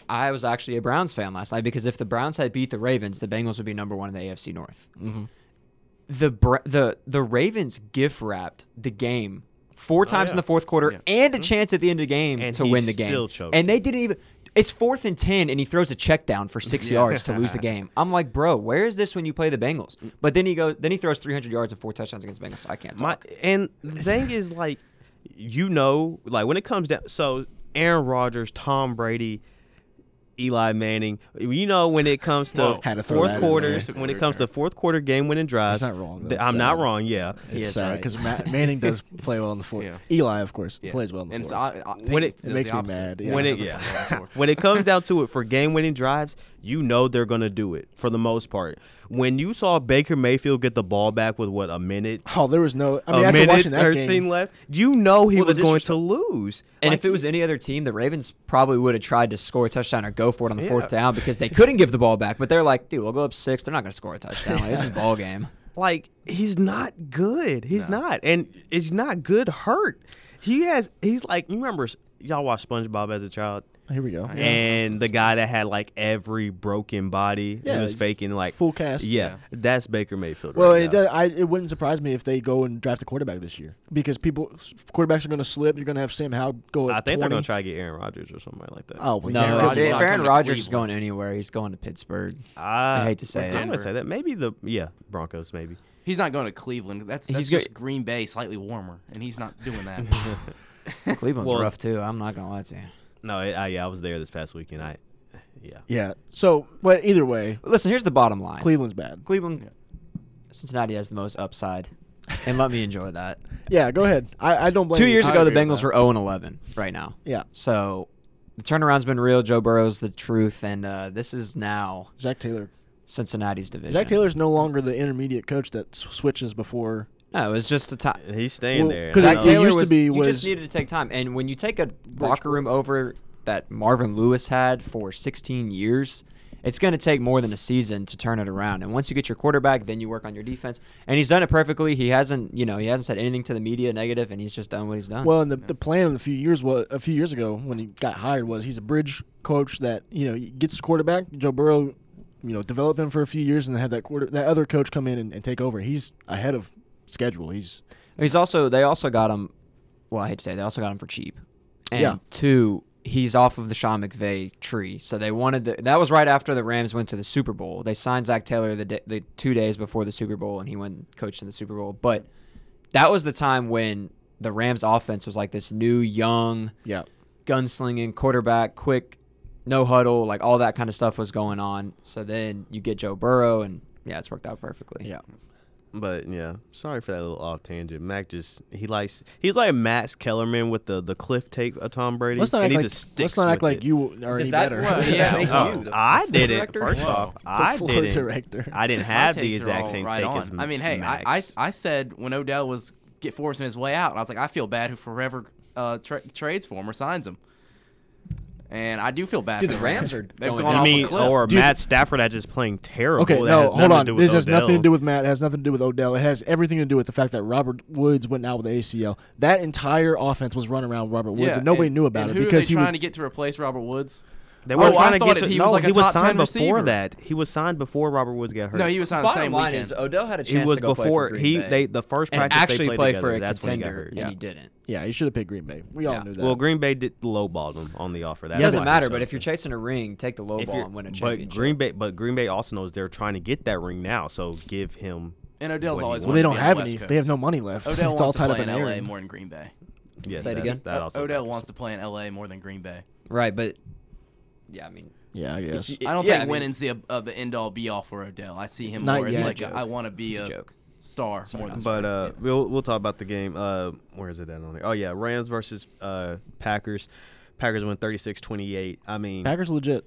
S3: I was actually a Browns fan last night because if the Browns had beat the Ravens, the Bengals would be number one in the AFC North. The Bra- the the Ravens gift wrapped the game four times
S1: yeah.
S3: in the fourth quarter
S4: Yeah.
S3: and a chance at the end of the game
S1: And
S3: to
S1: he
S3: win the game,
S1: still choked
S3: and they didn't even. It's fourth and ten, and he throws a check down for six yards to lose the game. I'm like, bro, where is this when you play the Bengals? But then he goes, then he throws 300 yards and four touchdowns against the Bengals. So I can't
S1: My
S3: talk.
S1: and the thing is like, you know, like when it comes down, so Aaron Rodgers, Tom Brady. Eli Manning, you know when it comes to
S2: Had to throw
S1: fourth
S2: that in there.
S1: quarters, when it comes to fourth quarter game winning drives,
S2: not wrong, though.
S1: th-
S2: It's
S1: I'm not
S2: sad.
S1: wrong. Yeah,
S2: It's
S3: is
S2: sad
S3: right.
S2: because Manning does play well on the floor.
S4: Yeah.
S2: Eli, of course,
S4: Yeah.
S2: plays well on the
S4: And it's,
S2: floor.
S4: o- o-
S1: When it-
S4: does
S1: it
S2: it
S4: the
S2: makes me
S4: opposite.
S2: mad.
S1: when it yeah. when it comes down to it for game winning drives, you know they're gonna do it for the most part. When you saw Baker Mayfield get the ball back with what a minute,
S2: oh, there was no. I mean,
S1: a
S2: after
S1: minute
S2: watching that
S1: thirteen
S2: game,
S1: left, you know he
S3: Well, the
S1: was going
S3: disres-
S1: to lose.
S3: And
S1: Like,
S3: if it was any other team, the Ravens probably would have tried to score a touchdown or go for it on the fourth
S1: Yeah.
S3: down because they couldn't give the ball back. But they're like, dude, we'll go up six. They're not going to score a touchdown. Like, this is ball game.
S1: like he's not good. He's not, and it's not good. Hurt. He has. He's like you remember y'all watched SpongeBob as a child.
S2: here we go.
S1: and the guy that had like every broken body
S2: Yeah,
S1: and was
S2: he's
S1: faking like
S2: full cast.
S1: Yeah, that's Baker Mayfield.
S2: Well,
S1: right
S2: it,
S1: now.
S2: does, I, it wouldn't surprise me if they go and draft a quarterback this year because people quarterbacks are going to slip. You're going to have Sam Howell go.
S1: I
S2: At
S1: think
S2: 20.
S1: they're gonna try to get Aaron Rodgers or somebody like that.
S2: Oh, well,
S3: No,
S2: yeah,
S4: Rodgers
S2: Rodgers-
S3: because
S4: is
S3: if
S4: not
S3: Aaron
S4: coming to
S3: Rodgers is
S4: Cleveland.
S3: going anywhere, he's going to Pittsburgh.
S1: I,
S3: hate to say it.
S1: I'm gonna say that maybe the yeah Broncos maybe.
S4: He's not going to Cleveland. That's, that's
S3: He's go-
S4: just Green Bay, slightly warmer, and he's not doing that.
S3: Cleveland's
S1: Well-
S3: rough too. I'm not going to lie to you.
S1: No, I, I, yeah, I was there this past weekend. I yeah.
S2: yeah. So, but either way,
S3: But listen, here's the bottom line.
S2: Cleveland's bad.
S3: Cleveland, Cincinnati has the most upside. and let me enjoy that.
S2: Yeah, go ahead. I, I don't blame.
S3: Two
S2: you.
S3: years
S2: I
S3: ago, the
S2: agree with
S3: Bengals
S2: that.
S3: were 0 and 11 right now.
S2: Yeah,
S3: So the turnaround's been real. Joe Burrow's the truth, and uh, this is now
S2: Zach Taylor.
S3: Cincinnati's division.
S2: Zach Taylor's no longer the intermediate coach that s- switches before.
S3: No, it was just a time.
S1: And he's staying
S2: Well,
S1: there.
S2: 'cause
S1: And
S2: it-
S1: I
S2: it
S1: don't-
S2: used to be
S3: you
S2: was-
S3: just needed to take time, and when you take a locker room over that Marvin Lewis had for 16 years. It's going to take more than a season to turn it around, and once you get your quarterback, then you work on your defense. And he's done it perfectly. He hasn't, you know, he hasn't said anything to the media negative, and he's just done what he's
S4: Oh,
S3: done.
S2: Well, and the, the plan a few years was a few years ago when he got hired was he's a bridge coach that you know he gets the quarterback Joe Burrow, you know, develop him for a few years and then have that quarter that other coach come in and, and take over. He's ahead of schedule. He's
S3: He's also they also got him. Well, I hate to say they also got him for cheap. And
S2: Yeah.
S3: two, he's off of the Sean McVay tree. So they wanted the, that was right after the Rams went to the Super Bowl. They signed Zach Taylor the day, the two days before the Super Bowl, and he went and coached in the Super Bowl. But that was the time when the Rams offense was like this new young
S2: yeah.
S3: gunslinging quarterback, quick, no huddle, like all that kind of stuff was going on. So then you get Joe Burrow, and yeah, it's worked out perfectly.
S2: Yeah.
S1: But yeah, sorry for that little off tangent. Mac just he likes he's like Max Kellerman with the the cliff take of Tom Brady.
S2: Let's not
S1: and
S2: act
S1: he
S2: like
S1: just sticks
S2: let's not act
S1: with
S2: like
S1: it.
S2: you are any
S3: that-
S2: better.
S3: what?
S2: The
S3: Yeah.
S4: make
S1: Oh,
S4: you the
S1: I
S4: floor
S1: didn't.
S4: director?
S1: First
S4: Whoa.
S1: off, I
S2: floor
S1: didn't.
S2: director.
S1: I didn't
S4: My
S1: have the
S4: takes are
S1: exact
S4: all
S1: same
S4: right
S1: take
S4: on.
S1: as
S4: I mean, hey, I, I
S1: Max.
S4: I said when Odell was get forcing his way out, and I was like, I feel bad who forever uh, tra- trades for him or signs him. And I do feel bad.
S3: Dude,
S4: for
S3: the Rams are
S4: they've
S3: going
S4: gone
S1: I
S4: off
S1: mean,
S4: a cliff.
S1: or
S2: Dude.
S1: Matt Stafford that's just playing terrible.
S2: Okay,
S1: that
S2: no,
S1: has nothing
S2: hold
S1: to
S2: on.
S1: do with
S2: This has
S1: Odell.
S2: nothing to do with Matt. It has nothing to do with Odell. It has everything to do with the fact that Robert Woods went out with the ACL. That entire offense was run around Robert Woods, and nobody knew about
S4: and
S2: it
S4: who
S2: because
S4: are they
S2: he
S4: trying
S2: would,
S4: to get to replace Robert Woods.
S1: They were
S4: Oh, I
S1: trying to
S4: thought
S1: get
S4: it-
S1: to.
S4: he
S1: no,
S4: was like a
S1: he was
S4: top 10
S1: signed before
S4: receiver.
S1: that. He was signed before Robert Woods got hurt.
S4: No, he was on the
S3: Bottom
S4: same
S3: line
S4: weekend.
S3: is
S2: uh,
S3: Odell had a
S1: It
S3: chance
S1: was
S3: to go
S1: before
S3: play for Green
S1: he
S3: Bay.
S1: they the first
S3: and
S1: practice
S3: actually
S1: they played
S3: play
S1: together.
S3: for a
S1: that's when he got
S3: contender,
S1: hurt.
S3: and
S1: Yeah.
S3: he didn't.
S2: Yeah, he should have picked Green Bay. We all
S3: Yeah.
S2: knew that.
S1: Well, Green Bay did lowballed him on the offer. That
S3: It doesn't matter, but if you're chasing a ring, take the low
S1: If
S3: ball
S1: you're-
S3: and win a
S1: but
S3: championship.
S1: Green Bay, but Green Bay also knows they're trying to get that ring now, so give him.
S4: And Odell's
S1: What do you
S4: always
S1: want?
S2: well, they
S4: wanted to
S2: don't
S4: be on
S2: have
S4: the West
S2: any.
S4: Coast. Oh,
S2: They have no money left.
S4: Odell
S2: it's
S4: wants
S2: all
S4: to
S2: tied up
S4: play
S2: in
S4: in
S2: air.
S4: LA more than Green Bay.
S1: Yes,
S3: Say it
S1: that's-
S3: again?
S1: That also
S4: Odell
S1: matters.
S4: wants to play in LA more than Green Bay.
S3: right, but yeah, I mean,
S2: Yeah, I guess.
S3: you-
S4: I don't
S3: yeah,
S4: think
S3: mean,
S4: winning's the uh, the end all be all for Odell. I see him
S2: not
S4: more as
S2: yet.
S4: like
S2: It's a
S4: a, I want to be
S3: It's
S4: a,
S3: a joke.
S4: star more than
S1: But uh, we'll we'll talk about the game. Uh, where is it at on there? Oh yeah, Rams versus uh, Packers. Packers win 36-28. I mean,
S2: Packers legit.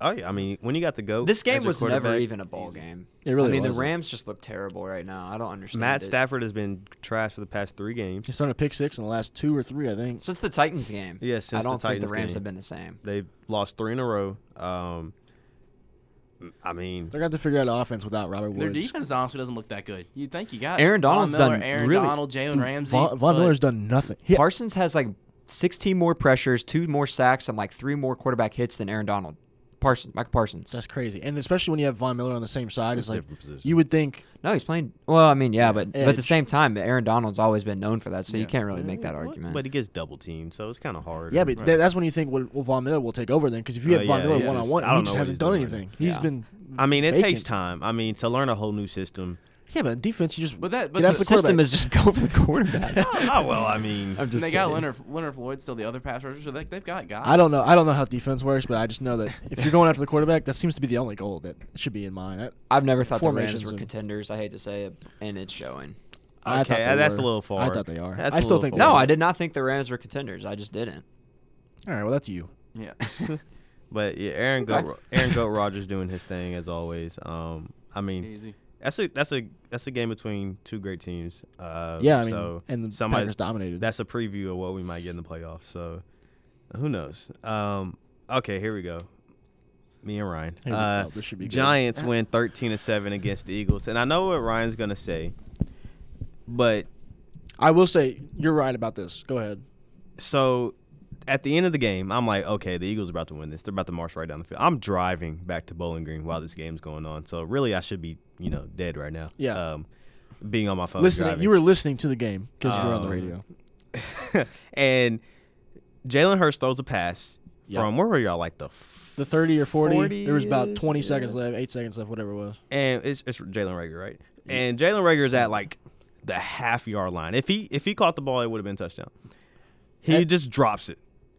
S1: oh yeah, I mean when you got the go,
S3: this game was never even a ball game.
S2: It really
S3: I mean, the
S2: wasn't.
S3: Rams just look terrible right now. I don't understand.
S1: Matt
S3: it.
S1: Stafford has been trash for the past three games.
S2: He's starting to pick six in the last two or three, I think.
S3: since the Titans game.
S1: Yeah, since
S3: I
S1: the
S3: don't think
S1: Titans
S3: the Rams
S1: game.
S3: have been the same.
S1: They've lost three in a row. Um, I mean,
S2: They're going to have to figure out offense without Robert
S4: Their
S2: Woods.
S4: defense honestly doesn't look that good. You think you got
S3: Aaron
S4: Von
S3: Donald's
S4: Miller,
S3: done
S4: Aaron
S3: really-
S4: Donald, Jalen Ramsey.
S2: Mm. Von, Von
S4: but
S2: Miller's done nothing. He,
S3: Parsons has like 16 more pressures, two more sacks, and like three more quarterback hits than Aaron Donald. Parsons, Mike Parsons.
S2: that's crazy, and especially when you have Von Miller on the same side, it's like
S1: different position.
S2: you would think.
S3: no, he's playing. Well, I mean, yeah, but but at the
S2: Edge.
S3: same time, Aaron Donald's always been known for that, so you can't really make that argument.
S1: Mm, but he gets double teamed, so it's kind of hard.
S2: Yeah, but tha- that's when you think well, well Von Miller will take over then, because if you
S1: Oh,
S2: have Von
S1: yeah,
S2: Miller
S1: he's
S2: one on one,
S1: just- I
S2: he
S1: don't
S2: just
S1: know what
S2: hasn't
S1: he's
S2: done
S1: doing.
S2: anything. He's
S3: Yeah.
S2: been.
S1: I mean, it takes
S2: vacant.
S1: time. I mean, to learn a whole new system.
S2: Yeah, but in defense, you just
S4: But that- but
S2: get
S4: the
S2: after
S3: the
S2: the
S3: system
S2: quarterback.
S3: is just go for the quarterback.
S1: oh well, I mean,
S3: I'm
S4: and
S3: just
S4: they got
S3: kidding.
S4: Leonard Leonard Floyd still the other pass rusher, so they, they've got guys.
S2: I don't know. I don't know how defense works, but I just know that if you're going after the quarterback, that seems to be the only goal that should be in mind. I,
S3: I've never thought the Rams
S2: Formations
S3: were
S2: and-
S3: contenders. I hate to say it, and it's showing.
S2: I thought
S1: okay,
S2: they
S1: that's
S2: were.
S1: a little far.
S2: I thought they are.
S1: That's
S2: I
S1: a
S2: still
S1: little
S2: think they
S1: far.
S3: No,
S2: are.
S3: I did not think the Rams were contenders. I just didn't.
S2: All right, well that's you.
S4: Yeah.
S1: But yeah, Aaron
S3: Okay.
S1: Goat, Aaron Goat Rogers doing his thing as always. Um, I mean,
S4: Easy.
S1: that's a that's a that's a game between two great teams. Uh,
S2: Yeah, I mean,
S1: so
S2: and the
S1: somebody's-
S2: Packers dominated.
S1: That's a preview of what we might get in the playoffs. So who knows? Um, okay, here we go. Me and Ryan.
S2: Here we
S1: Uh,
S2: go. This should be good.
S1: Giants win thirteen to seven against the Eagles, and I know what Ryan's gonna say, but
S2: I will say you're right about this. Go ahead.
S1: so at the end of the game, I'm like, okay, the Eagles are about to win this. They're about to march right down the field. I'm driving back to Bowling Green while this game's going on. So really, I should be, you know, dead right now.
S2: Yeah.
S1: Um, being on my phone.
S2: listening,
S1: driving.
S2: you were listening to the game because you were on the
S1: Oh, Um,
S2: radio.
S1: and Jalen Hurst throws a pass
S2: Yeah.
S1: from where were y'all like the. F-
S2: The 30 or 40, there was about
S1: 40-ish,
S2: 20
S1: yeah.
S2: seconds left, eight seconds left, whatever it was.
S1: and it's, it's Jalen Rager, right? And Jalen Rager's at like the half yard line. If he if he caught the ball, it would have been a touchdown. He
S2: And-
S1: just drops it.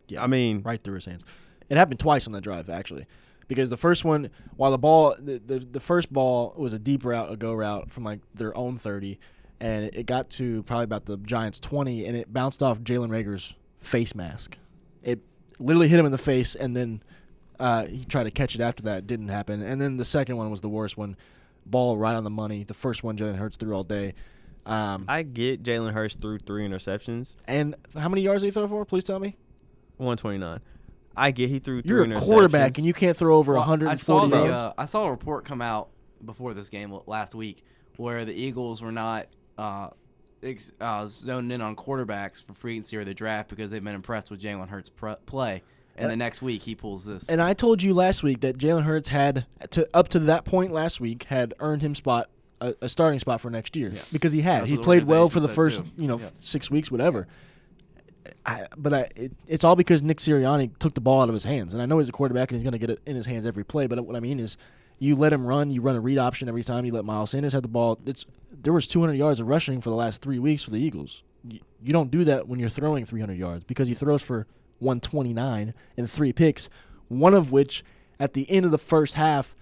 S2: Yeah.
S1: I mean,
S2: Right through his hands. It happened twice on that drive actually, because the first one, while the ball, the, the, the first ball was a deep route, a go route from like their own 30, and it, it got to probably about the Giants twenty, and it bounced off Jalen Rager's face mask. It literally hit him in the face, and then uh, he tried to catch it after that. It didn't happen. And then the second one was the worst one, ball right on the money. The first one Jalen Hurts threw all day. Um,
S1: I get Jalen Hurts threw three interceptions,
S2: and how many yards did he throw for? Please tell me.
S1: 129. I get he threw
S2: You're
S1: three
S2: a quarterback, and
S1: interceptions.
S2: you can't throw over
S4: Well,
S2: 140
S4: I saw the,
S2: yards.
S4: uh, I saw a report come out before this game l- last week where the Eagles were not uh, ex- uh, zoned in on quarterbacks for free agency or the draft because they've been impressed with Jalen Hurts' pr- play. And the next week he pulls this.
S2: And I told you last week that Jalen Hurts had to up to that point last week had earned him spot a, a starting spot for next year because he had
S4: That's
S2: he
S4: what the
S2: played well for the first
S4: organization said, too.
S2: you know
S4: Yeah.
S2: f- six weeks whatever. I, but I, it, it's all because Nick Sirianni took the ball out of his hands, and I know he's a quarterback and he's going to get it in his hands every play. But what I mean is, you let him run, you run a read option every time. You let Miles Sanders have the ball. It's there was 200 yards of rushing for the last three weeks for the Eagles. You, you don't do that when you're throwing 300 yards because he throws for 129 and three picks, one of which at the end of the first half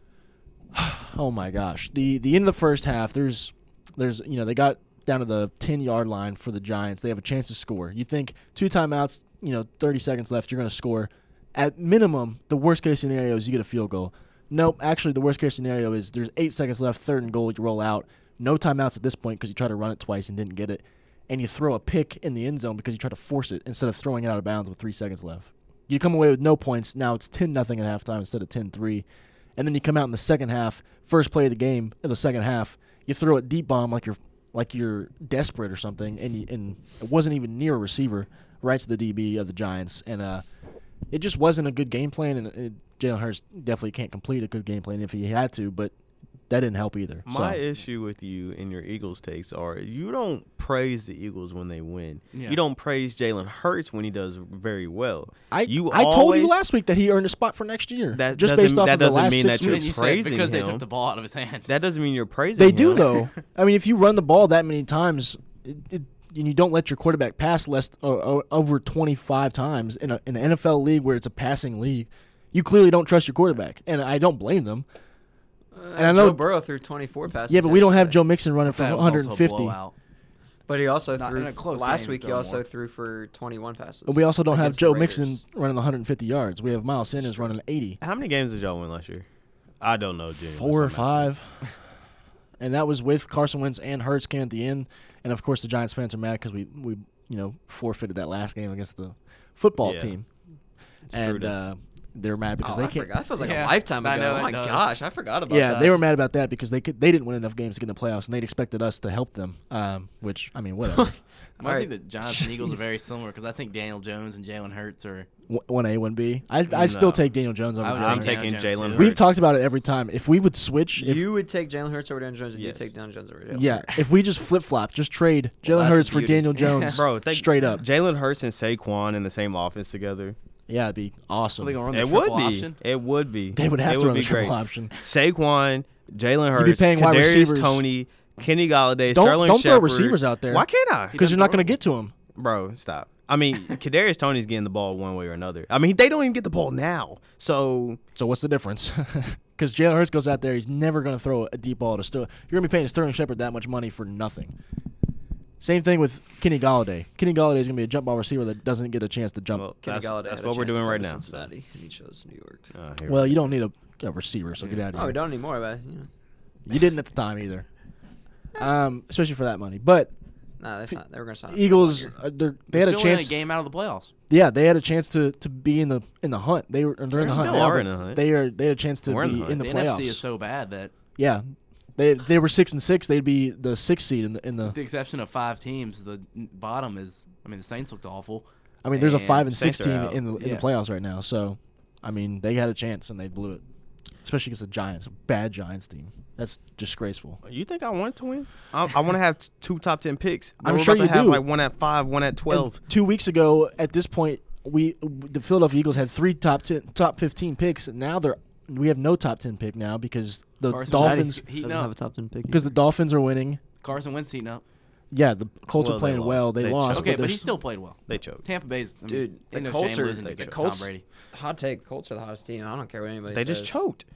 S2: oh my gosh the the end of the first half there's there's you know they got down to the 10 yard line for the giants they have a chance to score you think two timeouts you know 30 seconds left you're going to score at minimum the worst case scenario is you get a field goal nope actually the worst case scenario is there's eight seconds left third and goal you roll out no timeouts at this point because you tried to run it twice and didn't get it and you throw a pick in the end zone because you tried to force it instead of throwing it out of bounds with three seconds left you come away with no points now it's 10 nothing at halftime instead of 10-3 and then you come out in the second half, first play of the game of the second half, you throw a deep bomb like you're like you're desperate or something, and you, and it wasn't even near a receiver, right to the DB of the Giants, and uh, it just wasn't a good game plan, and uh Jalen Hurts definitely can't complete a good game plan if he had to, but that didn't help either.
S1: My
S2: so.
S1: issue with you and your Eagles takes are you don't praise the Eagles when they win.
S4: Yeah.
S1: You don't praise Jalen Hurts when he does very well.
S2: I,
S1: you
S2: I told you
S1: always-
S2: last week that he earned a spot for next year.
S1: That
S2: just
S1: doesn't-
S2: based off
S1: that
S2: of the
S1: doesn't
S2: last
S1: mean
S2: six
S1: that you're
S4: and
S2: weeks.
S4: you said
S1: praising
S4: because they
S1: him.
S4: took the ball out of his hand.
S1: That doesn't mean you're praising.
S2: They do
S1: him.
S2: though. I mean, if you run the ball that many times, it, it, and you don't let your quarterback pass less or, or over twenty five times in, a, in an NFL league where it's a passing league, you clearly don't trust your quarterback, and I don't blame them.
S4: Uh,
S3: and
S2: I know-
S3: Uh, Joe Burrow threw 24 passes.
S2: Yeah, but we don't have
S3: yesterday.
S2: Joe Mixon running for
S4: That
S2: one
S4: was
S2: hundred
S4: also a
S2: and fifty.
S4: blowout.
S3: But he also
S4: Not
S3: threw
S4: in a close
S3: last
S4: game,
S3: week. He
S4: Gilmore.
S3: also threw for 21 passes.
S2: But we also don't have
S3: against the
S2: Joe
S3: Raiders.
S2: Mixon running 150 yards. We have Miles Sanders running 80,
S1: How many games did y'all win last year? I don't know, Jim.
S2: four or five, and that was with Carson Wentz and Hurts came at the end. And of course, the Giants fans are mad because we we you know forfeited that last game against the football
S1: Yeah.
S2: team.
S1: Screwed
S2: and
S1: us.
S2: uh, they're mad because
S3: Oh,
S2: they
S3: I
S2: can't.
S3: forgot. That feels like a
S4: Yeah,
S3: lifetime
S4: I
S3: ago.
S4: know
S3: oh
S4: it
S3: my
S4: does.
S3: gosh, I forgot about
S2: Yeah,
S3: that.
S2: they were mad about that because they could, they didn't win enough games to get in the playoffs, and they'd expected us to help them. Um, which I mean, whatever.
S4: I
S3: All right.
S4: think the Giants and Eagles are
S3: Jeez.
S4: very similar because I think Daniel Jones and Jalen Hurts are.
S2: One A, one B. I I still
S1: No.
S2: take Daniel Jones over.
S4: I would
S2: Jalen
S1: I'm
S2: Hurts.
S4: take
S1: taking
S4: Jalen Jones,
S1: Jalen.
S4: too.
S2: We've
S1: Hurts.
S2: talked about it every time. If we would switch, if,
S3: You would take Jalen Hurts over Daniel Jones, and
S1: Yes.
S3: you take Daniel Jones over Jalen.
S2: yeah,
S3: Hurts.
S2: if we just flip flop, just trade Jalen
S3: that's
S2: Hurts for
S3: beauty.
S2: Daniel Jones,
S1: Bro, think
S2: straight up.
S1: Jalen Hurts and Saquon in the same offense together.
S2: Yeah, it'd be awesome.
S4: Are they gonna run the
S1: It would be.
S4: triple option?
S1: It would be.
S2: They would have
S1: it
S2: to
S1: would
S2: run
S1: be
S2: the triple
S1: great.
S2: option.
S1: Saquon, Jalen
S2: You'd be
S1: Hurts,
S2: paying wide
S1: Kadarius
S2: receivers.
S1: Tony, Kenny Galladay,
S2: Don't-
S1: Sterling
S2: don't throw
S1: Shepard.
S2: receivers out there.
S1: Why can't I?
S2: Because you're not going to get to him.
S1: Bro, stop. I mean, Kadarius Tony's getting the ball one way or another. I mean, they don't even get the ball now. So
S2: So what's the difference? Because Jalen Hurts goes out there, he's never going to throw a deep ball to Sterling. You're going to be paying Sterling Shepard that much money for nothing. Same thing with Kenny Galladay. Kenny Galladay is going to be a jump ball receiver that doesn't get a chance to jump. Well,
S1: Well,
S3: Kenny
S1: that's,
S3: Galladay
S1: that's
S3: had a
S1: what we're
S3: chance to
S1: doing
S3: go
S1: right
S3: to
S1: now. So.
S3: Cincinnati, and he chose New York.
S1: Uh, here
S2: you don't need a, a receiver, so get out of here.
S3: Oh, we don't anymore, but you know,
S2: You didn't at the time either, um, especially for that money. But
S3: no, that's not. They were gonna sign him for
S2: Eagles,
S3: one year.
S2: uh, they're- they
S4: They're
S2: had a
S4: still in
S2: chance.
S4: a game out of the playoffs.
S2: Yeah, they had a chance to, to be in the in the hunt. They were they're in the hunt.
S1: still
S2: now,
S1: are
S2: but
S1: in the hunt.
S2: They are they had a chance to
S1: We're in the
S2: be
S1: hunt.
S2: in the,
S4: The,
S2: playoffs.
S4: NFC is so bad that,
S2: yeah, they they were six and six. They'd be the sixth seed in the in the
S4: with the exception of five teams, the n- bottom is. I mean, the Saints looked awful.
S2: I mean, there's a
S4: And
S2: five and
S1: Saints
S2: six team
S1: are out.
S2: in the in
S4: Yeah.
S2: the playoffs right now. So, I mean, they had a chance and they blew it, especially against the Giants, a bad Giants team. That's disgraceful.
S1: You think I want to win? I, I want to have t- two top ten picks. But
S2: I'm
S1: we're
S2: sure
S1: about to
S2: you
S1: have
S2: do.
S1: like one at five, one at twelve.
S2: And two weeks ago, at this point, we the Philadelphia Eagles had three top ten, top fifteen picks. and Now they're we have no top ten pick now because the
S4: Carson
S2: uh, Dolphins
S4: Wentz heating
S3: doesn't have a
S4: up.
S3: top ten pick.
S2: because the Dolphins are winning.
S4: Carson Wentz heating up.
S2: Yeah, the Colts
S1: Well,
S2: are
S1: they
S2: playing
S1: lost.
S2: well. They,
S1: They
S2: lost.
S1: choked.
S4: Okay,
S2: they're
S4: but he
S2: s-
S4: still played well.
S1: They choked.
S4: Tampa Bay's I mean,
S3: dude, the
S4: ain't no
S3: Colts
S4: shame
S3: are
S4: losing
S3: the
S4: to
S3: Colts.
S4: Tom Brady.
S3: Hot take: Colts are the hottest team. I don't care what anybody
S1: They
S3: says.
S1: just choked.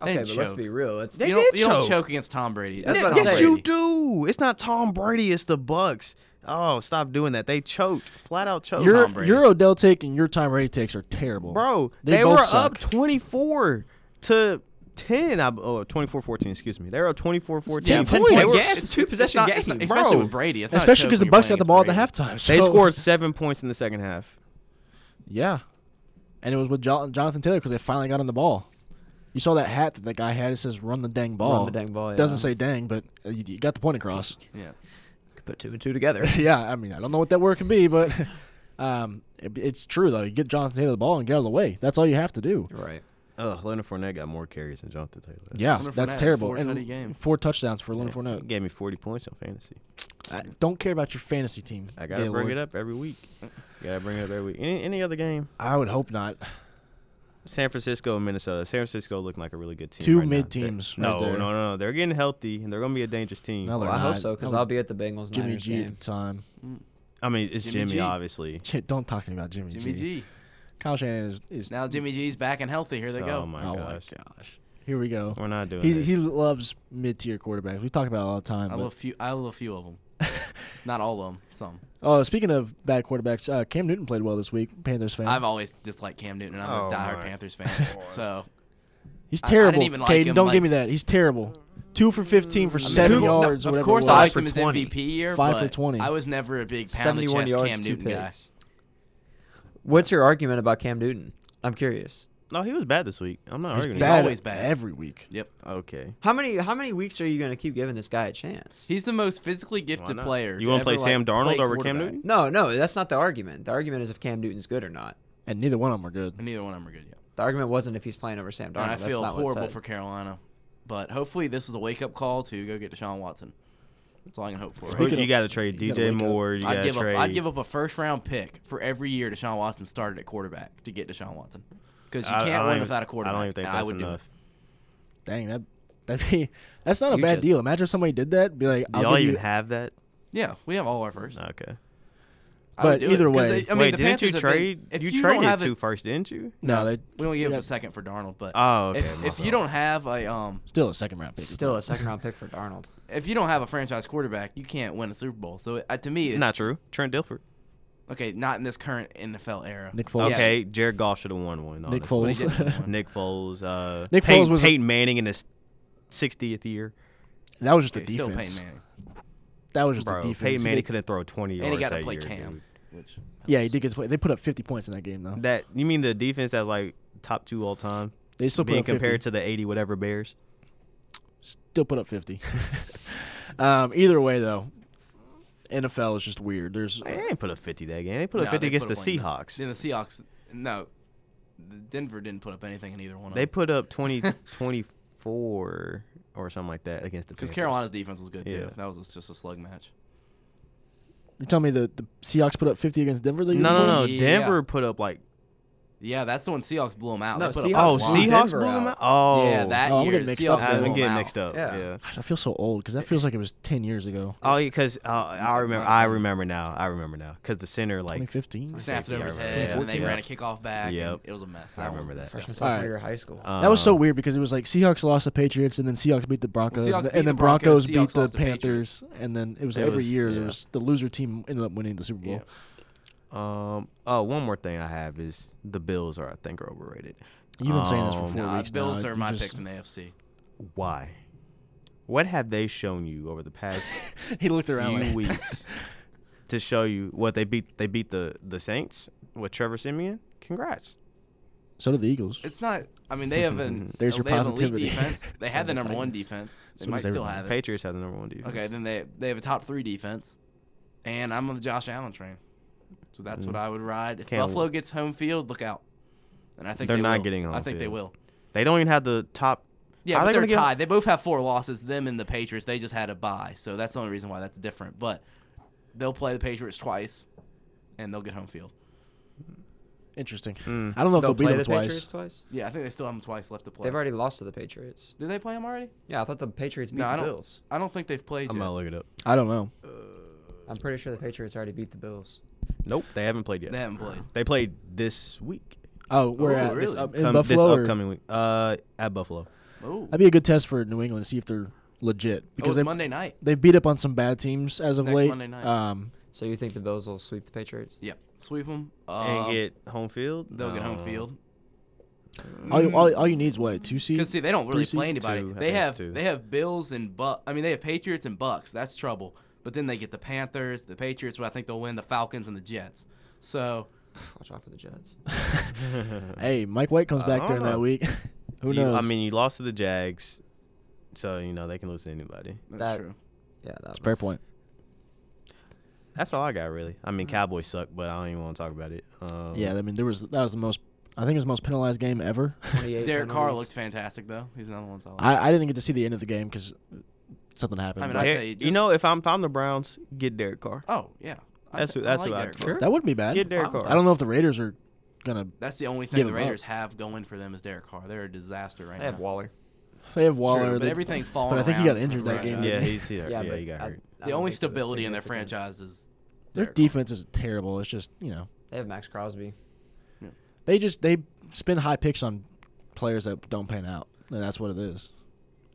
S3: Okay,
S4: didn't
S3: but let's
S4: choke.
S3: be real. It's
S1: They
S4: you don't,
S1: did
S4: you don't
S1: choke.
S4: choke against Tom Brady.
S3: That's
S4: It's
S3: what
S4: Tom
S3: I'm
S1: yes,
S4: Brady.
S1: you do. It's not Tom Brady. It's the Bucks. Oh, stop doing that. They choked, flat out choked.
S2: Your
S4: Tom Brady.
S2: your Odell take and your Tom Brady takes are terrible,
S1: Bro,
S2: They
S1: they,
S2: both
S1: were
S2: suck.
S1: up 24 to 10. I, oh, 24-14, excuse me. They were up 24-14.
S2: Yeah,
S1: They
S2: ten
S1: were-
S2: points.
S3: Yes, two possession
S4: not- it's not-
S3: game.
S4: especially
S1: Bro.
S4: with Brady. It's not a
S2: Especially
S4: choke
S2: because the
S4: when you're
S2: Bucks
S4: playing
S2: got the ball
S4: against
S2: at the halftime.
S1: They
S2: so-
S1: scored seven points in the second half.
S2: Yeah, and it was with Jo- Jonathan Taylor because they finally got on the ball. You saw that hat that the guy had. It says "Run the dang ball."
S3: the dang ball,
S2: Doesn't
S3: yeah.
S2: say "dang," but uh, you, you got the point across.
S4: Brady. Yeah.
S3: put two and two together.
S2: yeah, I mean, I don't know what that word could be, but um, it- it's true though. You get Jonathan Taylor the ball and get out of the way. That's all you have to do.
S3: right.
S1: Ugh, Leonard Fournette got more carries than Jonathan Taylor. That's
S2: Yeah,
S4: Leonard
S2: that's
S4: Fournette,
S2: terrible.
S4: four
S2: and
S4: tutty game.
S2: four touchdowns for Leonard
S1: He
S2: Fournette.
S1: gave me 40 points on fantasy.
S2: I don't care about your fantasy team.
S1: I gotta
S2: Gaylord.
S1: bring it up every week. Gotta bring it up every week. Any, any other game?
S2: I would hope not.
S1: San Francisco and Minnesota. San Francisco looking like a really good team.
S2: Two
S1: right now.
S2: mid teams
S1: They-
S2: right
S1: No,
S2: there.
S1: no, no, no. They're getting healthy and they're gonna be a dangerous team.
S2: No, they're
S3: Well, I hope
S2: not.
S3: so because
S2: No,
S3: I'll be at the Bengals
S2: Jimmy
S3: Niners
S2: G
S3: game.
S2: at the time.
S1: I mean, it's
S4: Jimmy
S1: Jimmy,
S4: G.
S1: obviously.
S2: Shit, don't talk to me about Jimmy,
S4: Jimmy G.
S2: Kyle Shannon is, is
S4: Now Jimmy G's back and healthy. Here they
S1: So,
S4: go.
S1: Oh my
S2: oh
S1: gosh.
S2: my gosh. Here we go.
S1: We're not doing
S2: He's,
S1: this.
S2: he loves mid tier quarterbacks. We talk about it all the time.
S4: I
S2: but-
S4: love few. I love a few of them. Not all of them. Some.
S2: oh, speaking of bad quarterbacks, uh, Cam Newton played well this week. Panthers fan.
S4: I've always disliked Cam Newton. and I'm
S1: Oh
S4: a diehard
S1: my
S4: Panthers fan. So
S2: He's
S4: I- I didn't
S2: terrible.
S4: even like
S2: Caden,
S4: him,
S2: don't
S4: like-
S2: give me that. He's terrible. Two for fifteen for seven
S4: Two- no,
S2: yards. or
S4: of
S2: whatever
S4: course,
S2: it
S4: I
S2: was.
S4: liked him as
S3: 20.
S4: MVP year.
S2: Five for
S4: but
S2: 20.
S4: I was never a big pound the
S3: Seventy-one
S4: chest
S3: yards,
S4: Cam
S3: two
S4: Newton guy.
S3: picks. What's your argument about Cam Newton? I'm curious.
S1: no, he was bad this week. I'm not
S2: He's
S1: arguing.
S2: bad
S4: always bad.
S2: every week.
S4: Yep.
S1: Okay.
S3: How many how many weeks are you going to keep giving this guy a chance?
S4: He's the most physically
S1: Why
S4: gifted
S1: not?
S4: player.
S1: You
S4: to
S1: wanna play
S4: ever,
S1: Sam
S4: like,
S1: Darnold
S4: play
S1: over Cam
S4: quarterback.
S1: Newton?
S3: no, no, that's not the argument. The argument is if Cam Newton's good or not.
S2: And neither one of them are good.
S4: And neither one of them are good yet.
S3: The argument wasn't if he's playing over Sam Darnold.
S4: And I
S3: That's
S4: feel
S3: not what's
S4: horrible
S3: said.
S4: for Carolina, but hopefully this was a wake up call to go get Deshaun Watson. That's all I can hope for.
S1: Who-
S2: Speaking
S1: you
S2: of-
S1: got to trade
S2: you gotta
S1: DJ
S2: wake up.
S1: Moore. You got
S4: I'd
S1: to
S4: give
S1: trade.
S4: up. I'd give up a first round pick for every year Deshaun Watson started at quarterback to get Deshaun Watson because you
S1: I- I
S4: can't
S1: don't
S4: win
S1: even-
S4: without a quarterback.
S1: I don't even think
S4: and
S1: that's
S4: I would do it.
S1: enough.
S4: Mm-hmm.
S2: Dang that. That'd be, that's not a
S3: You
S2: bad
S3: just-
S2: deal. Imagine if somebody did that. Be like,
S1: Do
S2: I'll
S1: y'all
S2: give
S1: even
S2: you.
S1: have that?
S4: Yeah, we have all our first.
S1: Okay.
S4: I would
S2: But
S4: do it,
S2: either
S4: 'cause
S2: way-
S4: I, I mean,
S1: Wait,
S4: the
S1: didn't you
S4: Panthers have been-
S1: trade?
S4: if
S1: you,
S4: don't
S1: traded
S4: have a-
S1: two first, didn't you?
S2: no, they
S4: we only
S2: they
S4: gave up
S2: got
S4: a second for Darnold, but
S1: Oh, okay.
S4: if,
S1: my
S4: if you
S1: fault.
S4: don't have a um,
S2: Still a second round pick.
S3: Still a second round pick for Darnold.
S4: if you don't have a franchise quarterback, you can't win a Super Bowl. So uh, to me, it's
S1: not true. Trent Dilford.
S4: Okay, not in this current NFL era.
S2: Nick Foles.
S1: Okay, Jared Goff should have won one.
S2: Nick
S1: honestly.
S4: But he didn't
S2: Foles.
S4: win.
S1: Nick Foles. Uh,
S2: Nick
S1: Nick
S2: Foles
S1: Peyton,
S2: was a-
S1: Peyton Manning in his 60th year.
S2: that was just
S4: Okay,
S2: the
S4: still
S2: defense.
S4: Peyton Manning.
S2: That was just
S1: Bro,
S2: the defense.
S1: Peyton
S2: They-
S1: Manning couldn't throw 20 yards
S4: And he got to
S1: that
S4: play
S1: year,
S4: Cam. Which
S2: Yeah, he did get. to play- They put up 50 points in that game though.
S1: dude. That you mean the defense that's like top two all time,
S2: They still put
S1: being
S2: up 50.
S1: compared to the 80 whatever Bears.
S2: still put up 50. um, either way, though, NFL is just weird. There's
S1: They ain't put up 50 that game. They put up
S4: No,
S1: 50
S4: they
S1: against
S4: put
S1: the
S4: up one.
S1: Seahawks.
S4: Then the Seahawks. No, the Denver didn't put up anything in either one.
S1: They put up 20, 24 or something like that against the
S4: because
S1: Panthers.
S4: Carolina's defense was good too.
S1: Yeah.
S4: That was just a slug match.
S2: you tell me the, the Seahawks put up 50 against Denver. the year
S1: No, no,
S2: before?
S1: no.
S4: Yeah.
S1: Denver put up like
S4: Yeah, that's the one Seahawks blew them out.
S3: No,
S4: they put up
S1: oh
S3: Seahawks
S4: a lot.
S3: won.
S1: Seahawks
S3: Denver
S1: blew them
S3: out.
S1: out. Oh
S4: Yeah, that
S2: Oh, I'm
S4: year
S2: getting mixed
S4: Seahawks
S2: up
S4: blew
S1: I'm
S2: blew
S1: getting
S4: them
S1: mixed
S4: out.
S1: up.
S3: Yeah.
S1: Yeah.
S2: Gosh, I feel so old because that feels like it was 10 years ago.
S1: Oh, because uh, I remember. I remember now. I remember now. Because the center like
S2: 2015.
S4: Snapped it
S1: Safety,
S4: over
S1: I
S4: his
S1: remember
S4: head,
S1: that.
S4: and then they
S1: Yeah.
S4: ran a kickoff back. Yeah,
S1: Yep.
S4: it was a mess.
S1: I
S4: That
S1: remember
S4: was
S1: that.
S3: Freshman
S4: disgusting.
S3: sophomore
S2: right.
S3: year of high school.
S1: uh,
S2: That was so weird because it was like Seahawks lost the Patriots and then Seahawks beat the Broncos
S4: Seahawks
S2: and,
S4: beat
S2: then
S4: the
S2: Broncos
S4: Broncos,
S2: beat
S4: Seahawks
S2: the
S4: lost to
S2: Panthers and then it was
S1: It
S2: every
S1: was-
S2: year
S1: yeah.
S2: there was the loser team ended up winning the Super Bowl.
S4: Yeah.
S1: Um. Oh, one more thing I have is the Bills are I think are overrated.
S2: You've been saying this for
S1: Um,
S2: four
S4: Nah,
S2: weeks
S4: Bills
S2: now.
S4: are
S2: You
S4: my
S2: just-
S4: pick from the AFC.
S1: Why? What have they shown you over the past
S2: He looked around.
S1: few
S2: like-
S1: weeks to show you what they beat? They beat the the Saints with Trevor Simeon. Congrats.
S2: so did the Eagles.
S4: It's not. I mean, they have an.
S2: There's your
S4: they have an elite
S2: positivity.
S4: defense. They
S2: So
S4: had the
S2: do the
S4: number one
S2: Titans.
S4: defense. They
S2: So do
S4: might still
S2: everybody.
S4: have it.
S1: Patriots have the number one defense.
S4: Okay, then they they have a top three defense, and I'm on the Josh Allen train, so that's what I would ride. If
S1: Can't
S4: Buffalo
S1: w-
S4: gets home field, look out. And I think
S1: They're
S4: they
S1: not
S4: will.
S1: getting home
S4: I think they
S1: field.
S4: will.
S1: They don't even have the top.
S4: Yeah,
S1: Are
S4: but
S1: they
S4: they are
S1: gonna get-
S4: tied. They both have four losses. Them and the Patriots. They just had a bye, so that's the only reason why that's different. But they'll play the Patriots twice, and they'll get home field.
S2: Interesting.
S1: Mm.
S2: I don't know if they'll,
S3: They'll play
S2: beat
S3: the
S2: them twice.
S3: Patriots twice.
S4: Yeah, I think they still have them twice left to play.
S3: They've already lost to the Patriots.
S4: Did they play them already?
S3: Yeah, I thought the Patriots beat
S4: No, I
S3: the
S4: don't.
S3: Bills.
S4: I don't think they've played.
S1: I'm
S4: yet.
S1: gonna look it up.
S2: I don't know. Oh,
S3: I'm pretty sure the Patriots already beat the Bills.
S1: Nope, they haven't played yet.
S4: They haven't played.
S1: They played this week.
S2: Oh, we're
S4: Oh,
S2: at this
S4: really?
S2: up- in
S1: Come
S2: Buffalo.
S1: this
S2: or-
S1: upcoming week. Uh, at Buffalo.
S4: Oh,
S2: that'd be a good test for New England to see if they're legit
S4: because
S2: because they
S4: Monday night.
S2: they beat up on some bad teams as of
S4: Next
S2: late.
S4: Monday night.
S2: Um,
S3: So you think the Bills will sweep the Patriots?
S4: Yeah, sweep them
S1: and get um, home field.
S4: Um, They'll get home
S1: No.
S4: field.
S2: all, you, all, you- all you need is what a two seed.
S4: Because see, they don't really
S2: Three
S4: play
S2: seed?
S4: anybody.
S1: Two, I
S4: they
S1: think it's
S4: have
S1: two.
S4: they have Bills and Buck. I mean, they have Patriots and Bucks. That's trouble. But then they get the Panthers, the Patriots. Who I think they'll win the Falcons and the Jets. So
S3: Watch out for the Jets.
S2: Hey, Mike White comes
S1: I
S2: back
S1: don't
S2: during
S1: know.
S2: that week. Who
S1: You-
S2: knows?
S1: I mean, you lost to the Jags, so you know they can lose to anybody.
S4: that's
S3: That-
S4: true.
S3: Yeah, that's
S2: fair point.
S1: That's all I got really. I
S4: Uh-huh.
S1: mean, Cowboys suck, but I don't even want to talk about it. Um,
S2: Yeah, I mean, there was that was the most. I think it was the most penalized game ever.
S3: 28
S4: Derek Carr
S3: penalties.
S4: looked fantastic though. He's another one. I, like.
S2: I, I didn't get to see the end of the game because something happened.
S4: I mean,
S2: but
S4: I
S1: Hey,
S4: tell you,
S1: you,
S4: just-
S1: know, if I'm if I'm the Browns, get Derek Carr.
S4: oh yeah, I
S1: That's
S4: th-
S1: who- that's
S4: I like
S1: who I-
S4: Derek Carr.
S3: Sure.
S2: that wouldn't be bad.
S1: Get Derek
S3: fine with
S1: Carr.
S2: I don't know if the Raiders are gonna.
S4: That's the only
S2: Give
S4: thing the
S2: him
S4: Raiders
S2: up.
S4: have going for them is Derek Carr. They're a disaster right
S3: They have
S4: now.
S3: Waller.
S2: They have Waller.
S4: but
S2: they-
S4: everything
S2: But
S4: falling
S2: I think he got
S4: around
S2: injured that
S4: Right.
S2: game.
S4: Yeah,
S1: Yeah,
S2: didn't he?
S1: he's here. Yeah,
S3: but
S1: he got
S3: I-
S1: hurt.
S3: I
S4: The
S3: don't
S4: only
S3: think it was
S4: stability in their
S3: significant.
S4: franchise is
S2: Their
S4: Derek Carr.
S2: defense is terrible. It's just you know
S3: They have Max Crosby.
S2: they just they spend high picks on players that don't pan out, and that's what it is.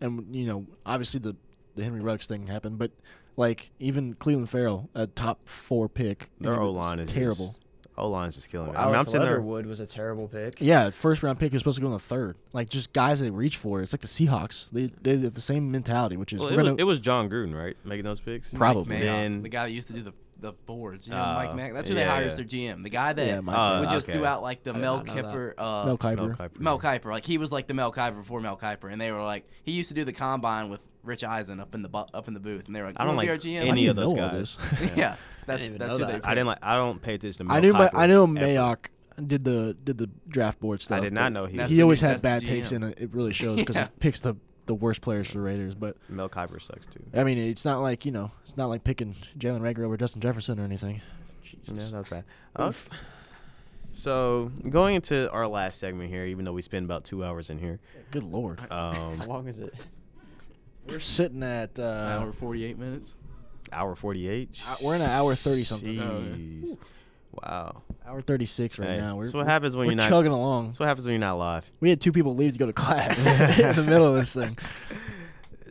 S2: And you know, obviously the the Henry Ruggs thing happened, but like even Cleveland Farrell, a top four pick, and
S1: Their
S2: it
S1: O
S2: was
S1: line is
S2: terrible.
S1: O line's just killing
S3: Well,
S1: it. I mean, I'm
S3: Alex
S1: sitting there.
S3: Leatherwood was a terrible pick.
S2: Yeah, first round pick was supposed to go in the third. Like just guys they reach for. It's like the Seahawks. They they have the same mentality, which is
S1: Well,
S2: we're
S1: it, was,
S2: gonna-
S1: it was John Gruden, right, making those picks.
S2: Mike Probably.
S4: Mayock,
S1: Then-
S4: the guy that used to do the the boards. You know,
S1: Uh,
S4: Mike Mack. That's who they
S1: yeah,
S4: hired
S1: yeah.
S4: as their GM. The guy that
S2: Yeah, Mike
S1: Uh,
S4: would just
S1: okay.
S4: do out like the
S3: I did
S4: Mel
S3: not know that.
S4: Kipper. Uh,
S2: Mel Kiper.
S1: Mel Kiper.
S4: Mel Kiper, like he was like the Mel Kiper before Mel Kiper, and they were like he used to do the combine with Rich Eisen up in the bu- up in the booth, and they were like,
S1: I don't
S4: "You wanna
S1: like
S4: be our GM?
S1: any
S2: you
S1: of those
S2: know all
S1: guys.
S2: this?
S4: yeah. that's
S3: even
S4: that's
S3: know
S4: who
S3: that.
S4: they.
S1: I didn't like. I don't pay attention to. Mel
S2: I knew Ma-
S1: Kiper
S2: I know
S1: ever.
S2: Mayock did the did the draft board stuff.
S1: did
S2: but
S1: not know he
S4: That's
S2: he
S4: the-
S2: always had
S4: that's the
S2: bad takes
S4: GM.
S2: and it really shows because
S4: Yeah.
S2: he picks the the worst players for the Raiders. But
S1: Mel Kiper sucks too.
S2: I mean, it's not like you know, it's not like picking Jalen Rager over Justin Jefferson or anything.
S1: Yeah, that was bad. So going into our last segment here, even though we spend about two hours in here,
S2: Good lord,
S3: How
S1: um,
S3: long is it?
S2: we're sitting at uh,
S4: hour forty eight minutes.
S1: hour forty-eight.
S2: uh, we're in an hour thirty something, Oh,
S1: Jeez. Wow.
S2: hour thirty six right
S1: Hey,
S2: now. We're,
S1: that's what happens when
S2: we're
S1: you're not-
S2: chugging along.
S1: That's what happens when you're not live.
S2: we had two people leave to go to class in the middle of this thing.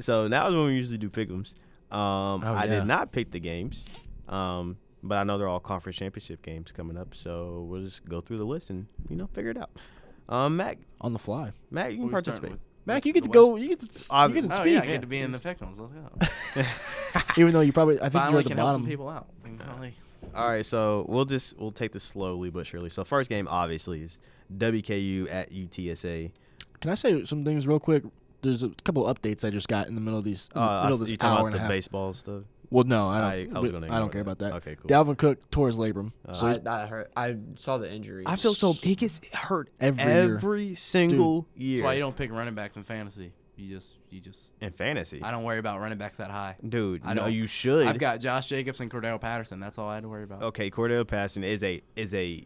S1: So that was when we usually do pick'ems. Um,
S2: Oh,
S1: I
S2: yeah.
S1: did not pick the games, um, but I know they're all conference championship games coming up. So we'll just go through the list and you know figure it out. Um, Mac,
S2: on the fly.
S1: Mac, you can
S4: What are we starting
S1: participate.
S4: with?
S2: Mac,
S4: West
S2: you
S4: to
S2: get to
S4: the
S2: go.
S4: West?
S2: You get to,
S1: Ob-
S2: you get to
S4: Oh
S2: speak.
S4: yeah, I get to be in the pick ones. Let's go.
S2: Even though you probably, I think you're
S4: Finally,
S2: at the
S4: can help some
S2: bottom.
S4: people out. We can finally-
S1: All right, so we'll just we'll take this slowly but surely. So first game obviously is WKU at UTSA.
S2: Can I say some things real quick? There's a couple updates I just got in the middle of these, in the
S1: Uh,
S2: middle
S1: I-
S2: of this
S1: you talking
S2: hour
S1: about
S2: and a
S1: the
S2: half.
S1: baseball stuff?
S2: Well, no, I don't.
S1: I- I
S2: I,
S1: was gonna
S2: I don't
S1: ignore
S2: care
S1: that.
S2: about that.
S1: Okay, cool. Uh,
S2: Dalvin Cook tore his labrum, so he's
S3: I, I heard. I saw the injury.
S1: I feel so he gets hurt
S2: Every
S1: every,
S2: year.
S1: single year.
S4: That's why you don't pick running backs in fantasy. You just you just
S1: in fantasy,
S4: I don't worry about running backs that high.
S1: dude.
S4: I
S1: no,
S4: don't.
S1: you should.
S4: I've got Josh Jacobs and Cordell Patterson. That's all I had to worry about.
S1: okay, Cordell Patterson is a is a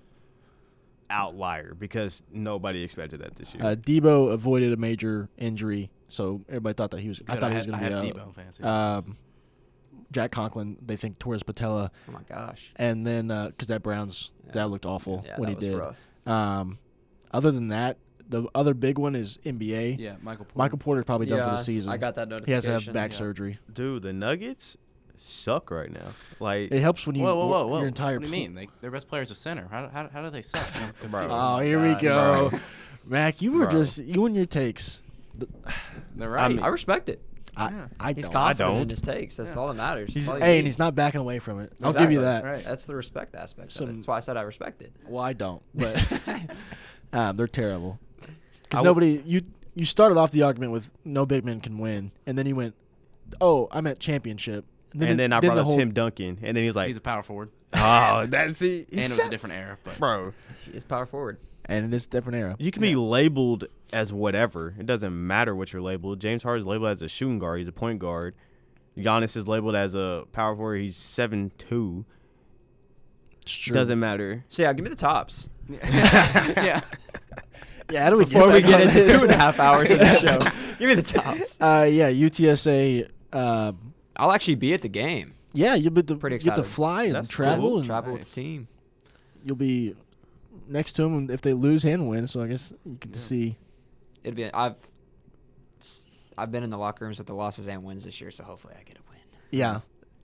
S1: outlier because nobody expected that this year.
S2: uh, Debo avoided a major injury, so everybody thought that he was. I
S4: Good,
S2: thought
S4: I
S2: he was
S4: had-
S2: going
S4: I
S2: to be
S4: have
S2: out.
S4: Debo in fantasy.
S2: Um, Jack Conklin, they think tore his patella,
S3: Oh my gosh.
S2: and then because that Browns
S3: Yeah.
S2: that looked awful
S3: Yeah,
S2: when
S3: that
S2: he
S3: was
S2: did.
S3: rough.
S2: Um, other than that, the other big one is NBA.
S4: Yeah, Michael. Porter.
S2: Michael Porter's probably done for the season.
S3: I got that
S2: He has
S3: notification.
S2: to have back surgery.
S1: dude, the Nuggets suck right now. Like
S2: It helps when you
S4: Whoa, whoa, whoa,
S2: wor-
S4: whoa!
S2: your entire.
S4: what do you
S2: pl-
S4: mean? They, their best player's a center. How, how, how do they suck? I'm confused.
S1: Bro.
S2: Oh, here we
S1: God,
S2: go,
S1: bro.
S2: Mac. You were
S1: Bro.
S2: just you and your takes. The-
S4: They're
S1: I
S4: right.
S1: mean-
S3: I respect it.
S2: I,
S4: Yeah.
S2: I
S3: He's
S2: don't.
S3: confident in
S1: don't.
S3: his takes. That's all that matters.
S2: He's,
S3: That's all you
S2: hey, and
S3: need.
S2: he's not backing away from it. I'll give you that.
S3: Exactly. That's the respect aspect. of
S2: Some-
S3: it. That's why I said I respect it.
S2: Well, I don't, but um, they're terrible.
S1: I
S2: Because
S1: w-
S2: nobody you you started off the argument with no big men can win, and then you went, oh, I meant championship,
S1: and
S2: it-
S1: then I brought
S2: the
S1: up
S2: whole-
S1: Tim Duncan, and then he's like,
S4: He's a power forward,
S1: "Oh, that's it."
S4: and it was a different era. But
S1: bro.
S3: He's power forward.
S2: and it is a different era.
S1: You can be labeled as whatever. It doesn't matter what you're labeled. James Harden's labeled as a shooting guard. He's a point guard. Giannis is labeled as a power forward. He's seven two.
S2: It's true.
S1: Doesn't matter.
S3: So yeah, give me the tops.
S4: yeah,
S2: yeah. How do we
S3: Before
S2: get
S3: we
S2: back
S3: get
S2: on
S3: into
S2: this?
S3: two and a half hours of the show, give me the tops.
S2: Uh, yeah, UTSA. Um,
S3: I'll actually be at the game.
S2: yeah, you'll be the,
S3: Pretty
S2: get to
S3: excited.
S2: fly and
S1: That's
S2: travel
S1: cool.
S2: and
S3: Travel with
S4: Nice.
S3: the team.
S2: you'll be next to them and if they lose and win. So I guess you get to see.
S3: It'd be. I've s- I've been in the locker rooms with the losses and wins this year, so hopefully I get a win.
S2: Yeah,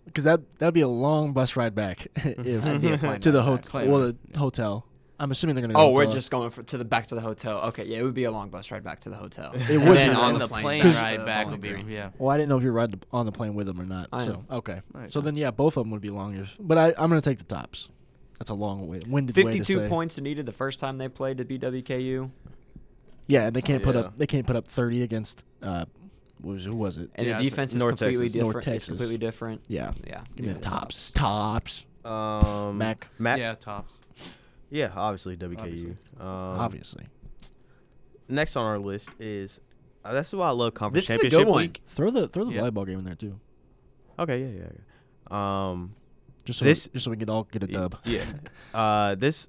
S2: because that that'd be a long bus ride back
S3: That'd be a
S2: if
S3: plane
S2: to the
S3: ride back.
S2: hotel. Well, the hotel. I'm assuming they're gonna. Go
S3: Oh, we're
S2: hotel.
S3: just going for, to the back to the hotel. Okay, yeah, it would be a long bus ride back to the hotel. It
S2: would
S3: then
S2: be.
S3: on
S2: And
S3: the
S4: the
S3: plane,
S2: plane
S3: back to
S4: ride back
S3: Bowling
S4: would be
S3: Green.
S4: yeah.
S2: Well, I didn't know if you ride the- on the plane with them or not.
S3: I
S2: so
S3: am.
S2: okay.
S4: Nice.
S2: So then, yeah, both of them would be long years. But I, I'm gonna take the tops. That's a long way. Winded way to
S3: Fifty-two
S2: say.
S3: points needed the first time they played to beat WKU,
S2: Yeah, and they can't put
S4: Yeah.
S2: up. They can't put up 30 against. Uh, what was, who was it?
S3: and
S4: Yeah,
S3: the
S4: it's
S3: defense is
S1: North
S3: completely
S1: Texas.
S2: North
S3: different. It's
S2: Texas.
S3: completely different.
S2: Yeah.
S3: Yeah,
S2: Give me the
S3: the
S2: tops. Tops.
S1: Um,
S2: Mac.
S1: Mac.
S4: Yeah, tops.
S1: Yeah, obviously WKU.
S4: Obviously.
S1: Um,
S2: obviously.
S1: Next on our list is uh, that's why I love conference
S3: This is a
S1: championship
S3: good one.
S1: week.
S2: Throw the throw the
S1: Yeah.
S2: volleyball game in there too.
S1: Okay, yeah, yeah. yeah. Um,
S2: Just so
S1: This-
S2: we, just so we can all get a
S1: y-
S2: dub.
S1: Yeah. uh, this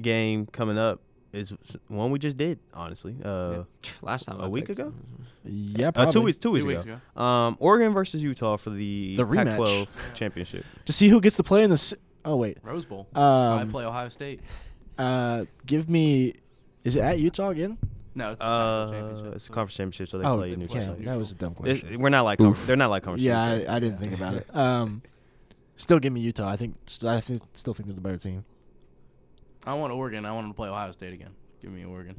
S1: game coming up is s- one we just did. Honestly, uh,
S3: Last time
S1: A
S3: I
S1: week
S3: picked.
S1: ago?
S2: yeah.
S1: uh
S2: Probably.
S1: two weeks, two weeks,
S4: weeks
S1: ago. Um, Oregon versus Utah for the,
S2: The rematch.
S1: Pac-12 championship.
S2: To see who gets to play in the. s- Oh wait.
S4: Rose Bowl. I
S2: Um,
S4: play Ohio State.
S2: Uh, give me. Is it at Utah again?
S4: No, it's the
S1: Uh,
S4: national championship.
S1: it's a conference championship, so they
S2: oh,
S1: play in
S4: they
S1: New
S4: play
S2: yeah,
S4: in
S1: Jersey.
S2: that was a dumb question.
S1: It- We're not like com-
S2: Oof.
S1: they're not like conference.
S2: yeah,
S1: championships.
S2: I, I didn't think about it. Um, still give me Utah. I think. St- I think still think they're the better team.
S4: I want Oregon. I want them to play Ohio State again. Give me Oregon.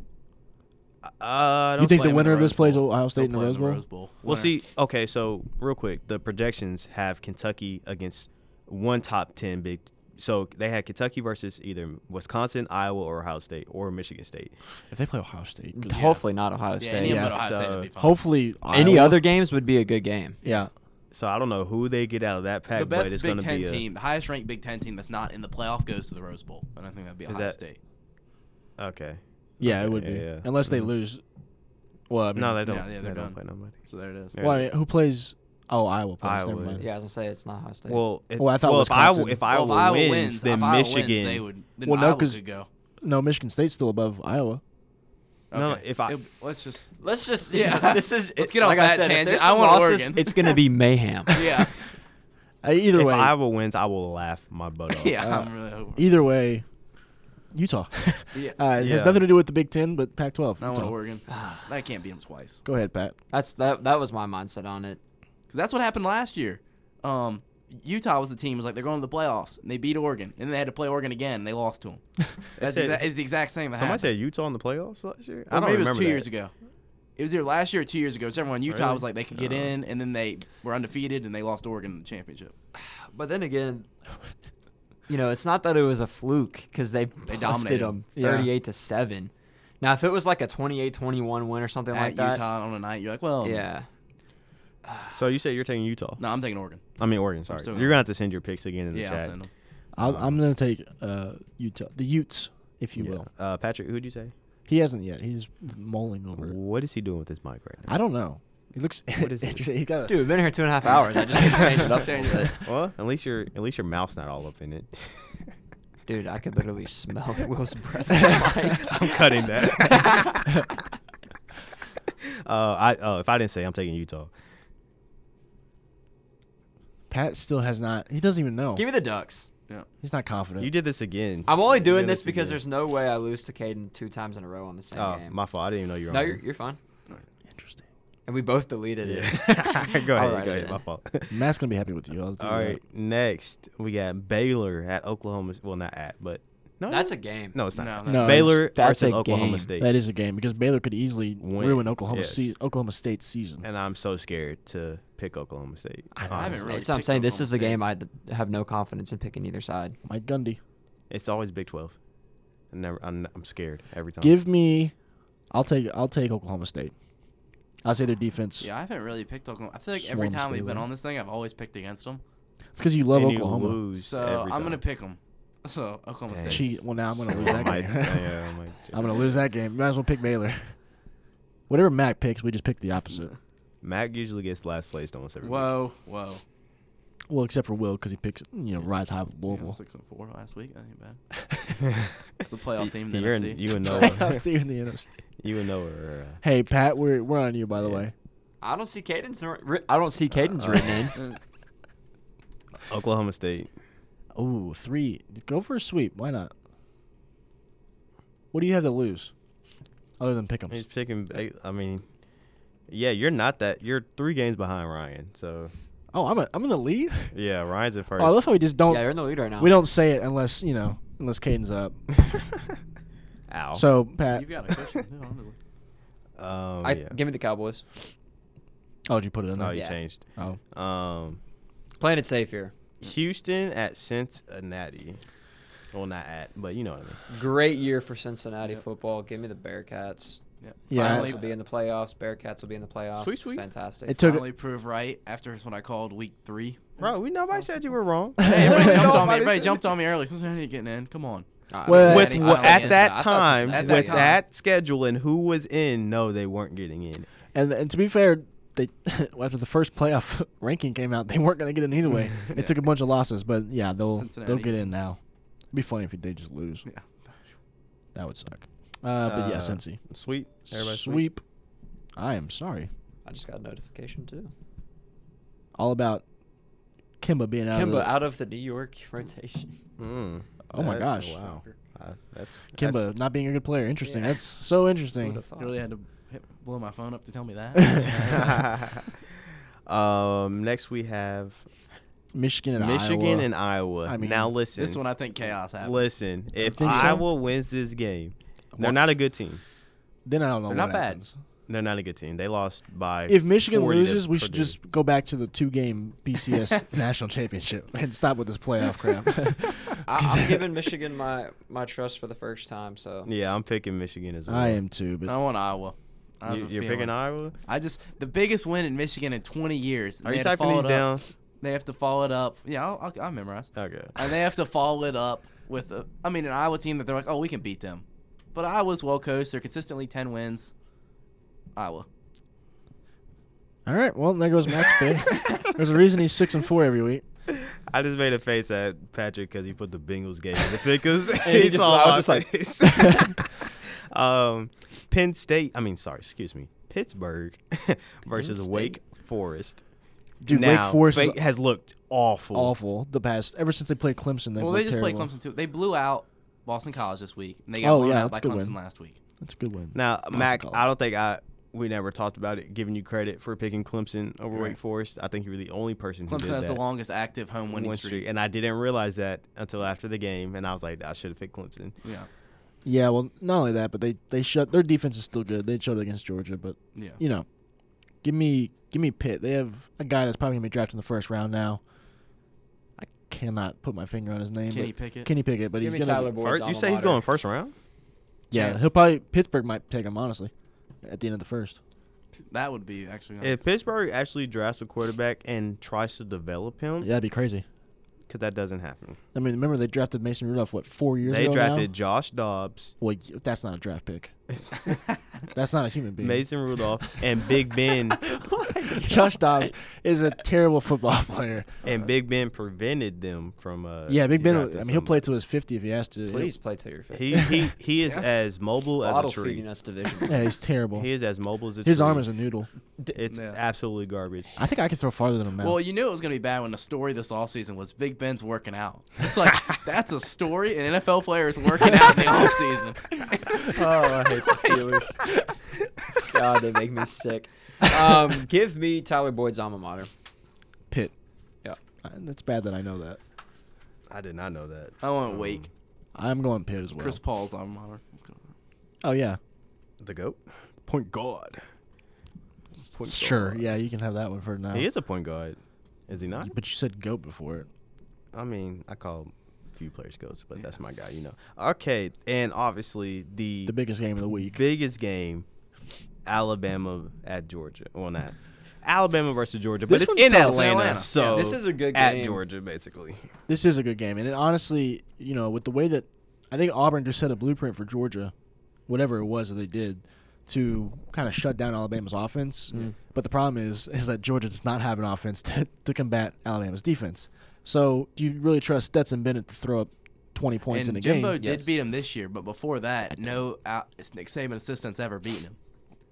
S1: Uh, I
S2: You
S1: don't
S2: think
S4: play
S2: the
S4: in the
S2: winner of this
S4: Rose
S2: plays
S4: Bowl.
S2: Ohio State
S4: Don't
S2: in the
S4: play
S2: Rose Bowl?
S1: Well,
S4: Winner.
S1: see, okay, so real quick, the projections have Kentucky against one top ten big. So they had Kentucky versus either Wisconsin, Iowa, or Ohio State, or Michigan State.
S2: If they play Ohio State, good.
S3: Mm, Hopefully not Ohio
S4: Yeah,
S3: State.
S4: any of them
S2: Yeah,
S4: but Ohio State would be fine.
S2: hopefully
S3: Any
S2: Iowa-
S3: other games would be a good game.
S2: Yeah,
S1: So I don't know who they get out of that pack,
S4: the
S1: but
S4: best
S1: it's
S4: Big
S1: going to
S4: Ten
S1: be a,
S4: team, the highest ranked Big Ten team that's not in the playoff goes to the Rose Bowl, and I think that'd be
S1: Is
S4: Ohio
S1: that-
S4: State.
S1: okay.
S2: yeah, it
S1: Okay,
S2: would
S1: yeah,
S2: be
S1: yeah. Mm-hmm.
S2: unless they lose. Well, I mean,
S1: No, they don't.
S4: yeah, yeah,
S1: they
S4: they're
S1: don't
S4: done.
S1: play nobody.
S4: So there it is.
S1: Yeah.
S2: Well, I mean, who plays? Oh, Iowa plays.
S1: Iowa.
S2: Never mind.
S3: Yeah, I was gonna say it's not Ohio State.
S1: Well, it,
S2: Well, I thought
S1: well,
S2: Wisconsin-
S1: if
S4: Well,
S1: Iowa,
S4: if
S1: if Iowa wins, then
S4: if Iowa wins,
S1: Michigan.
S4: they would. Then
S2: Well, no,
S4: Iowa
S2: 'cause-
S4: could go.
S2: No, Michigan State's still above Iowa.
S1: No,
S4: Okay.
S1: if I-
S4: It- let's just
S3: Let's just
S4: Yeah.
S3: This is
S4: Let's get off
S3: like I
S4: that
S3: said, if
S4: tangent.
S3: there's
S4: I
S3: some
S4: want
S3: losses,
S4: Oregon.
S3: It's gonna be mayhem.
S4: yeah,
S2: Uh, either
S1: if
S2: way,
S1: Iowa wins, I will laugh my butt off.
S4: yeah.
S2: Uh,
S4: I'm really hoping.
S2: either way, Utah.
S4: Yeah.
S2: Uh, it
S1: Yeah.
S2: has nothing to do with the Big Ten, but Pac-12.
S4: I want
S2: Utah.
S4: Oregon. I can't beat them twice.
S2: Go ahead, Pat.
S3: That's that. That was my mindset on it.
S4: Because that's what happened last year. Um, Utah was the team was like they're going to the playoffs and they beat Oregon and they had to play Oregon again and they lost to them. That's
S1: said-
S4: exa- it's the exact same. that
S1: Somebody
S4: happened.
S1: said Utah in the playoffs last year.
S4: Or
S1: I don't
S4: maybe it
S1: remember
S4: was two
S1: that. Oh,
S4: years ago. It was either last year or two years ago. Whichever one. Utah
S1: Really?
S4: was like they could get in and then they were undefeated and they lost to Oregon in the championship.
S3: But then again, you know, it's not that it was a fluke because they they
S4: dominated.
S3: them
S2: Yeah.
S3: thirty-eight to seven. Now, if it was like a 28-21 win or something
S4: At
S3: like that,
S4: Utah on a night, you're like,
S1: Um,
S4: well,
S3: yeah,
S1: So you said you're taking Utah.
S4: No, I'm taking Oregon.
S1: I mean Oregon. Sorry,
S4: still
S1: you're
S4: going.
S1: going to have to send your picks again in the
S4: yeah, I'll
S1: chat.
S4: send them.
S2: I'll, I'm going to take uh, Utah, the Utes, if you
S1: Um, Yeah.
S2: will.
S1: Uh, Patrick, who'd you say?
S2: He hasn't yet. He's mulling over. it.
S1: What is he doing with his mic right now?
S2: I don't know. He looks.
S1: What is this?
S2: interesting. He got a,
S3: dude, we've been here two and a half hours. I just need to change it up a little bit.
S1: Well, at least your at least your mouth's not all up in it.
S3: Dude, I could literally smell Will's breath.
S1: I'm cutting that. uh, I oh, if I didn't say, I'm taking Utah.
S2: Pat still has not. He doesn't even know.
S3: Give me the Ducks.
S2: He's not confident.
S1: You did this again.
S3: I'm only
S1: You did
S3: doing this because
S1: again.
S3: there's no way I lose to Caden two times in a row on the same
S1: Oh,
S3: game.
S1: my fault. I didn't even know you were
S3: no,
S1: on.
S3: you're, you're fine.
S2: Interesting.
S3: And we both deleted it.
S1: go ahead.
S3: Alrighty
S1: go ahead.
S3: then.
S1: My fault.
S2: Matt's gonna be happy with you. I'll tell
S1: all
S2: you that.
S1: right. Next, we got Baylor at Oklahoma. Well, not at, but no,
S3: That's a game.
S1: no, it's not.
S4: No,
S1: at.
S4: no,
S2: no,
S1: Baylor
S3: that's
S1: versus
S3: a
S1: Oklahoma
S3: game.
S1: State,
S2: That is a game because Baylor could easily
S1: Win.
S2: ruin Oklahoma
S1: Yes.
S2: se- Oklahoma State's season.
S1: and I'm so scared to pick Oklahoma State.
S2: I
S4: I haven't
S1: honestly.
S4: really
S3: That's what I'm
S4: picked
S3: saying. This
S4: Oklahoma
S3: is the
S4: State.
S3: game I have no confidence in picking either side.
S2: Mike Gundy,
S1: It's always Big Twelve. I never. I'm, I'm scared every time.
S2: give me. I'll take. I'll take Oklahoma State. I say their defense.
S4: Yeah, I haven't really picked Oklahoma. I feel like every
S2: Swarms
S4: time we've been
S2: Baylor.
S4: on this thing, I've always picked against them.
S2: It's because you love
S1: And you
S2: Oklahoma.
S1: lose
S4: So
S1: every
S4: I'm gonna
S1: time.
S4: pick them. So Oklahoma
S1: Dang.
S4: State.
S2: Cheat. Well, now I'm gonna lose
S1: I
S2: that
S1: might-
S2: game.
S1: yeah, I might do
S2: I'm gonna
S1: that.
S2: lose that game. Might as well pick Baylor. Whatever Mac picks, we just pick the opposite.
S1: Mac usually gets last place almost every week.
S4: Whoa, whoa.
S2: Well, except for Will, because he picks you know Rise High with
S4: Yeah,
S2: Louisville.
S4: six and four last week. That ain't bad. It's a playoff team. in the
S1: You're in-
S4: NFC.
S1: you and Noah.
S2: Playoff team in the NFC.
S1: You and Noah are. Uh,
S2: Hey Pat, we're we're on you by the
S1: Yeah.
S2: way.
S3: I don't see Caden's. wri- wri- I don't see Caden's
S1: uh,
S3: written in.
S1: Oklahoma State.
S2: Ooh, three. Go for a sweep. Why not? What do you have to lose, other than pick 'em?
S1: He's picking. I- I mean, yeah, you're not that. You're three games behind Ryan. So
S2: Oh, I'm a, I'm in the lead.
S1: yeah, Ryan's at first.
S2: Oh, I love how we just don't.
S3: yeah, you're in the lead right now.
S2: we don't say it unless you know, unless Caden's up.
S1: Ow.
S2: So Pat,
S4: You've got a question. No, I'm just-
S1: um,
S3: I,
S1: yeah.
S3: Give me the Cowboys.
S2: oh, did you put it in
S1: oh,
S2: there?
S1: you
S3: yeah.
S1: changed.
S2: Oh,
S1: Um,
S3: Playing it safe here.
S1: Houston at Cincinnati. Well, not at, but you know what I mean.
S3: Great year for Cincinnati football. Give me the Bearcats.
S4: Yep.
S2: Yeah.
S3: Finals
S4: Finally,
S3: will be in the playoffs. Bearcats will be in the playoffs.
S1: Sweet,
S3: It's
S1: sweet.
S3: fantastic.
S2: it took.
S4: finally proved right after what I called week three.
S1: Bro, we nobody said you were wrong.
S4: Hey, everybody
S1: Nobody
S4: jumped on me.
S1: said-
S4: Everybody jumped on me early. Cincinnati ain't getting in. Come on.
S3: Nah,
S2: Well,
S1: with
S4: Cincinnati-
S1: wha-
S4: I thought
S1: at
S4: Cincinnati-
S1: that
S3: I thought
S1: time,
S3: Cincinnati
S4: was
S1: with
S4: getting in.
S1: that schedule and who was in, no, they weren't getting in.
S2: And and to be fair, they after the first playoff ranking came out, they weren't going to get in either way. They took a bunch of losses, but yeah, they'll they'll
S4: Cincinnati.
S2: get in now. It'd be funny if they just lose.
S4: Yeah.
S2: That would suck. Uh, but yeah,
S1: Uh,
S2: Cincy
S1: Sweet, everybody. Sweet.
S2: sweep. I am sorry.
S3: I just got a notification too.
S2: All about Kimba being out. of
S3: Kimba
S2: the,
S3: out of the New York rotation.
S1: Mm,
S2: Oh my gosh.
S1: Wow. Uh, that's
S2: Kimba
S1: that's-
S2: not being a good player. Interesting.
S3: Yeah.
S2: That's so
S3: Who'da
S2: interesting.
S3: thought?
S4: You really had to hit, blow my phone up to tell me that.
S1: um, next we have
S2: Michigan and
S1: Michigan
S2: Iowa.
S1: and Iowa.
S2: I mean,
S1: now listen,
S4: this one, I think chaos happened.
S1: listen. If
S2: think so.
S1: Iowa wins this game, they're
S2: What?
S1: not a good team.
S2: then I don't know.
S1: They're
S2: What
S1: not bad.
S2: happens.
S1: They're not a good team. They lost by.
S2: If Michigan
S1: 40 to
S2: loses, we should
S1: Purdue.
S2: just go back to the two-game BCS national championship and stop with this playoff crap.
S3: I, I'm giving Michigan my my trust for the first time. So
S1: Yeah, I'm picking Michigan as well.
S2: I am too, but
S1: Um,
S4: I want Iowa. I have
S1: You,
S4: a
S1: you're
S4: feeling.
S1: picking Iowa.
S4: I just the biggest win in Michigan in 20 years. and
S1: Are
S4: they
S1: you
S4: had to
S1: typing
S4: follow
S1: these
S4: it up-
S1: down?
S4: They have to follow it up. Yeah, I'll, I'll, I'll memorize.
S1: Okay.
S4: And they have to follow it up with, a, I mean, an Iowa team that they're like, oh, we can beat them. But Iowa's well coached. They're consistently 10 wins. Iowa.
S2: all right. Well, there goes Max. pick. There's a reason he's six and four every week.
S1: I just made a face at Patrick because he put the Bengals game in the pickers.
S3: he just- I was
S1: just like, um, Penn State. I mean, sorry, excuse me, Pittsburgh versus
S3: Penn State.
S1: Wake Forest.
S2: Dude,
S1: now,
S2: Wake Forest is
S1: Wake has looked awful.
S2: awful the past ever since they played Clemson. They
S4: well, they
S2: looked
S4: just
S2: terrible.
S4: played Clemson, too. They blew out Boston College this week, and they got
S2: Oh,
S4: blown
S2: yeah, that's
S4: out by
S2: a good
S4: Clemson
S2: win.
S4: last week.
S2: That's a good win.
S1: Now, Mac,
S2: College.
S1: I don't think I we never talked about it, giving you credit for picking Clemson over Wake
S4: Right.
S1: Forest. I think you were the only person who
S4: Clemson
S1: did
S4: has
S1: that.
S4: the longest active home winning
S1: Win
S4: streak.
S1: and I didn't realize that until after the game, and I was like, I should have picked Clemson.
S4: Yeah,
S2: Yeah, well, not only that, but they they shut their defense is still good. They showed it against Georgia, but
S4: yeah.
S2: you know, give me give me Pitt. They have a guy that's probably gonna be drafted in the first round now. I cannot put my finger on his name.
S4: Kenny
S2: but
S4: Pickett.
S2: Kenny Pickett, but
S3: Give me
S2: he's gonna
S3: Tyler
S2: be-
S3: Boyd's
S1: First, you
S3: alma
S1: say he's
S3: mater.
S1: going first round?
S2: yeah,
S4: Chance.
S2: he'll probably Pittsburgh might take him honestly at the end of the first.
S4: that would be actually nice.
S1: If Pittsburgh actually drafts a quarterback and tries to develop him,
S2: Yeah, that'd be crazy.
S1: because that doesn't happen.
S2: I mean, remember they drafted Mason Rudolph what four years
S1: They
S2: ago?
S1: drafted
S2: Now?
S1: Josh Dobbs,
S2: Well, y- that's not a draft pick. That's not a human being.
S1: Mason Rudolph, and Big Ben.
S2: Josh Dobbs is a terrible football player.
S1: and Big Ben prevented them from. Uh,
S2: Yeah, Big Ben. I mean,
S1: drafting
S2: he'll play
S1: somebody.
S2: till his fifty if he has to.
S3: please play till your fifth.
S1: He he he is as mobile as
S3: Bottle
S1: a tree.
S3: feeding us division.
S2: Yeah, he's terrible.
S1: He is as mobile as a tree.
S2: His arm is a noodle.
S1: It's
S4: Yeah.
S1: absolutely garbage.
S2: I think I could throw farther than him now.
S4: Well, you knew it was going to be bad when the story this offseason was Big Ben's working out. It's like, that's a story. An NFL player is working out in the offseason.
S3: oh, I hate the Steelers. God, they make me sick. Um, give me Tyler Boyd's alma mater.
S2: Pitt.
S3: Yeah.
S2: Uh, That's bad that I know that.
S1: I did not know that.
S3: Oh.
S4: I want Wake.
S2: I'm going Pitt as Oh, well.
S4: Chris Paul's alma mater. Let's go.
S2: Oh yeah.
S1: The goat, point guard. Point
S2: Sure.
S1: guard.
S2: Yeah, you can have that one for now.
S1: He is a point guard, is he not?
S2: But you said goat before it.
S1: I mean, I call a few players goats, but that's my guy, you know. Okay, and obviously the,
S2: The biggest game of the week.
S1: biggest game, Alabama at Georgia. Well, not Alabama versus Georgia,
S2: This
S1: but
S2: one's
S1: it's in
S2: tough. It's in
S1: Atlanta,
S4: Atlanta.
S1: So
S3: Yeah, this is a good
S1: at
S3: game.
S1: Georgia, basically.
S2: This is a good game, and it honestly, you know, with the way that I think Auburn just set a blueprint for Georgia, whatever it was that they did, to kind of shut down Alabama's offense. But the problem is, is that Georgia does not have an offense to, to combat Alabama's defense. So, do you really trust Stetson Bennett to throw up 20 points
S4: And
S2: in a
S4: Jimbo
S2: game?
S4: did
S3: Yes.
S4: beat him this year, but before that, no out, Nick Saban assistants ever beaten him.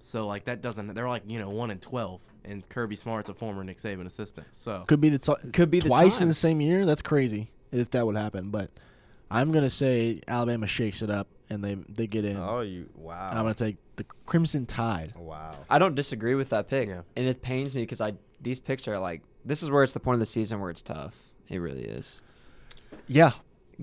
S4: So, like, that doesn't, they're like, you know, 1 and 12. And Kirby Smart's a former Nick Saban assistant. So,
S2: Could be the t-
S3: Could be the
S2: twice in
S3: time.
S2: the same year. That's crazy if that would happen. But I'm gonna say Alabama shakes it up and they they get in.
S1: Oh, you wow.
S2: I'm gonna take the Crimson Tide.
S4: Oh.
S1: wow.
S3: I don't disagree with that pick,
S4: Yeah.
S3: and it pains me because I these picks are like this is where it's the point of the season where it's tough. It really is.
S2: Yeah,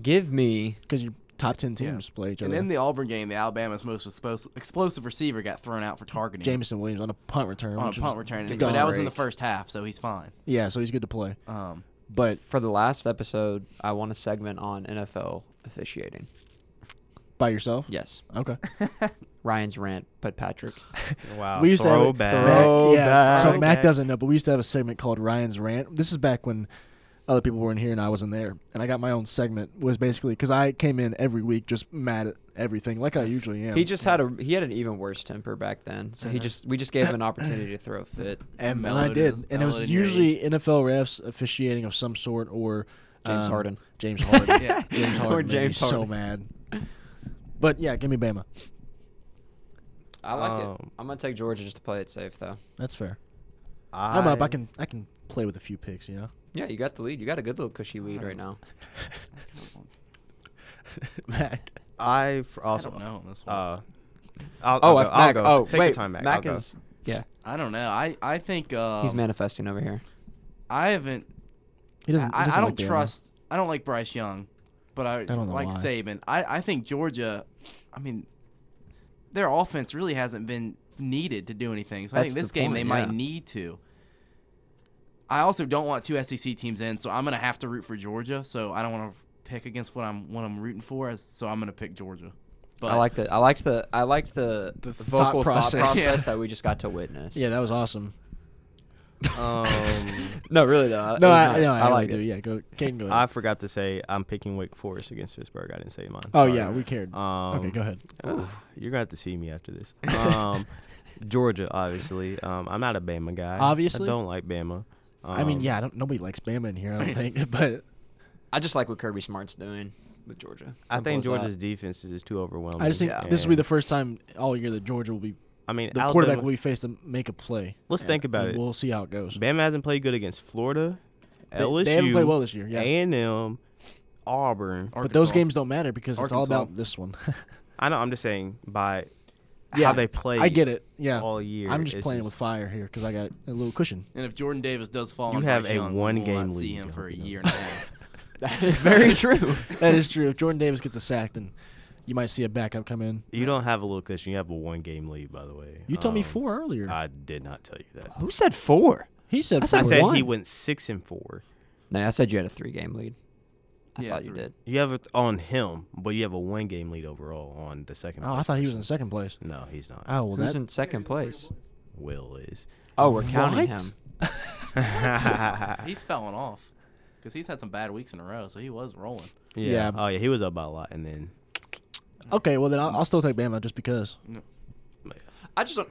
S3: Give me
S2: because your top ten teams play each
S4: And
S2: other.
S4: in the Auburn game, the Alabama's most expos- explosive receiver got thrown out for targeting
S2: Jameson Williams on a punt return.
S4: on a
S2: which was
S4: punt return,
S2: dumb.
S4: but that was in the first half, so he's fine.
S2: Yeah, so he's good to play.
S4: Um,
S2: But
S3: for the last episode. I want a segment on NFL officiating.
S2: by yourself,
S3: Yes,
S2: okay.
S3: Ryan's rant, but Patrick.
S1: Wow.
S2: we used to have a-
S1: throwback.
S2: Mac- yeah, So
S1: Throwback.
S2: Mac doesn't know, but we used to have a segment called Ryan's Rant. This is back when other people were in here and I wasn't there, and I got my own segment. Was basically because I came in every week just mad at everything, like I usually am.
S3: He just had a he had an even worse temper back then, so he
S1: Uh-huh.
S3: just we just gave him an opportunity to throw a fit.
S2: and, and I
S4: mellowed
S2: did,
S4: his-
S2: and it was
S4: mellowed your
S2: usually NFL refs officiating of some sort or
S3: James
S2: um,
S3: Harden.
S2: James Harden.
S4: Yeah.
S2: James
S3: Or
S2: Harden. made me
S3: James
S2: So
S3: Harden.
S2: mad. But yeah, give me Bama.
S3: I like it.
S1: Um,
S3: I'm gonna take Georgia just to play it safe though.
S2: That's fair.
S1: I,
S2: I'm up. I can I can play with a few picks. You know.
S3: Yeah, you got the lead. You got a good little cushy lead right now.
S2: Mac.
S1: I f-
S4: I
S1: also.
S4: don't know on this one.
S1: Uh, I'll, I'll
S3: Oh,
S1: go.
S3: if
S1: I'll
S3: Mac.
S1: go.
S3: Oh,
S1: Take
S3: wait,
S1: your time, Mac. I'll go.
S3: is. Yeah,
S4: I don't know. I I think um,
S3: he's manifesting over here.
S4: I haven't.
S2: He doesn't. he
S4: I, I
S2: doesn't
S4: don't
S2: like Bama.
S4: trust. I don't like Bryce Young, but I,
S2: don't know
S4: like
S2: why.
S4: Saban. I I think Georgia. I mean, their offense really hasn't been needed to do anything. So I
S3: That's
S4: think this
S3: the
S4: game
S3: point,
S4: they
S3: yeah.
S4: might need to. I also don't want two SEC teams in, so I'm gonna have to root for Georgia. So I don't want to pick against what I'm what I'm rooting for. as- So I'm gonna pick Georgia. But
S3: I like the I liked the I liked the,
S2: The thought
S3: vocal
S2: process.
S3: thought process
S4: Yeah.
S3: that we just got to witness.
S2: Yeah, that was awesome.
S1: Um,
S3: no, really though.
S2: No,
S3: I,
S2: I,
S3: it was nice.
S2: no, I,
S3: like
S2: do.
S3: it.
S2: Yeah, go, Caden, go ahead.
S1: I forgot to say I'm picking Wake Forest against Pittsburgh. I didn't say mine.
S2: oh
S1: Sorry.
S2: yeah, we cared.
S1: Um,
S2: okay, go ahead.
S1: Ooh, you're gonna have to see me after this. Um, Georgia, obviously. Um, I'm not a Bama guy.
S2: Obviously.
S1: I don't like Bama. Um,
S2: I mean, yeah, I don't, nobody likes Bama in here, I don't think. But
S3: I just like what Kirby Smart's doing with Georgia.
S1: I think
S3: Simple as
S1: Georgia's defense is just too overwhelming.
S2: I just think this will be
S1: and-
S2: the first time all year that Georgia will be
S1: I mean,
S2: the
S1: Alabama,
S2: quarterback will be faced to make a play.
S1: Let's
S2: And
S1: think about it.
S2: We'll see how it goes.
S1: Bama hasn't played good against Florida,
S2: They-
S1: LSU,
S2: they haven't played well this year, yeah.
S1: A&M, Auburn.
S2: But those
S4: Arkansas.
S2: games don't matter because it's all
S4: Arkansas.
S2: about this one.
S1: I know. I'm just saying by
S2: Yeah,
S1: how they play.
S2: I get it. Yeah,
S1: all year,
S2: I'm just
S1: it's
S2: playing
S1: just-
S2: with fire here because I got a little cushion.
S4: And if Jordan Davis does fall,
S1: You
S4: on
S1: have
S4: Bryce
S1: a
S4: Young, we will
S1: one-game
S4: not see
S1: lead,
S4: him
S1: I
S4: for a
S1: hope you
S4: year
S1: know.
S4: and a half.
S3: that is very true.
S2: that is true. If Jordan Davis gets a sack, then you might see a backup come in.
S1: You don't have a little cushion. You have a one game lead, by the way.
S2: You told me
S1: Um,
S2: four earlier.
S1: I did not tell you that.
S3: Who said four?
S2: he said.
S3: I
S1: I
S3: said
S2: four.
S1: said he
S3: one.
S1: went six and four.
S3: No, I said you had a three game lead. I
S4: Yeah,
S3: thought you
S4: three.
S3: did.
S1: You have it on him, but you have a one game lead overall on the second.
S2: Oh, I
S1: place
S2: thought he was
S1: person.
S2: in second place.
S1: No, he's not.
S2: Oh well,
S3: Who's
S2: that
S3: in second place?
S1: Will is.
S3: Oh, we're counting
S2: What?
S3: him.
S4: he's falling off because he's had some bad weeks in a row, so he was rolling.
S1: Yeah.
S2: Yeah.
S1: Oh yeah, he was up by a lot, and then
S2: okay. Well, then I'll, I'll still take Bama just because.
S3: I just don't.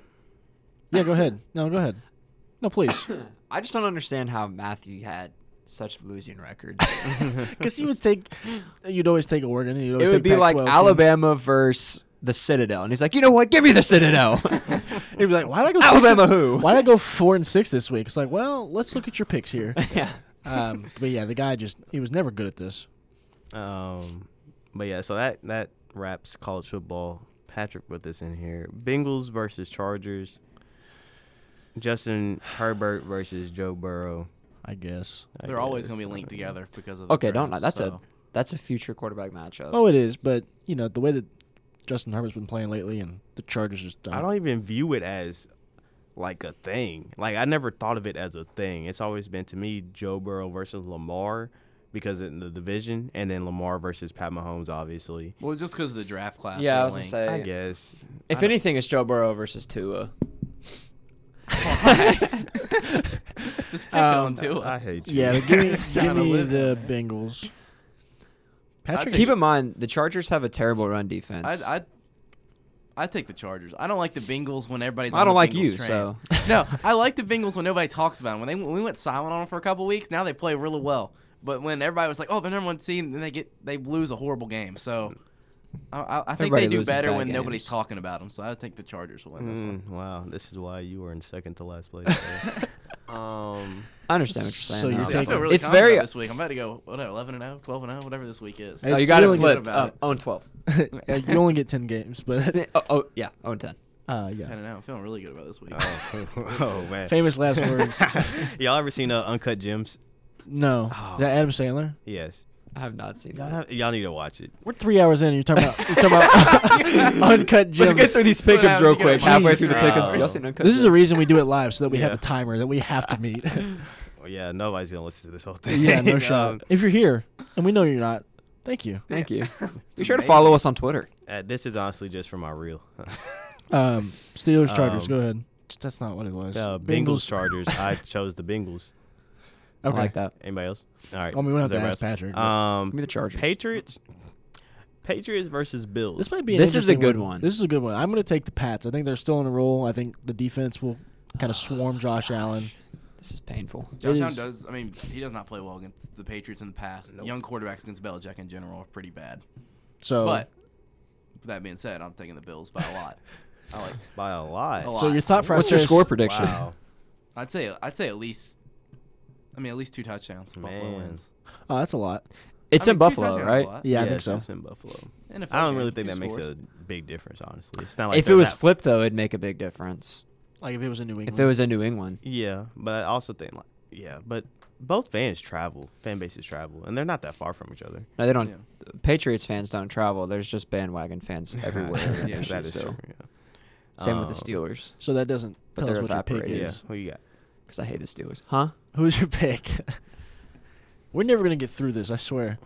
S2: Yeah, go ahead. No, go ahead. No, please.
S3: I just don't understand how Matthew had such losing records.
S2: Because you would take, you'd always take Oregon. and You'd
S3: it
S2: always take
S3: would be like
S2: Pac-12 teams.
S3: Alabama versus the Citadel, and he's like, you know what? Give me the Citadel.
S2: You'd be like, why did I go six
S3: Alabama
S2: and-
S3: who?
S2: Why did I go four and six this week? It's like, well, let's look at your picks here.
S3: yeah.
S2: Um, but yeah, the guy just he was never good at this.
S1: Um, but yeah, so that that wraps college football. Patrick put this in here: Bengals versus Chargers. Justin Herbert versus Joe Burrow.
S2: I guess.
S1: I
S4: They're always
S1: guess.
S4: going to be linked together because of the
S3: Okay, don't.
S4: draft,
S3: That's a
S4: so-
S3: that's a future quarterback matchup.
S2: Oh, it is. But you know the way that Justin Herbert's been playing lately, and the Chargers just don't.
S1: I don't even view it as like a thing. Like I never thought of it as a thing. It's always been to me Joe Burrow versus Lamar because in the division, and then Lamar versus Pat Mahomes, obviously.
S4: well just because of the draft class.
S3: Yeah, I
S4: they're
S3: was gonna
S4: linked.
S3: say-
S1: I
S3: Yeah.
S1: guess.
S3: if anything, it's Joe Burrow versus Tua.
S4: just pick
S2: Um,
S4: on Tua.
S1: I hate you.
S2: yeah, but give me,
S4: Trying
S2: give
S4: to
S2: me
S4: live.
S2: the Bengals. Patrick,
S3: Keep in mind, the Chargers have a terrible run defense.
S4: I'd, I'd, I'd take the Chargers. I don't like the Bengals when everybody's.
S3: I
S4: on
S3: don't
S4: the
S3: like
S4: Bengals
S3: you,
S4: train.
S3: so.
S4: no, I like the Bengals when nobody talks about them. When they when we went silent on them for a couple weeks, now they play really well. But when everybody was like, "Oh, they're number one seed," then they get they lose a horrible game. So. I- I, I think
S3: Everybody
S4: they do
S3: loses
S4: better
S3: bad
S4: when nobody's
S3: games.
S4: talking about them, so I think the Chargers will win this one.
S1: Mm, wow, this is why you were in second to last place. Um,
S3: I understand what you're saying.
S2: So
S3: now.
S2: you're
S4: See, I
S2: taking-
S4: feel really
S3: It's
S4: confident
S3: very-
S4: this week. I'm about to go what 11 and 0, 12 and 0, whatever this week is.
S2: Hey,
S3: oh,
S2: It's
S3: you got it
S2: really good
S3: flipped.
S4: about
S3: Uh,
S4: it.
S3: 0 and 12.
S2: you only get ten games, but
S3: oh, oh, yeah, 0 and 10.
S2: uh,
S4: 10
S2: yeah.
S4: and 0. I'm feeling really good about this week.
S1: oh, oh, man.
S2: Famous last words.
S1: Y'all ever seen uh, Uncut Gems?
S2: No,
S1: Oh.
S2: is that Adam Sandler?
S1: Yes.
S3: I have not seen
S1: Y'all,
S3: that.
S1: have, y'all need to watch it.
S2: We're three hours in. And you're talking about you're talking about uncut gems.
S3: Let's get through these
S4: Well, I
S3: pickups
S4: was
S3: real
S4: gonna
S3: quick.
S4: get
S3: Halfway
S2: my-
S3: through the
S1: Wow.
S3: pickups. Y'all seen Uncut
S2: This is the
S3: Gems?
S2: reason we do it live, so that we have
S1: Yeah.
S2: a timer that we have to meet.
S1: Well, yeah, nobody's gonna listen to this whole thing.
S2: yeah, no
S1: Um,
S2: shot. If you're here, and we know you're not, thank you.
S3: Thank you. Be sure to follow us on Twitter.
S1: uh, this is honestly just for my reel.
S2: Um, Steelers, Chargers.
S1: Um,
S2: Go ahead. That's not what it was.
S1: Uh, Bengals, Chargers. I chose the Bengals.
S2: Okay.
S3: I like that.
S1: Anybody else? All right.
S2: I mean, Oh, we don't have
S1: Is
S2: to ask
S1: everybody
S2: Patrick.
S1: else?
S2: but-
S1: Um,
S3: Give me the Chargers.
S1: Patriots. Patriots versus Bills.
S2: This might be. An
S3: This is a
S2: interesting
S3: good one.
S2: This is a good one. I'm going to take the Pats. I think they're still in a roll. I think the defense will
S3: Oh,
S2: kind of swarm Josh Allen.
S3: This is painful.
S4: Josh Allen
S2: is-
S4: does. I mean, he does not play well against the Patriots in the past. Young quarterbacks against Belichick in general are pretty bad.
S2: So,
S4: But with that being said, I'm taking the Bills by a lot. I like.
S1: by a lot.
S4: A lot.
S2: so your thought process.
S3: What's your score prediction?
S1: Wow.
S4: I'd say. I'd say at least. I mean, at least two touchdowns. if Buffalo
S1: Man.
S4: wins.
S2: Oh, that's a lot.
S3: It's
S4: I
S3: in
S4: mean, two
S3: Buffalo,
S4: touchdowns is a
S3: right?
S4: lot.
S2: Yeah, I think
S1: Yes,
S2: so.
S1: It's in Buffalo.
S4: NFL
S1: I don't really
S4: game,
S1: think that
S4: two
S1: makes
S4: scores.
S1: a big difference, honestly. It's not like
S3: if it
S1: they're
S3: was
S1: that-
S3: flipped, though, it'd make a big difference.
S2: Like if it was a New England.
S3: If it was in New England,
S1: yeah, but I also think like yeah, but both fans travel, fan bases travel, and they're not that far from each other.
S3: no, they don't. Patriots fans don't travel. There's just bandwagon fans everywhere. in the
S4: Yeah,
S3: nation
S1: that is
S3: still.
S1: true. Yeah.
S3: Same with
S1: Um,
S3: the Steelers,
S2: so that doesn't
S3: But
S2: tell us
S3: they're
S2: what your pick
S3: evaporating.
S2: is.
S1: Yeah, who you got?
S3: because I hate the Steelers. Huh?
S2: Who's your pick? We're never gonna get through this. I swear.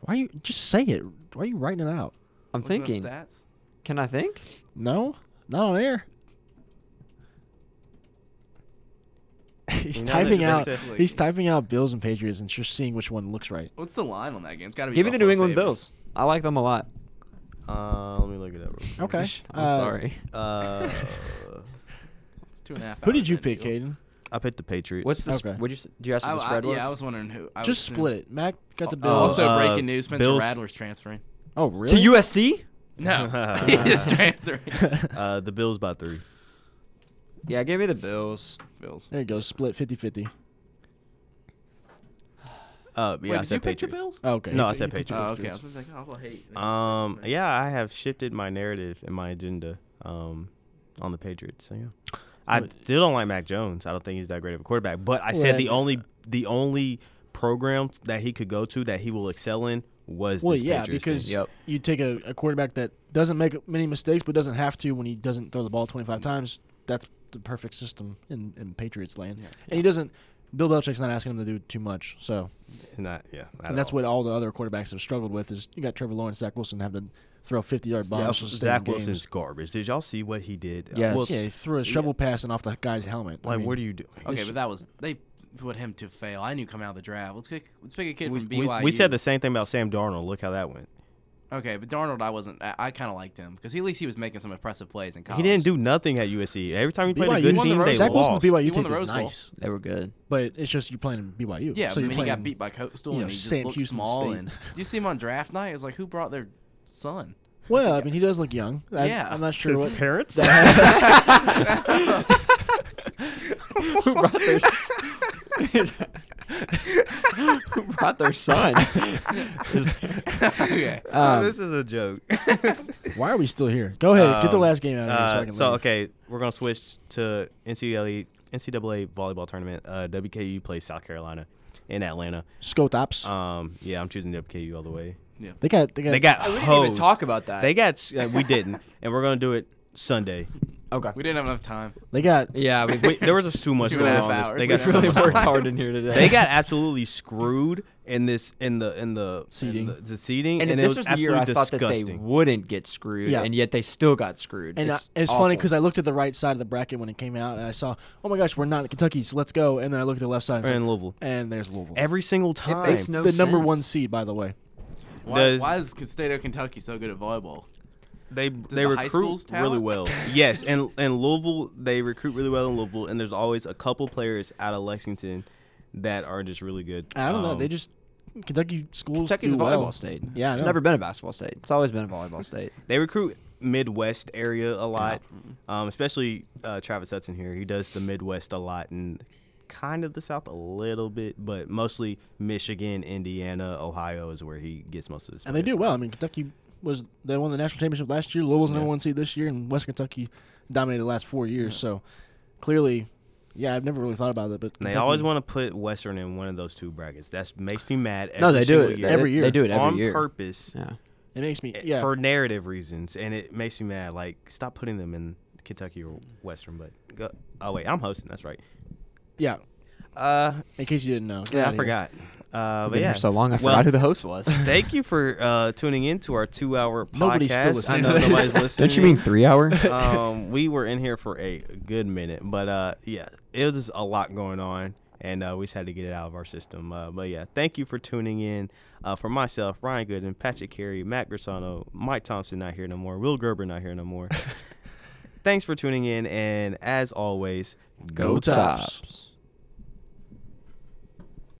S2: Why you just say it? Why are you writing it out?
S3: I'm
S4: Looking up
S3: thinking.
S4: Stats.
S3: Can I think?
S2: No, not on air. he's
S1: You know,
S2: typing
S1: there's-
S2: out.
S1: there's
S4: a-
S2: He's typing out Bills and Patriots and just seeing which one looks right.
S4: What's the line on that game? It's got to be.
S3: Give me the
S4: Buffalo
S3: New England
S4: Sabres.
S3: Bills. I like them a lot.
S1: Uh, let me look it up. Real quick.
S2: Okay.
S3: I'm
S2: Uh,
S3: sorry.
S1: Uh,
S4: Two and a half.
S2: Who
S4: hours
S2: did you
S4: in,
S2: pick,
S4: Joe.
S2: Caden?
S1: I picked the Patriots.
S3: What's the?
S2: okay.
S3: Sp- would you? s- Do you ask
S4: I,
S3: what the spread
S4: I,
S3: was?
S4: yeah, I was wondering who. I
S2: Just
S4: was-
S2: split it. Mac got the
S1: Oh,
S2: Bills.
S4: also,
S1: uh,
S4: breaking news: Spencer
S1: Bills-
S4: Radler's transferring.
S2: oh really?
S3: To USC?
S4: No, he's transferring.
S1: uh, the Bills by three?
S3: Yeah, give me the Bills.
S4: Bills.
S2: There you go. Split 50-50.
S1: Uh, yeah,
S4: Wait,
S1: I
S4: did
S1: said
S4: you pick the
S1: Patriots.
S4: Bills?
S2: Oh, okay.
S1: No,
S2: He
S1: I
S2: picked-
S1: said
S2: he picked the
S1: Patriots.
S4: Oh,
S2: Bills.
S4: okay. I was gonna think, oh, I hate.
S1: Um, yeah, I have shifted my narrative and my agenda um, on the Patriots. So yeah, I
S2: Would-
S1: still don't like Mac Jones. I don't think he's that great of a quarterback. But I
S2: Well,
S1: said the
S2: that-
S1: only the only program that he could go to that he will excel in was
S2: Well,
S1: this
S2: yeah,
S1: Patriots
S2: because
S1: team.
S3: Yep.
S2: you take a, a quarterback that doesn't make many mistakes, but doesn't have to when he doesn't throw the ball
S1: Mm.
S2: 25 times. That's the perfect system in, in Patriots land.
S4: Yeah.
S2: And he doesn't. Bill Belichick's not asking him to do too much, so
S1: not yeah, at
S2: and that's
S1: all.
S2: what all the other quarterbacks have struggled with. Is you got Trevor Lawrence, Zach Wilson have to throw 50 yard bombs. to
S1: Zach,
S2: stay in
S1: Zach
S2: games.
S1: Wilson's garbage. Did y'all see what he did?
S3: Yes.
S1: Wilson-
S2: Yeah, he threw a shovel pass and off the guy's helmet. I
S1: like,
S2: mean,
S1: what are you doing?
S4: Okay, but that was they put him to fail. I knew coming out of the draft. Let's pick. Let's pick a kid
S1: we,
S4: from
S1: we-
S4: BYU.
S1: we said the same thing about Sam Darnold. Look how that went.
S4: Okay, but Darnold, I wasn't. I, I kind of liked him because at least he was making some impressive plays in college.
S1: He didn't do nothing at USC. Every time he played a
S2: BYU
S1: good
S2: won the
S1: team,
S4: Rose
S1: they
S4: Bowl.
S2: Zach
S1: lost.
S2: Wilson's BYU
S4: He won
S2: team
S4: the
S2: is
S4: Rose Bowl.
S2: nice,
S3: They were good.
S2: but it's just you're playing in BYU.
S4: Yeah,
S2: so
S4: but
S2: you're
S4: I mean, he
S2: playing,
S4: got beat by Coastal
S2: you know,
S4: and he
S2: Sam
S4: just looked
S2: Houston
S4: small.
S2: State.
S4: And did you see him on draft night? It was like, who brought their son?
S2: Well, I mean, he does look young. I,
S4: Yeah.
S2: I'm not sure what.
S1: parents.
S3: Who brought their? Who brought their son? Um,
S4: okay.
S2: Um,
S1: Oh, this is a joke.
S2: Why are we still here? Go ahead, get the
S1: Um,
S2: last game out of here. so, I
S1: Uh,
S2: can
S1: so
S2: leave.
S1: okay, we're gonna switch to NCAA NCAA volleyball tournament. Uh, WKU plays South Carolina in Atlanta.
S2: Scotops.
S1: Um, yeah, I'm choosing WKU all the way.
S4: Yeah.
S2: they got. They got.
S1: They got
S3: I
S1: hosed.
S3: wouldn't even talk about that.
S1: They got. s- Uh, we didn't, and we're gonna do it Sunday.
S3: okay.
S4: We didn't have enough time.
S2: They got.
S3: Yeah, we,
S1: We, there was just too much
S4: Two and
S1: going
S4: a
S1: on.
S4: half
S1: this-
S4: hours.
S1: They
S4: We
S1: got so
S3: really
S1: much
S3: worked
S1: going on.
S3: hard in here today.
S1: They got absolutely screwed in this in the in the in
S2: Seating.
S1: the, the seating,
S3: and,
S1: and, it
S3: this
S1: was,
S3: was the year I
S1: absolutely
S3: thought that they
S1: disgusting.
S3: wouldn't get screwed,
S2: Yeah.
S3: and yet they still got screwed.
S2: And I-
S3: it's,
S2: it's, funny
S3: awful.
S2: because I looked at the right side of the bracket when it came out, and I saw, oh my gosh, we're not in Kentucky, so let's go. And then I looked at the left side, and, it's
S1: Or in
S2: like-
S1: Louisville.
S2: and there's Louisville,
S1: Every single time.
S3: makes no
S2: the number one
S3: sense.
S2: seed, by the way.
S4: Why,
S1: Does-
S4: why is state of Kentucky so good at volleyball?
S1: They they
S4: the high
S1: recruit
S4: schools
S1: really
S4: talent?
S1: well. yes, and and Louisville they recruit really well in Louisville, and there's always a couple players out of Lexington that are just really good.
S2: I don't know.
S1: Um,
S2: They just Kentucky schools.
S3: Kentucky's a
S2: do
S3: volleyball
S2: well.
S3: state.
S2: Yeah, I
S3: it's
S2: know.
S3: never been a basketball state. It's always been a volleyball state.
S1: they recruit Midwest area a lot, um, especially uh, Travis Hudson here. He does the Midwest a lot and kind of the South a little bit, but mostly Michigan, Indiana, Ohio is where he gets most of his.
S2: And they
S1: players
S2: do
S1: from.
S2: well. I mean, Kentucky was they won the national championship last year. Louisville's number one seed this year, and West Kentucky dominated the last four years. So clearly, yeah, I've never really thought about it, but
S1: And they
S2: Kentucky-
S1: always want to put Western in one of those two brackets. That makes me mad. Every
S3: no, they do
S1: single
S3: it
S1: year.
S2: Every
S3: They
S2: year.
S3: do it every
S1: on
S3: year.
S1: purpose
S3: Yeah.
S2: It makes me
S1: eh,
S2: yeah.
S1: for narrative reasons, and it makes me mad. Like, stop putting them in Kentucky or Western. But go, oh wait, I'm hosting. That's right.
S2: Yeah,
S1: Uh,
S2: in case you didn't know. Get
S1: yeah,
S2: outta
S1: I
S2: here.
S1: forgot. Uh,
S3: I've
S1: but
S3: been
S1: yeah,
S3: here so long, I
S1: Well,
S3: forgot who the host was.
S1: Thank you for uh, tuning in to our two-hour podcast.
S2: Nobody's still listening
S1: I know
S2: to this.
S1: nobody's listening.
S3: Don't you mean three hours?
S1: um, we were in here for a good minute, but uh, yeah, it was a lot going on, and uh, we just had to get it out of our system. Uh, but yeah, thank you for tuning in. Uh, for myself, Ryan Gooden, Patrick Carey, Matt Grisano, Mike Thompson not here no more, Will Gerber not here no more. Thanks for tuning in, and as always,
S3: Go Tops.